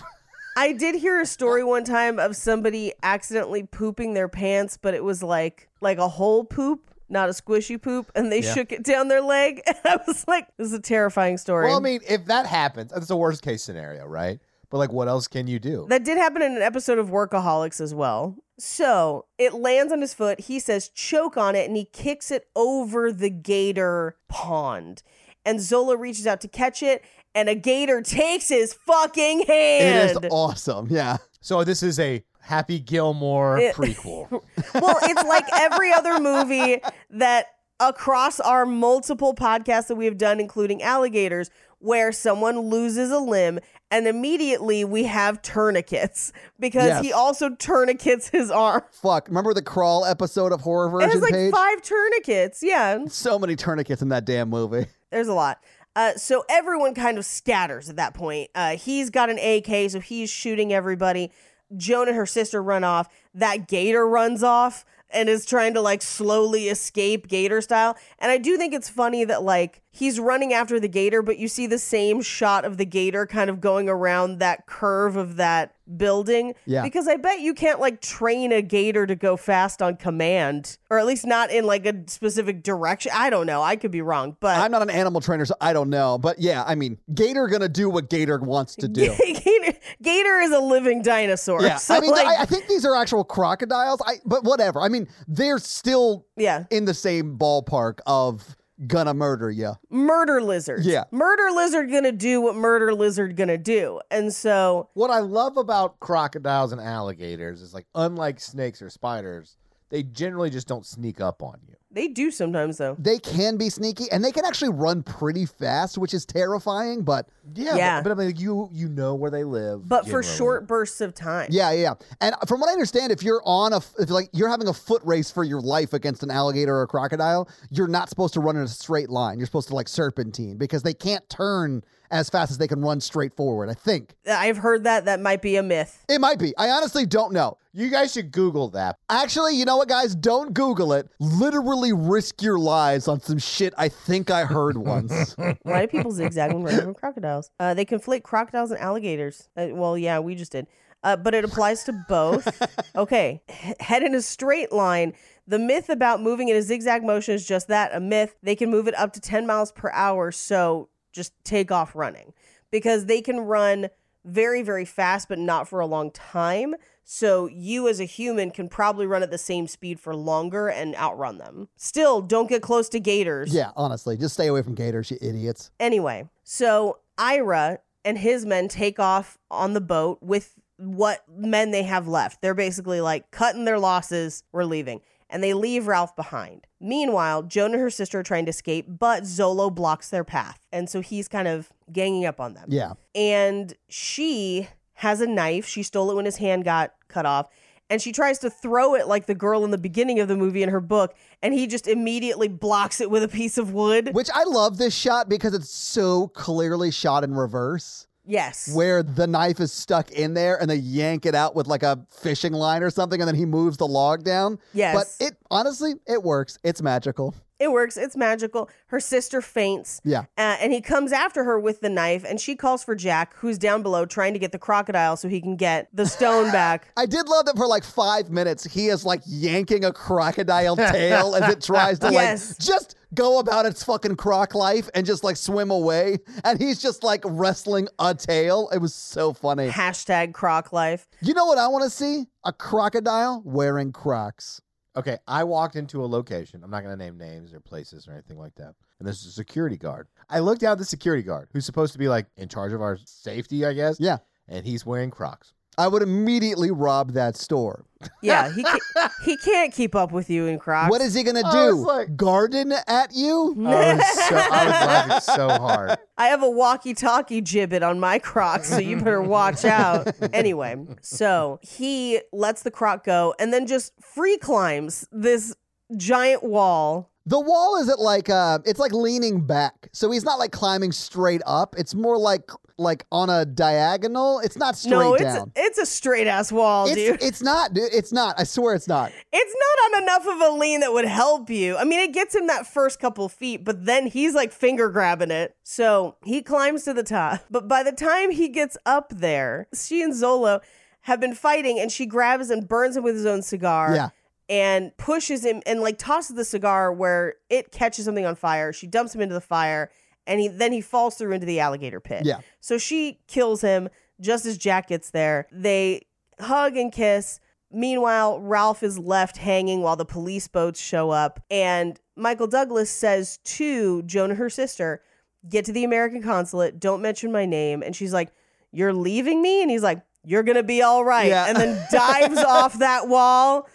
E: I did hear a story one time of somebody accidentally pooping their pants, but it was like like a whole poop, not a squishy poop, and they shook it down their leg. [LAUGHS] And I was like, this is a terrifying story.
F: Well, I mean, if that happens, that's the worst case scenario, right? But like, what else can you do?
E: That did happen in an episode of Workaholics as well. So it lands on his foot. He says, choke on it, and he kicks it over the gator pond. And Zola reaches out to catch it, and a gator takes his fucking hand.
G: It is [LAUGHS] awesome. Yeah.
F: So this is a Happy Gilmore
E: It- [LAUGHS]
F: prequel.
E: Well, it's like every other movie that across our multiple podcasts that we have done, including alligators, where someone loses a limb and immediately we have tourniquets because he
G: Yes.
E: also tourniquets his arm.
G: Fuck. Remember the crawl episode of horror
E: It
G: version
E: has like
G: page?
E: five tourniquets. Yeah,
G: so many tourniquets in that damn movie.
E: there's a lot. Uh, so everyone kind of scatters at that point. Uh, he's got an AK, so he's shooting everybody. Joan and her sister run off. That gator runs off and is trying to like slowly escape gator style. And I do think it's funny that like he's running after the gator, but you see the same shot of the gator kind of going around that curve of that building.
G: Yeah.
E: Because I bet you can't like train a gator to go fast on command, or at least not in like a specific direction. I don't know. I could be wrong, but
G: I'm not an animal trainer, so I don't know. But yeah, I mean, Gator gonna do what Gator wants to do.
E: [LAUGHS] Gator, Gator is a living dinosaur. [LAUGHS]
G: Yeah,
E: So
G: I mean,
E: like,
G: I, I think these are actual crocodiles. I but whatever. I mean, they're still
E: yeah,
G: in the same ballpark of gonna murder you.
E: murder lizard.
G: Yeah.
E: murder lizard gonna do what murder lizard gonna do, and so
F: what I love about crocodiles and alligators is like, unlike snakes or spiders, they generally just don't sneak up on you.
E: they do sometimes though.
G: They can be sneaky and they can actually run pretty fast, which is terrifying. But
F: Yeah,
E: Yeah.
F: But, but I mean, you you know where they live,
E: But for
F: generally.
E: short bursts of time.
G: yeah, yeah. yeah. And from what I understand, if you're on a f- if like you're having a foot race for your life against an alligator or a crocodile, you're not supposed to run in a straight line. You're supposed to like serpentine because they can't turn as fast as they can run straight forward. I think
E: I've heard that. That might be a myth.
G: it might be. I honestly don't know.
F: You guys should Google that.
G: Actually, you know what, guys? Don't Google it. Literally risk your lives on some shit I think I heard once.
E: [LAUGHS] Why do people zigzag when running from crocodiles? Uh, they conflate crocodiles and alligators. Uh, well, yeah, we just did. Uh, but it applies to both. okay. H- head in a straight line. The myth about moving in a zigzag motion is just that a myth. They can move it up to 10 miles per hour. So just take off running because they can run very, very fast, but not for a long time. So you as a human can probably run at the same speed for longer and outrun them. Still, don't get close to gators.
G: yeah, honestly, just stay away from gators, you idiots.
E: Anyway, so Ira and his men take off on the boat with what men they have left. They're basically like cutting their losses, we're leaving. And they leave Ralph behind. Meanwhile, Joan and her sister are trying to escape, but Zolo blocks their path. And so he's kind of ganging up on them.
G: Yeah.
E: And she has a knife. She stole it when his hand got cut off. And she tries to throw it like the girl in the beginning of the movie in her book. And he just immediately blocks it with a piece of wood.
G: Which I love this shot because it's so clearly shot in reverse,
E: yes.
G: where the knife is stuck in there and they yank it out with like a fishing line or something, and then he moves the log down.
E: Yes.
G: But it honestly, it works. It's magical.
E: It works. It's magical. Her sister faints.
G: Yeah.
E: Uh, and he comes after her with the knife, and she calls for Jack, who's down below trying to get the crocodile so he can get the stone
G: [LAUGHS]
E: back.
G: I did love that for like five minutes, he is like yanking a crocodile tail as it tries to
E: Yes.
G: like just go about its fucking croc life and just like swim away. And he's just like wrestling a tail. It was so funny.
E: Hashtag croc life.
G: You know what I want to see? A crocodile wearing crocs.
F: Okay, I walked into a location. I'm not going to name names or places or anything like that. And there's a security guard. I looked down at the security guard, who's supposed to be like in charge of our safety, I guess.
G: Yeah. [LAUGHS]
F: And he's wearing Crocs.
G: I would immediately rob that store.
E: Yeah, he
G: [LAUGHS]
E: ca- he can't keep up with you in Crocs. [LAUGHS]
G: What is he gonna
F: I was
G: do?
F: like-
G: Garden at you?
F: I was, so, I was laughing so hard.
E: I have a walkie-talkie gibbet on my croc, so you better watch
G: [LAUGHS]
E: out. Anyway, so he lets the croc go and then just free climbs this giant wall.
G: The wall is at like uh, it's like leaning back, so he's not like climbing straight up. It's more like like on a diagonal. It's not straight
E: no, it's
G: down.
E: it's a straight ass wall,
G: It's,
E: dude.
G: it's not, dude. It's not. I swear it's not.
E: It's not on enough of a lean that would help you. I mean, it gets him that first couple feet, but then he's like finger grabbing it. So he climbs to the top. But by the time he gets up there, she and Zolo have been fighting, and she grabs and burns him with his own cigar.
G: Yeah.
E: And pushes him and like tosses the cigar where it catches something on fire. She dumps him into the fire, and he then he falls through into the alligator pit.
G: Yeah.
E: So she kills him just as Jack gets there. They hug and kiss. Meanwhile, Ralph is left hanging while the police boats show up. And Michael Douglas says to Joan, her sister, get to the American consulate. Don't mention my name. And she's like, You're leaving me? And he's like, You're going to be all right.
G: Yeah.
E: And
G: [LAUGHS]
E: then dives off that wall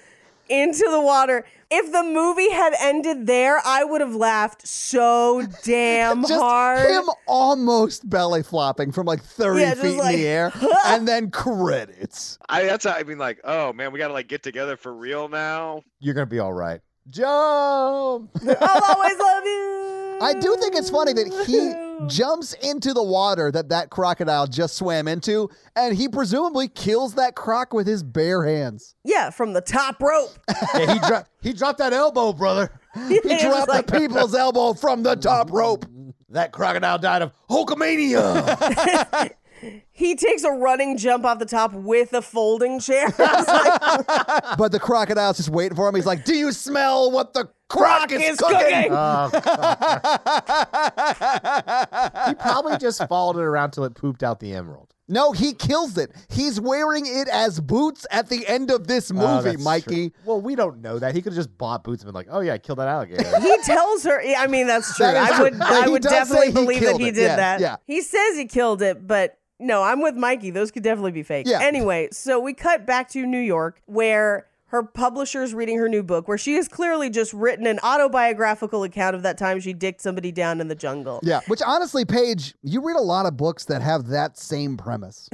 E: into the water. If the movie had ended there, I would have laughed
G: [LAUGHS]
E: so damn
G: Just
E: hard.
G: him almost belly flopping from like thirty
E: Yeah, just
G: feet
E: like,
G: in
E: [LAUGHS]
G: the air, and then credits.
H: I that's how I mean like, oh man, we gotta like get together for real now.
F: You're gonna be all right. Jump.
E: I'll always
G: [LAUGHS]
E: love you.
G: I do think it's funny that he jumps into the water that that crocodile just swam into, and he presumably kills that croc with his bare hands.
E: Yeah, from the top rope.
F: Yeah, he dropped. He dropped that elbow, brother.
G: [LAUGHS]
E: [LAUGHS]
G: He
E: was
G: dropped
E: like-
G: the people's elbow from the top rope.
F: That crocodile died of Hulkamania.
G: [LAUGHS]
E: He takes a running jump off the top with a folding chair. [LAUGHS] It's
G: [LAUGHS]
E: like,
G: But the crocodile's just waiting for him. He's like, "Do you smell what the croc, is,
E: is
G: cooking?"
E: cooking.
F: he probably just followed it around till it pooped out the emerald.
G: No, he kills it. He's wearing it as boots at the end of this
F: Oh,
G: movie,
F: that's
G: Mikey.
F: true. Well, we don't know that. He could have just bought boots and been like, "Oh yeah, I killed that alligator."
E: he tells her. yeah, I mean, that's true.
G: That is
E: I would.
G: true.
E: I
G: He
E: would
G: does say
E: definitely
G: he
E: believe that
G: killed
E: he
G: it.
E: did
G: Yeah,
E: that.
G: yeah.
E: He says he killed it, but no, I'm with Mikey. Those could definitely be fake.
G: Yeah.
E: Anyway, so we cut back to New York where. Her publisher is reading her new book, where she has clearly just written an autobiographical account of that time she dicked somebody down in the jungle.
G: yeah, which honestly, Paige, you read a lot of books that have that same premise.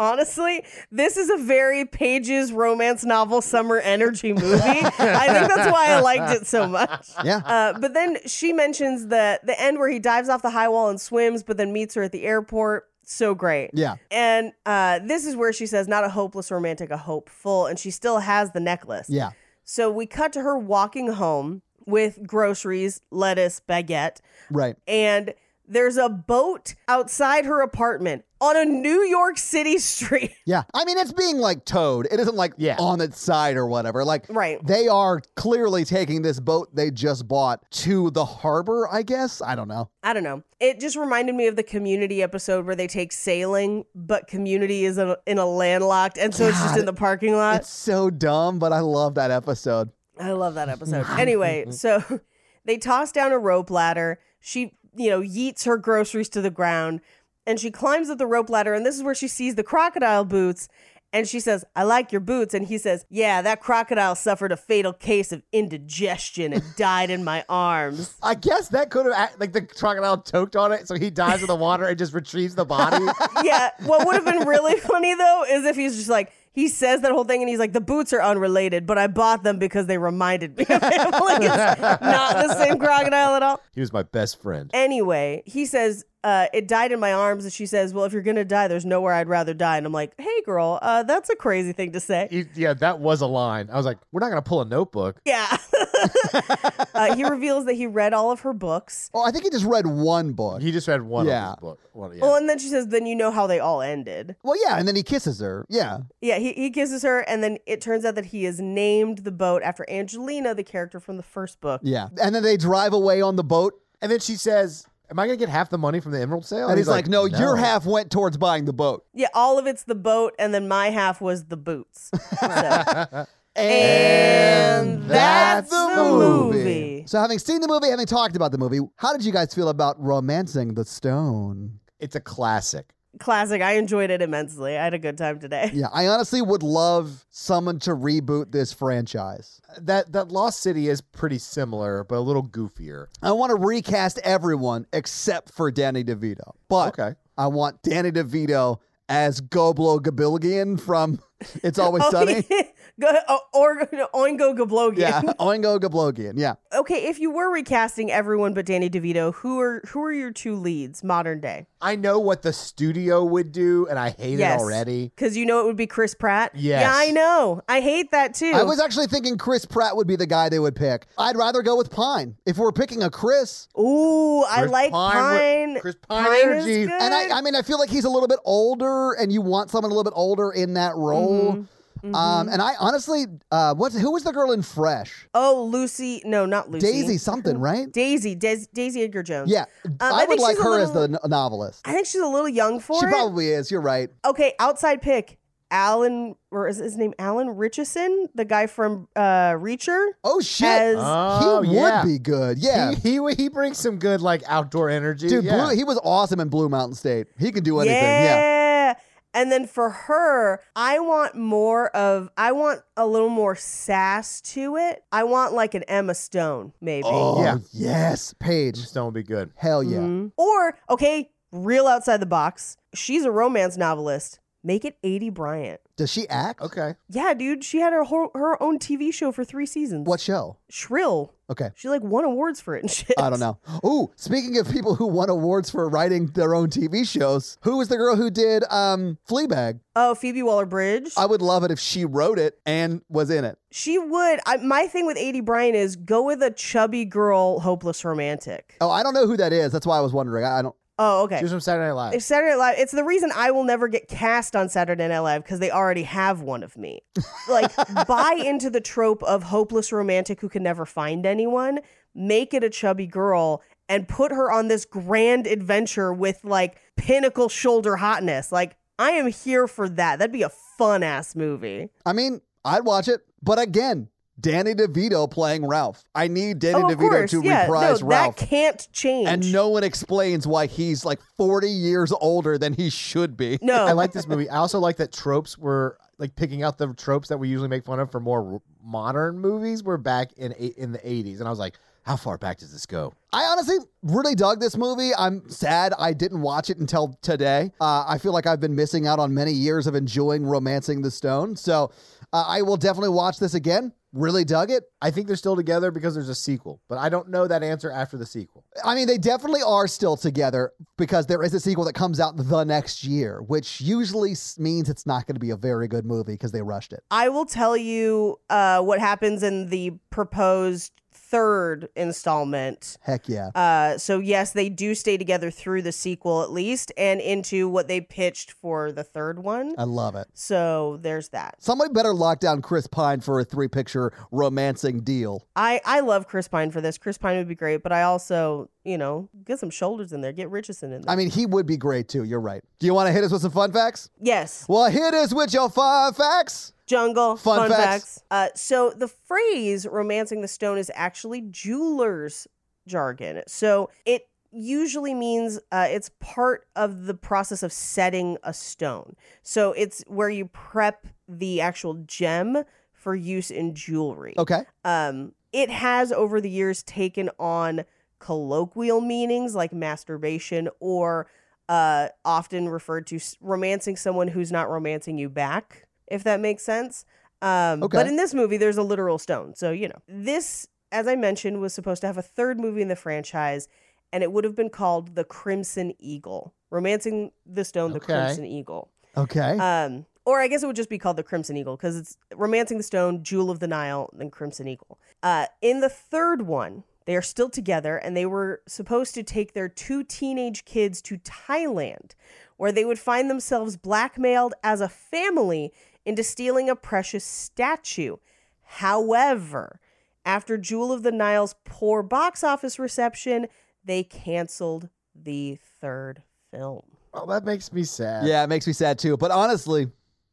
E: Honestly, this is a very pages romance novel summer energy movie. I think that's why I liked it so much.
G: [LAUGHS] Yeah.
E: Uh, but then she mentions the the end where he dives off the high wall and swims, but then meets her at the airport. So great.
G: Yeah.
E: And uh, this is where she says, "Not a hopeless romantic, a hopeful," and she still has the necklace.
G: Yeah.
E: So we cut to her walking home with groceries, lettuce, baguette,
G: Right.
E: and there's a boat outside her apartment on a New York City [LAUGHS] street.
G: Yeah. I mean, it's being like towed. It isn't like
F: Yeah.
G: on its side or whatever. Like,
E: Right.
G: they are clearly taking this boat they just bought to the harbor, I guess. I don't know.
E: I don't know. It just reminded me of the community episode where they take sailing, but community is in a, in a landlocked, and so it's just
G: God,
E: in the parking lot.
G: It's [LAUGHS] so dumb, but I love that episode.
E: I love that episode. anyway, so [LAUGHS] they toss down a rope ladder. She, you know, yeets her groceries to the ground and she climbs up the rope ladder. And this is where she sees the crocodile boots. And she says, I like your boots. And he says, Yeah, that crocodile suffered a fatal case of indigestion and died in my arms.
F: [LAUGHS] I guess that could have act- like the crocodile choked on it, so he dives in the water and just retrieves the [LAUGHS] body.
E: yeah. What would have been really [LAUGHS] funny though is if he's just like, he says that whole thing and he's like, the boots are unrelated, but I bought them because they reminded me of him. [LAUGHS] like, it's not the same crocodile at all.
F: he was my best friend.
E: Anyway, he says, uh, it died in my arms. And she says, well, if you're going to die, there's nowhere I'd rather die. And I'm like, hey, girl, uh, that's a crazy thing to say.
F: He- yeah, that was a line. I was like, "We're not gonna pull a notebook."
E: [LAUGHS] Yeah. uh, he reveals that he read all of her books.
G: Oh, I think he just read one book.
F: He just read one
G: Yeah.
F: of his book. One, yeah.
E: Well, and then she says, then you know how they all ended.
G: well, yeah. And then he kisses her. Yeah.
E: Yeah, he, he kisses her. And then it turns out that he has named the boat after Angelina, the character from the first book.
G: Yeah. And then they drive away on the boat.
F: and then she says, "Am I gonna get half the money from the emerald sale?"
G: And he's, like, no, your half went towards buying the boat.
E: Yeah, all of it's the boat. And then my half was the boots. So.
F: [LAUGHS]
G: And
E: that's the movie.
G: So, having seen the movie, having talked about the movie, how did you guys feel about romancing the stone?
F: It's a classic.
E: classic. I enjoyed it immensely. I had a good time today.
G: Yeah, I honestly would love someone to reboot this franchise.
F: That that Lost City is pretty similar, but a little goofier.
G: I want to recast everyone except for Danny DeVito. But
F: Okay.
G: I want Danny DeVito as Goblo Gabilgian from [LAUGHS] It's Always
E: [LAUGHS] Oh,
G: Sunny.
E: yeah. Go, oh, or [LAUGHS] Oingo Goblogian.
G: Yeah, Oingo Goblogian. Yeah.
E: [LAUGHS] Okay, if you were recasting everyone but Danny DeVito, who are who are your two leads modern day?
F: I know what the studio would do, and I hate
E: Yes.
F: it already.
E: Because you know it would be Chris Pratt.
F: Yes.
E: Yeah, I know. I hate that too.
G: I was actually thinking Chris Pratt would be the guy they would pick. I'd rather go with Pine. If we're picking a Chris,
E: Ooh, I
F: Chris
E: like
F: Pine
E: Pine.
F: would- Chris Pine
E: is
F: energy.
E: good.
G: and I, I mean, I feel like he's a little bit older, and you want someone a little bit older in that role. Um, and I honestly, uh, what's who was the girl in Fresh?
E: oh, Lucy. No, not Lucy.
G: Daisy
E: [LAUGHS]
G: something, right?
E: Daisy. Des- Daisy Edgar Jones.
G: Yeah,
E: Um, I
G: I would
E: think
G: like
E: she's a
G: her as the
E: little-
G: no- novelist.
E: I think she's a little young for
G: She
E: it.
G: probably is. You're right.
E: okay, outside pick. Alan, or is his name Alan Richardson, the guy from uh, Reacher?
G: Oh shit,
E: As-
F: Oh,
G: he
F: yeah.
G: would be good. Yeah,
F: He, he he brings some good like outdoor energy.
G: dude,
F: yeah.
G: Blue, he was awesome in Blue Mountain State. He can do anything. Yeah,
E: Yeah. And then for her, I want more of I want a little more sass to it. I want like an Emma Stone, maybe.
G: Oh,
F: Yeah.
G: yes, Paige.
F: Stone would be good.
G: Hell yeah.
E: Mhm. Or, okay, real outside the box. She's a romance novelist. Make it 80 Bryant.
G: Does she act?
F: Okay.
E: Yeah, dude, she had her whole, her own TV show for 3 seasons.
G: What show?
E: Shrill.
G: Okay.
E: She like won awards for it and [LAUGHS] shit.
G: I don't know. Ooh, speaking of people who won awards for writing their own TV shows, who was the girl who did um, Fleabag?
E: Oh, Phoebe Waller-Bridge.
G: I would love it if she wrote it and was in it.
E: she would. I, my thing with 80 Bryant is go with a chubby girl hopeless romantic.
G: Oh, I don't know who that is. That's why I was wondering. I, I don't.
E: Oh, okay.
F: She was from Saturday Night Live.
E: If Saturday Night Live, it's the reason I will never get cast on Saturday Night Live because they already have one of
F: [LAUGHS]
E: me. Like, buy into the trope of hopeless romantic who can never find anyone, make it a chubby girl, and put her on this grand adventure with like pinnacle shoulder hotness. Like, I am here for that. That'd be a fun ass movie.
G: I mean, I'd watch it, but again, Danny DeVito playing Ralph. I need Danny
E: oh, of
G: DeVito
E: course.
G: to
E: yeah,
G: reprise
E: no,
G: Ralph.
E: That can't change.
G: and no one explains why he's like 40 years older than he should be.
E: no.
F: I like this movie. I also like that tropes were like picking out the tropes that we usually make fun of for more r- modern movies. We're back in eight- in the eighties, and I was like, how far back does this go?
G: [LAUGHS] I honestly really dug this movie. I'm sad I didn't watch it until today. Uh, I feel like I've been missing out on many years of enjoying Romancing the Stone. So uh, I will definitely watch this again. Really dug it.
F: I think they're still together because there's a sequel, but I don't know that answer after the sequel.
G: I mean, they definitely are still together because there is a sequel that comes out the next year, which usually s- means it's not going to be a very good movie because they rushed it.
E: I will tell you uh, what happens in the proposed third installment.
G: Heck yeah.
E: Uh, so yes, they do stay together through the sequel at least, and into what they pitched for the third one.
G: I love it.
E: So there's that.
G: Somebody better lock down Chris Pine for a three picture romancing deal.
E: I I love Chris Pine for this. Chris Pine would be great, but I also you know get some shoulders in there, get Richardson in there.
G: I mean, he would be great too. You're right. Do you want to hit us with some fun facts?
E: yes,
G: Well, here it is with your five facts.
E: jungle
G: Fun facts.
E: Uh, so the phrase "romancing the stone" is actually jeweler's jargon. So it usually means uh, it's part of the process of setting a stone. So it's where you prep the actual gem for use in jewelry.
G: Okay.
E: Um, it has over the years taken on colloquial meanings like masturbation or uh, often referred to s- romancing someone who's not romancing you back, if that makes sense. Um,
G: Okay.
E: But in this movie, there's a literal stone. So, you know, this, as I mentioned, was supposed to have a third movie in the franchise, and it would have been called The Crimson Eagle. Romancing the Stone, The
F: Okay.
E: Crimson Eagle.
G: Okay.
E: Um, or I guess it would just be called the Crimson Eagle because it's Romancing the Stone, Jewel of the Nile, then Crimson Eagle. Uh, in the third one, they are still together and they were supposed to take their two teenage kids to Thailand, where they would find themselves blackmailed as a family into stealing a precious statue. However, after Jewel of the Nile's poor box office reception, they canceled the third film.
F: Oh, that makes me sad.
G: yeah, it makes me sad too. But honestly,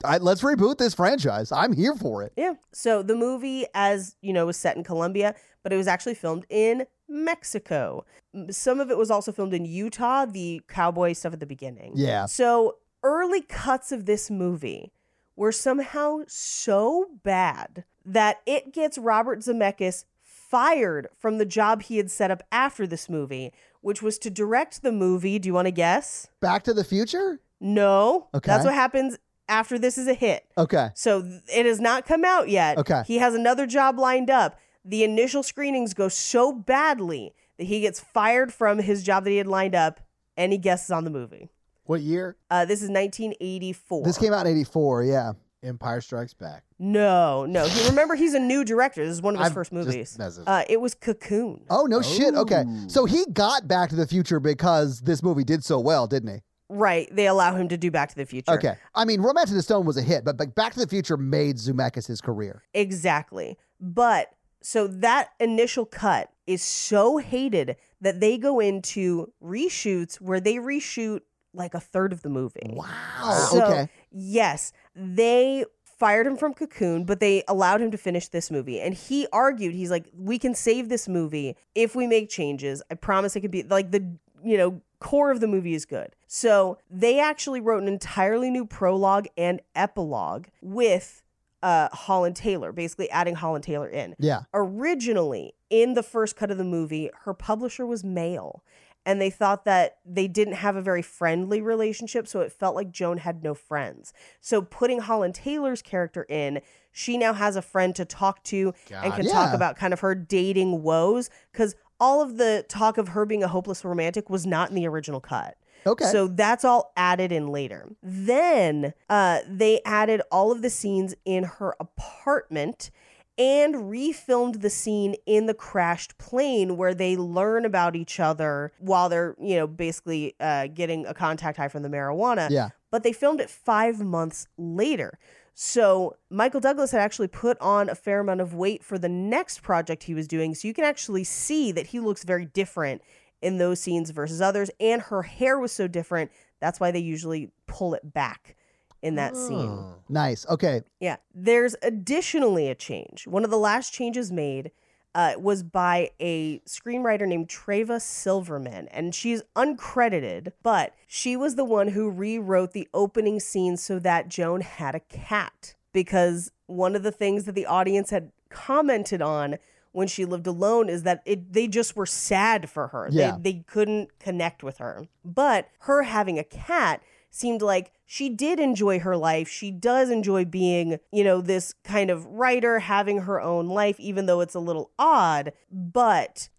G: I, let's reboot this franchise. I'm here for it.
E: Yeah. So the movie, as you know, was set in Colombia, but it was actually filmed in Mexico. Some of it was also filmed in Utah, the cowboy stuff at the beginning.
G: Yeah.
E: So early cuts of this movie were somehow so bad that it gets Robert Zemeckis fired from the job he had set up after this movie, which was to direct the movie. Do you want to guess?
G: Back to the Future?
E: No.
G: Okay.
E: That's what happens after this is a hit.
G: Okay.
E: So th- it has not come out yet.
G: Okay.
E: He has another job lined up. The initial screenings go so badly that he gets fired from his job that he had lined up. Any guesses on the movie?
F: What year?
E: Uh, this is 1984.
G: This came out in 84, yeah.
F: Empire Strikes Back.
E: No, no. He, remember, he's a new director. This is one of his
F: I'm
E: first
F: just
E: movies.
F: messing.
E: Uh, it was Cocoon.
G: Oh, no shit. Okay.
F: Ooh.
G: So he got Back to the Future because this movie did so well, didn't he?
E: Right. They allow him to do Back to the Future.
G: Okay. I mean, Romance of the Stone was a hit, but but Back to the Future made Zemeckis his career.
E: Exactly. But so that initial cut is so hated that they go into reshoots where they reshoot like a third of the movie.
G: Wow.
E: So,
G: okay.
E: Yes, they fired him from Cocoon, but they allowed him to finish this movie. And he argued, he's like, we can save this movie if we make changes. I promise it could be like the, you know, core of the movie is good. So they actually wrote an entirely new prologue and epilogue with uh, Holland Taylor, basically adding Holland Taylor in
G: Yeah.
E: originally in the first cut of the movie her publisher was male and they thought that they didn't have a very friendly relationship so it felt like joan had no friends so putting holland taylor's character in she now has a friend to talk to and can talk
G: Yeah.
E: about kind of her dating woes because all of the talk of her being a hopeless romantic was not in the original cut
G: Okay.
E: so that's all added in later. Then uh, they added all of the scenes in her apartment and refilmed the scene in the crashed plane where they learn about each other while they're, you know, basically uh, getting a contact high from the marijuana.
G: yeah.
E: But they filmed it five months later. So Michael Douglas had actually put on a fair amount of weight for the next project he was doing. So you can actually see that he looks very different in those scenes versus others. And her hair was so different. That's why they usually pull it back in that scene.
G: Nice. Okay.
E: Yeah. There's additionally a change. One of the last changes made uh, was by a screenwriter named Treva Silverman, and she's uncredited, but she was the one who rewrote the opening scene so that Joan had a cat. Because one of the things that the audience had commented on when she lived alone is that it, they just were sad for her.
G: Yeah.
E: They, they couldn't connect with her. But her having a cat seemed like she did enjoy her life. She does enjoy being, you know, this kind of writer, having her own life, even though it's a little odd, but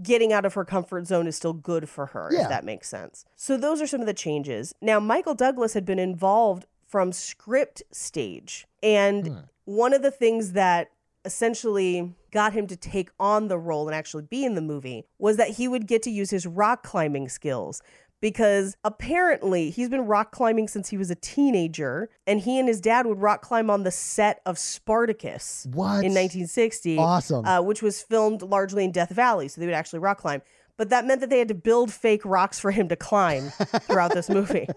E: getting out of her comfort zone is still good for her,
G: Yeah.
E: if that makes sense. So those are some of the changes. Now, Michael Douglas had been involved from script stage. And one of the things that essentially got him to take on the role and actually be in the movie was that he would get to use his rock climbing skills because apparently he's been rock climbing since he was a teenager and he and his dad would rock climb on the set of Spartacus
G: What?
E: in 1960
G: Awesome.
E: uh, which was filmed largely in Death Valley, so they would actually rock climb. But that meant that they had to build fake rocks for him to climb throughout this
G: [LAUGHS]
E: movie.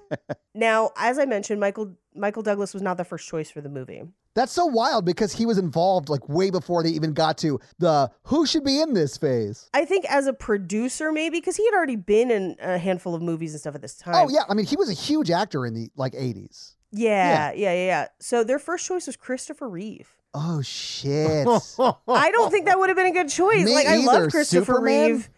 E: Now, as I mentioned, Michael Michael Douglas was not the first choice for the movie.
G: That's so wild because he was involved like way before they even got to the who should be in this phase.
E: I think as a producer, maybe because he had already been in a handful of movies and stuff at this time.
G: Oh yeah, I mean he was a huge actor in the like 80s.
E: yeah, yeah, yeah, yeah. So their first choice was Christopher
G: [LAUGHS]
E: Reeve.
G: Oh shit.
E: I don't think that would have been a good choice.
G: Me
E: like I
G: either.
E: love Christopher
G: Superman?
E: Reeve.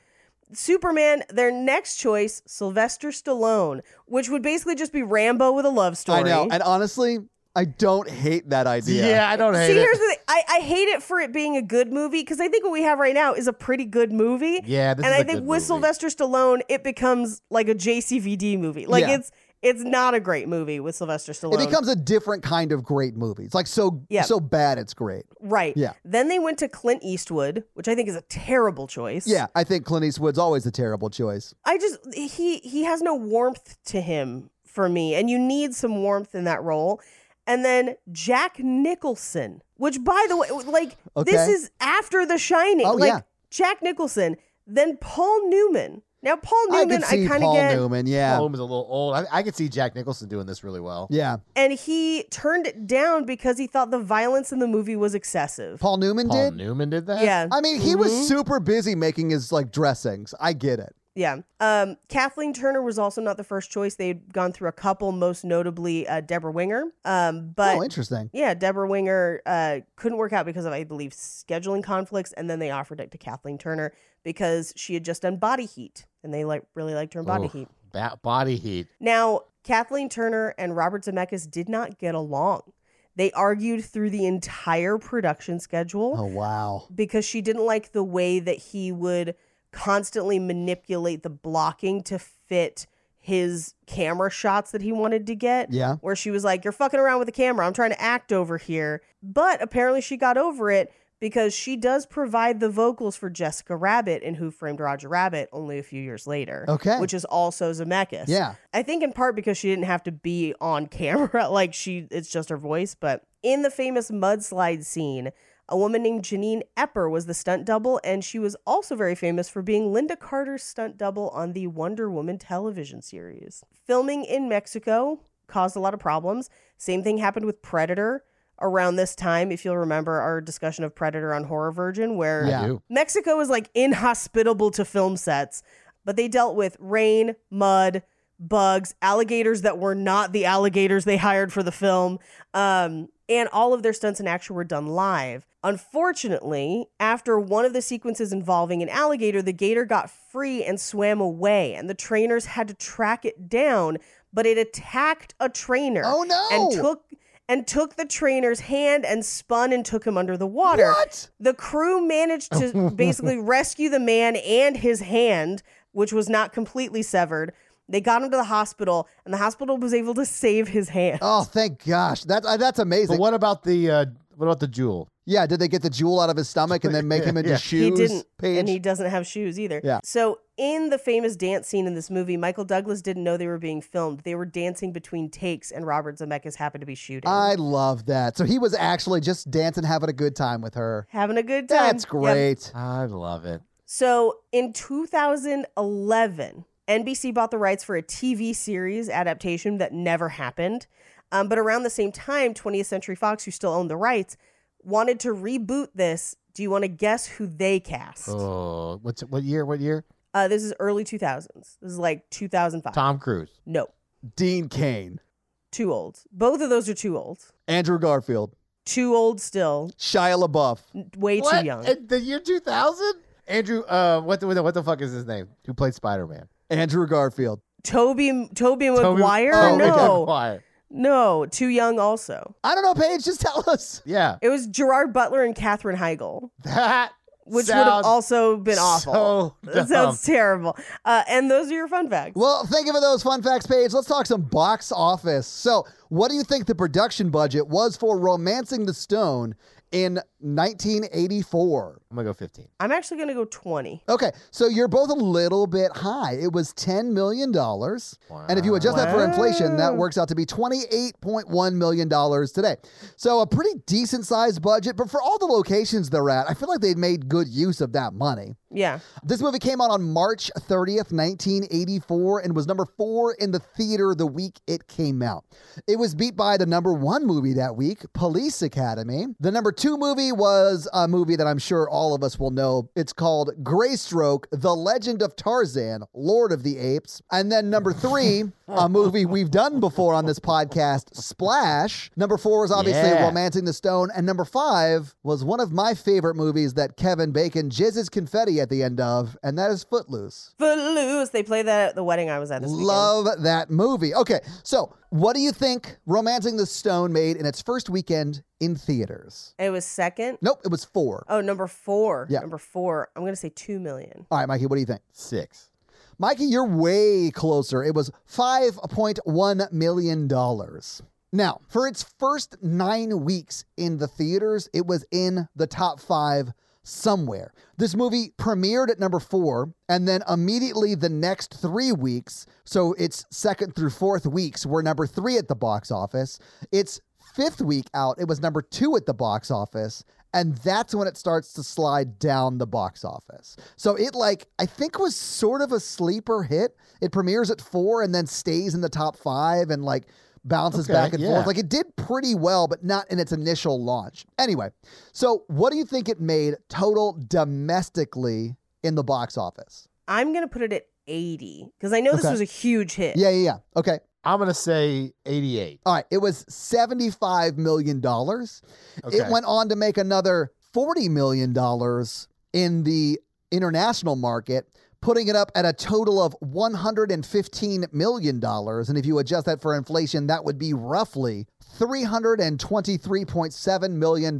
E: Superman, their next choice, Sylvester Stallone, which would basically just be Rambo with a love story.
G: I know. And honestly, I don't hate that idea.
F: Yeah. I don't hate
E: See,
F: it.
E: here's the thing. I, I hate it for it being a good movie because I think what we have right now is a pretty good movie.
F: Yeah, this
E: and
F: is
E: I
F: a
E: think
F: good
E: with
F: movie.
E: Sylvester Stallone, it becomes like a JCVD movie. Like
G: Yeah.
E: it's it's not a great movie with Sylvester Stallone.
G: It becomes a different kind of great movie. It's like so
E: Yeah.
G: so bad it's great.
E: right.
G: Yeah.
E: Then they went to Clint Eastwood, which I think is a terrible choice.
G: Yeah, I think Clint Eastwood's always a terrible choice.
E: I just he he has no warmth to him for me, and you need some warmth in that role. And then Jack Nicholson, which by the way, like
G: Okay.
E: this is after The Shining.
G: Oh,
E: like
G: yeah.
E: Jack Nicholson, then Paul Newman, Now Paul
G: I
E: Newman,
G: could
E: I,
G: see
E: kind of
G: Paul
E: get,
G: Newman. Yeah.
F: Holmes a little old. I, I could see Jack Nicholson doing this really well.
G: Yeah.
E: and he turned it down because he thought the violence in the movie was excessive.
G: Paul Newman
F: Paul
G: did.
F: Newman did that.
E: yeah,
G: I mean, he was
E: Mhm.
G: super busy making his like dressings. I get it.
E: Yeah. Um, Kathleen Turner was also not the first choice. They'd gone through a couple, most notably uh, Deborah Winger. Um, but
G: oh, interesting.
E: yeah, Deborah Winger uh, couldn't work out because of, I believe, scheduling conflicts. And then they offered it to Kathleen Turner because she had just done Body Heat, and they like really liked her in Body
F: Oof.
E: Heat.
F: Oh, Ba- body heat.
E: Now, Kathleen Turner and Robert Zemeckis did not get along. They argued through the entire production schedule
G: Oh wow.
E: because she didn't like the way that he would constantly manipulate the blocking to fit his camera shots that he wanted to get.
G: Yeah.
E: Where she was like, You're fucking around with the camera. I'm trying to act over here. But apparently she got over it because she does provide the vocals for Jessica Rabbit in Who Framed Roger Rabbit only a few years later.
G: Okay.
E: Which is also Zemeckis.
G: Yeah.
E: I think in part because she didn't have to be on [LAUGHS] camera, like she it's just her voice, but in the famous mudslide scene, a woman named Janine Epper was the stunt double and she was also very famous for being Linda Carter's stunt double on the Wonder Woman television series. Filming in Mexico caused a lot of problems. Same thing happened with Predator around this time if you'll remember our discussion of Predator on Horror Virgin where
G: Yeah.
F: I do.
E: Mexico is like inhospitable to film sets, but they dealt with rain, mud, bugs, alligators that were not the alligators they hired for the film. Um, and all of their stunts in action were done live. Unfortunately, after one of the sequences involving an alligator, the gator got free and swam away, and the trainers had to track it down, but it attacked a trainer
G: Oh no.
E: and took and took the trainer's hand and spun and took him under the water.
G: What?
E: The crew managed to
G: [LAUGHS]
E: basically rescue the man and his hand, which was not completely severed. They got him to the hospital, and the hospital was able to save his hand.
G: Oh, thank gosh. That uh, that's amazing.
F: But what about the uh, what about the jewel?
G: Yeah, did they get the jewel out of his stomach and then make him
F: [LAUGHS]
G: into
F: Yeah.
G: shoes?
E: [LAUGHS] He didn't,
G: Paige?
E: and he doesn't have shoes either.
G: Yeah.
E: So in the famous dance scene in this movie, Michael Douglas didn't know they were being filmed. They were dancing between takes, and Robert Zemeckis happened to be shooting,
G: I love that. So he was actually just dancing, having a good time with her.
E: having a good time.
G: That's
E: Yep.
G: great.
F: I love it.
E: So in 2011, NBC bought the rights for a TV series adaptation that never happened. Um, but around the same time, 20th Century Fox, who still owned the rights, wanted to reboot this. Do you want to guess who they cast?
F: Oh, what's what year? What year?
E: Uh, this is early 2000s. This is like 2005.
F: Tom Cruise.
E: No,
G: Dean Kane,
E: too old. Both of those are too old.
G: Andrew Garfield,
E: Too old still.
G: Shia LaBeouf.
E: Way
F: What? Uh,
E: too young.
F: In the year two thousand? Andrew, uh, what the what the fuck is his name? Who played Spider Man?
G: Andrew Garfield.
E: Toby Toby Maguire?
G: Tobey
E: no.
F: Maguire. Oh,
E: No, too young also.
G: I don't know, Paige. Just tell us.
F: Yeah,
E: It was Gerard Butler and Katherine Heigl.
F: that
E: which would have
F: sounds
E: also been
G: [LAUGHS]
E: awful.
F: So
E: [LAUGHS] that
F: dumb.
E: sounds terrible. Uh, and those are your fun facts.
G: Well, thank you for those fun facts, Paige. Let's talk some box office. So, what do you think the production budget was for Romancing the Stone in 1984?
F: I'm gonna go fifteen.
E: I'm actually going to go 20.
G: Okay, so you're both a little bit high. It was $10 million. And if you adjust that for inflation, that works out to be $28.1 million today. So a pretty decent sized budget, but for all the locations they're at, I feel like they made good use of that money.
E: Yeah.
G: This movie came out on March 30th, 1984, and was number four in the theater the week it came out. It was beat by the number one movie that week, Police Academy. The number two movie was a movie that I'm sure all of us will know. It's called Graystroke, The Legend of Tarzan, Lord of the Apes. And then number three, a movie we've done before on this podcast, Splash. Number four was obviously
F: Yeah.
G: Romantic. Romancing the Stone. And number five was one of my favorite movies that Kevin Bacon jizzes confetti at the end of, and that is Footloose.
E: Footloose. They played that at the wedding I was at this weekend.
G: Love that movie. Okay, so what do you think Romancing the Stone made in its first weekend in theaters?
E: It was second.
G: Nope, it was four.
E: Oh, number four.
G: Yeah.
E: Number four. I'm going to say 2 million.
G: All right, Mikey, what do you think?
F: Six.
G: Mikey, you're way closer. It was $5.1 million. Now, for its first nine weeks in the theaters, it was in the top five somewhere. This movie premiered at number four, and then immediately the next three weeks, so its second through fourth weeks, were number three at the box office. Its fifth week out, it was number two at the box office. and that's when it starts to slide down the box office. So it like I think was sort of a sleeper hit. It premieres at 4 and then stays in the top 5 and like bounces
F: Okay,
G: back and
F: yeah.
G: forth. Like it did pretty well, but not in its initial launch. Anyway, so what do you think it made total domestically in the box office?
E: I'm gonna put it at 80 because I know this
G: Okay.
E: was a huge hit.
G: Yeah, yeah, yeah. Okay.
F: I'm gonna say 88.
G: All right, it was $75 million. It
F: Okay.
G: went on to make another $40 million in the international market, putting it up at a total of $115 million. And if you adjust that for inflation, that would be roughly $323.7 million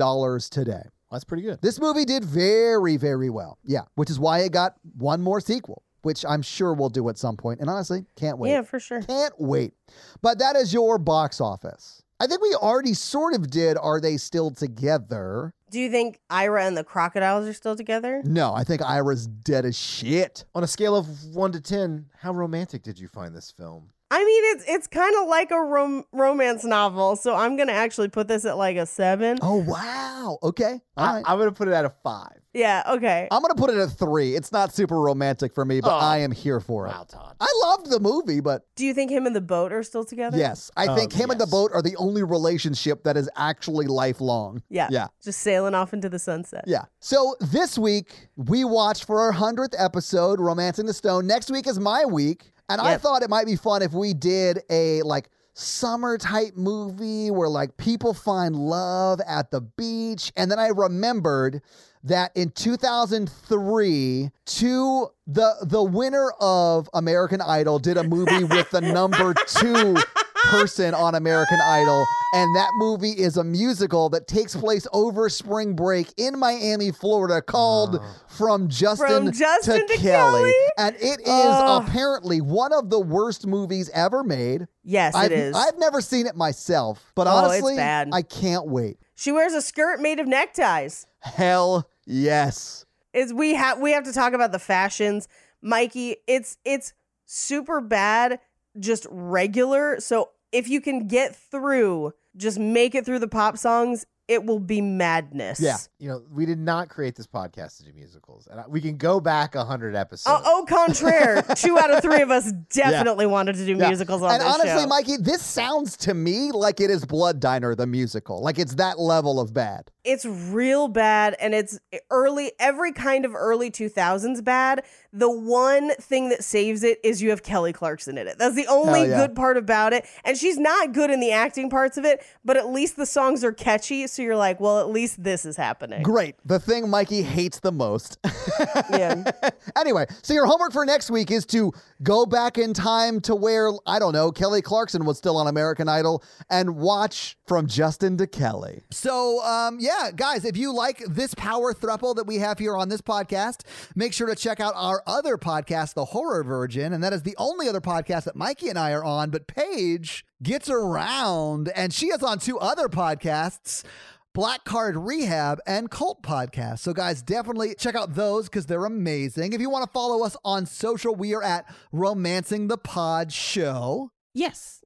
G: today.
F: That's pretty good.
G: This movie did very, very well. Yeah, which is why it got one more sequel, which I'm sure we'll do at some point. And honestly, can't wait.
E: Yeah, for sure.
G: Can't wait. But that is your box office. I think we already sort of did Are They Still Together?
E: Do you think Ira and the crocodiles are still together?
G: No, I think Ira's dead as shit.
F: On a scale of one to ten, how romantic did you find this film?
E: I mean, it's it's kind of like a rom- romance novel, so I'm gonna actually put this at like a seven.
G: Oh, wow. Okay. All
F: I,
G: right.
F: I'm gonna put it at a five.
E: Yeah, okay.
G: I'm going to put it at three. It's not super romantic for me, but
F: Oh.
G: I am here for it.
F: Wow, Todd.
G: I loved the movie, but
E: Do you think him and the boat are still together?
G: yes, I
F: Um,
G: think him and the
F: yes.
G: boat are the only relationship that is actually lifelong.
E: Yeah.
G: Yeah.
E: Just sailing off into the sunset.
G: Yeah. So this week we watched for our hundredth episode, Romancing the Stone. Next week is my week, and I
E: Yep.
G: thought it might be fun if we did a like summer type movie where like people find love at the beach. And then I remembered that in 2003, two the the winner of American Idol did a movie with the number two person on American Idol. And that movie is a musical that takes place over spring break in Miami, Florida, called From Justin,
E: From Justin to Kelly?
G: And it is
E: Ugh.
G: apparently one of the worst movies ever made.
E: Yes,
G: I've,
E: it is.
G: I've never seen it myself, but
E: Oh, it's
G: honestly,
E: bad.
G: I can't wait.
E: She wears a skirt made of neckties.
G: Hell yes.
E: Is we have we have to talk about the fashions, Mikey. It's it's super bad, just regular. So if you can get through, just make it through the pop songs. It will be madness.
G: Yeah.
F: You know, we did not create this podcast to do musicals, and I, we can go back hundred episodes.
E: Uh, Au, au
G: [LAUGHS]
E: contraire, two out of three of us definitely wanted to do
G: Yeah.
E: Oh, musicals on
G: And
E: this
G: honestly,
E: show.
G: Mikey, this sounds to me like it is Blood Diner, the musical. Like it's that level of bad.
E: it's real bad and it's early every kind of early 2000s bad the one thing that saves it is you have kelly clarkson in it that's the only
G: Hell yeah.
E: good part about it and she's not good in the acting parts of it but at least the songs are catchy so you're like well at least this is happening
G: Great. The thing Mikey hates the most. [LAUGHS]
E: Yeah.
G: anyway, so your homework for next week is to go back in time to where, I don't know, Kelly Clarkson was still on American Idol and watch From Justin to Kelly. So, um, yeah, guys, if you like this power thruple that we have here on this podcast, make sure to check out our other podcast, The Horror Virgin. And that is the only other podcast that Mikey and I are on. But Paige gets around and she is on two other podcasts. Black Card Rehab and Cult Podcast. So, guys, definitely check out those because they're amazing. If you want to follow us on social, we are at Romancing the Pod Show
I: Yes.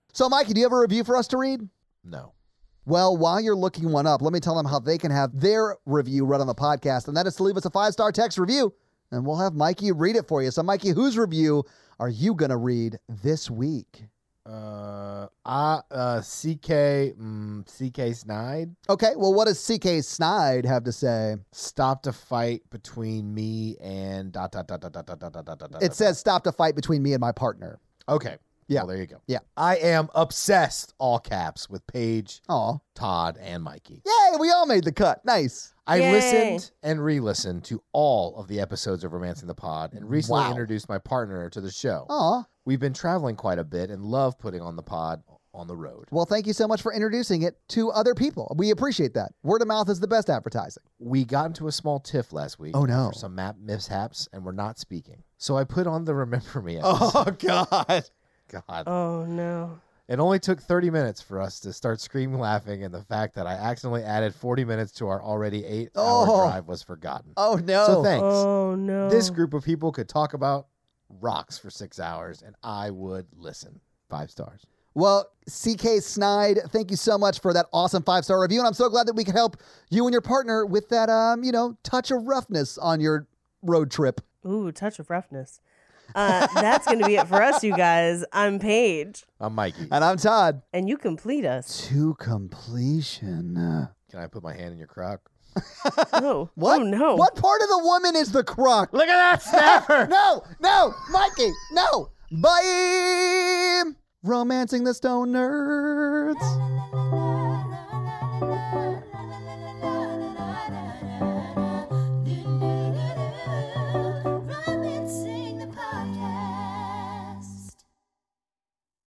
G: So, Mikey, do you have a review for us to read?
F: no.
G: Well, while you're looking one up, let me tell them how they can have their review read on the podcast, and that is to leave us a five star text review, and we'll have Mikey read it for you. So, Mikey, whose review are you going to read this week?
F: Uh, I uh, CK mm, CK Snide
G: Okay, well, what does CK Snide have to say?
F: stopped a fight between me and dot dot dot dot dot dot dot dot dot. dot,
G: It
F: dot,
G: says, Stopped a fight between me and my partner.
F: dot. okay.
G: Yeah.
F: Well, there you go.
G: Yeah.
F: I am obsessed, all caps, with Paige,
G: Aw.
F: Todd, and Mikey.
G: Yay, we all made the cut. Nice.
F: I
E: Yay.
F: listened and re listened to all of the episodes of Romancing the Pod and recently
G: Wow.
F: introduced my partner to the show.
G: Aw.
F: We've been traveling quite a bit and love putting on the pod on the road.
G: Well, thank you so much for introducing it to other people. We appreciate that. Word of mouth is the best advertising.
F: We got into a small tiff last week.
G: Oh, no.
F: For some map mishaps, and we're not speaking. So I put on the Remember Me.
G: [LAUGHS] Oh,
F: episode. [LAUGHS] God, God.
E: Oh no.
F: It only took 30 minutes for us to start scream laughing, and the fact that I accidentally added 40 minutes to our already eight
G: Oh.
F: hour drive was forgotten.
G: Oh no.
F: So thanks.
E: Oh no.
F: This group of people could talk about rocks for six hours, and I would listen. Five stars.
G: Well, CK Snide, thank you so much for that awesome five star review, and I'm so glad that we could help you and your partner with that, um, you know, touch of roughness on your road trip.
E: Ooh, touch of roughness. Uh, that's going to be it for us, you guys. I'm Paige,
F: I'm Mikey.
G: And I'm Todd.
E: and you complete
G: [LAUGHS]
E: us.
G: To completion. Uh,
F: Can I put my hand in your crock?
E: Oh,
G: What?
E: Oh no.
G: What part of the woman is the crock?
F: Look at that snapper!
G: No, no, Mikey, no. Bye. Romancing the Stone Nerds.
B: la la la la.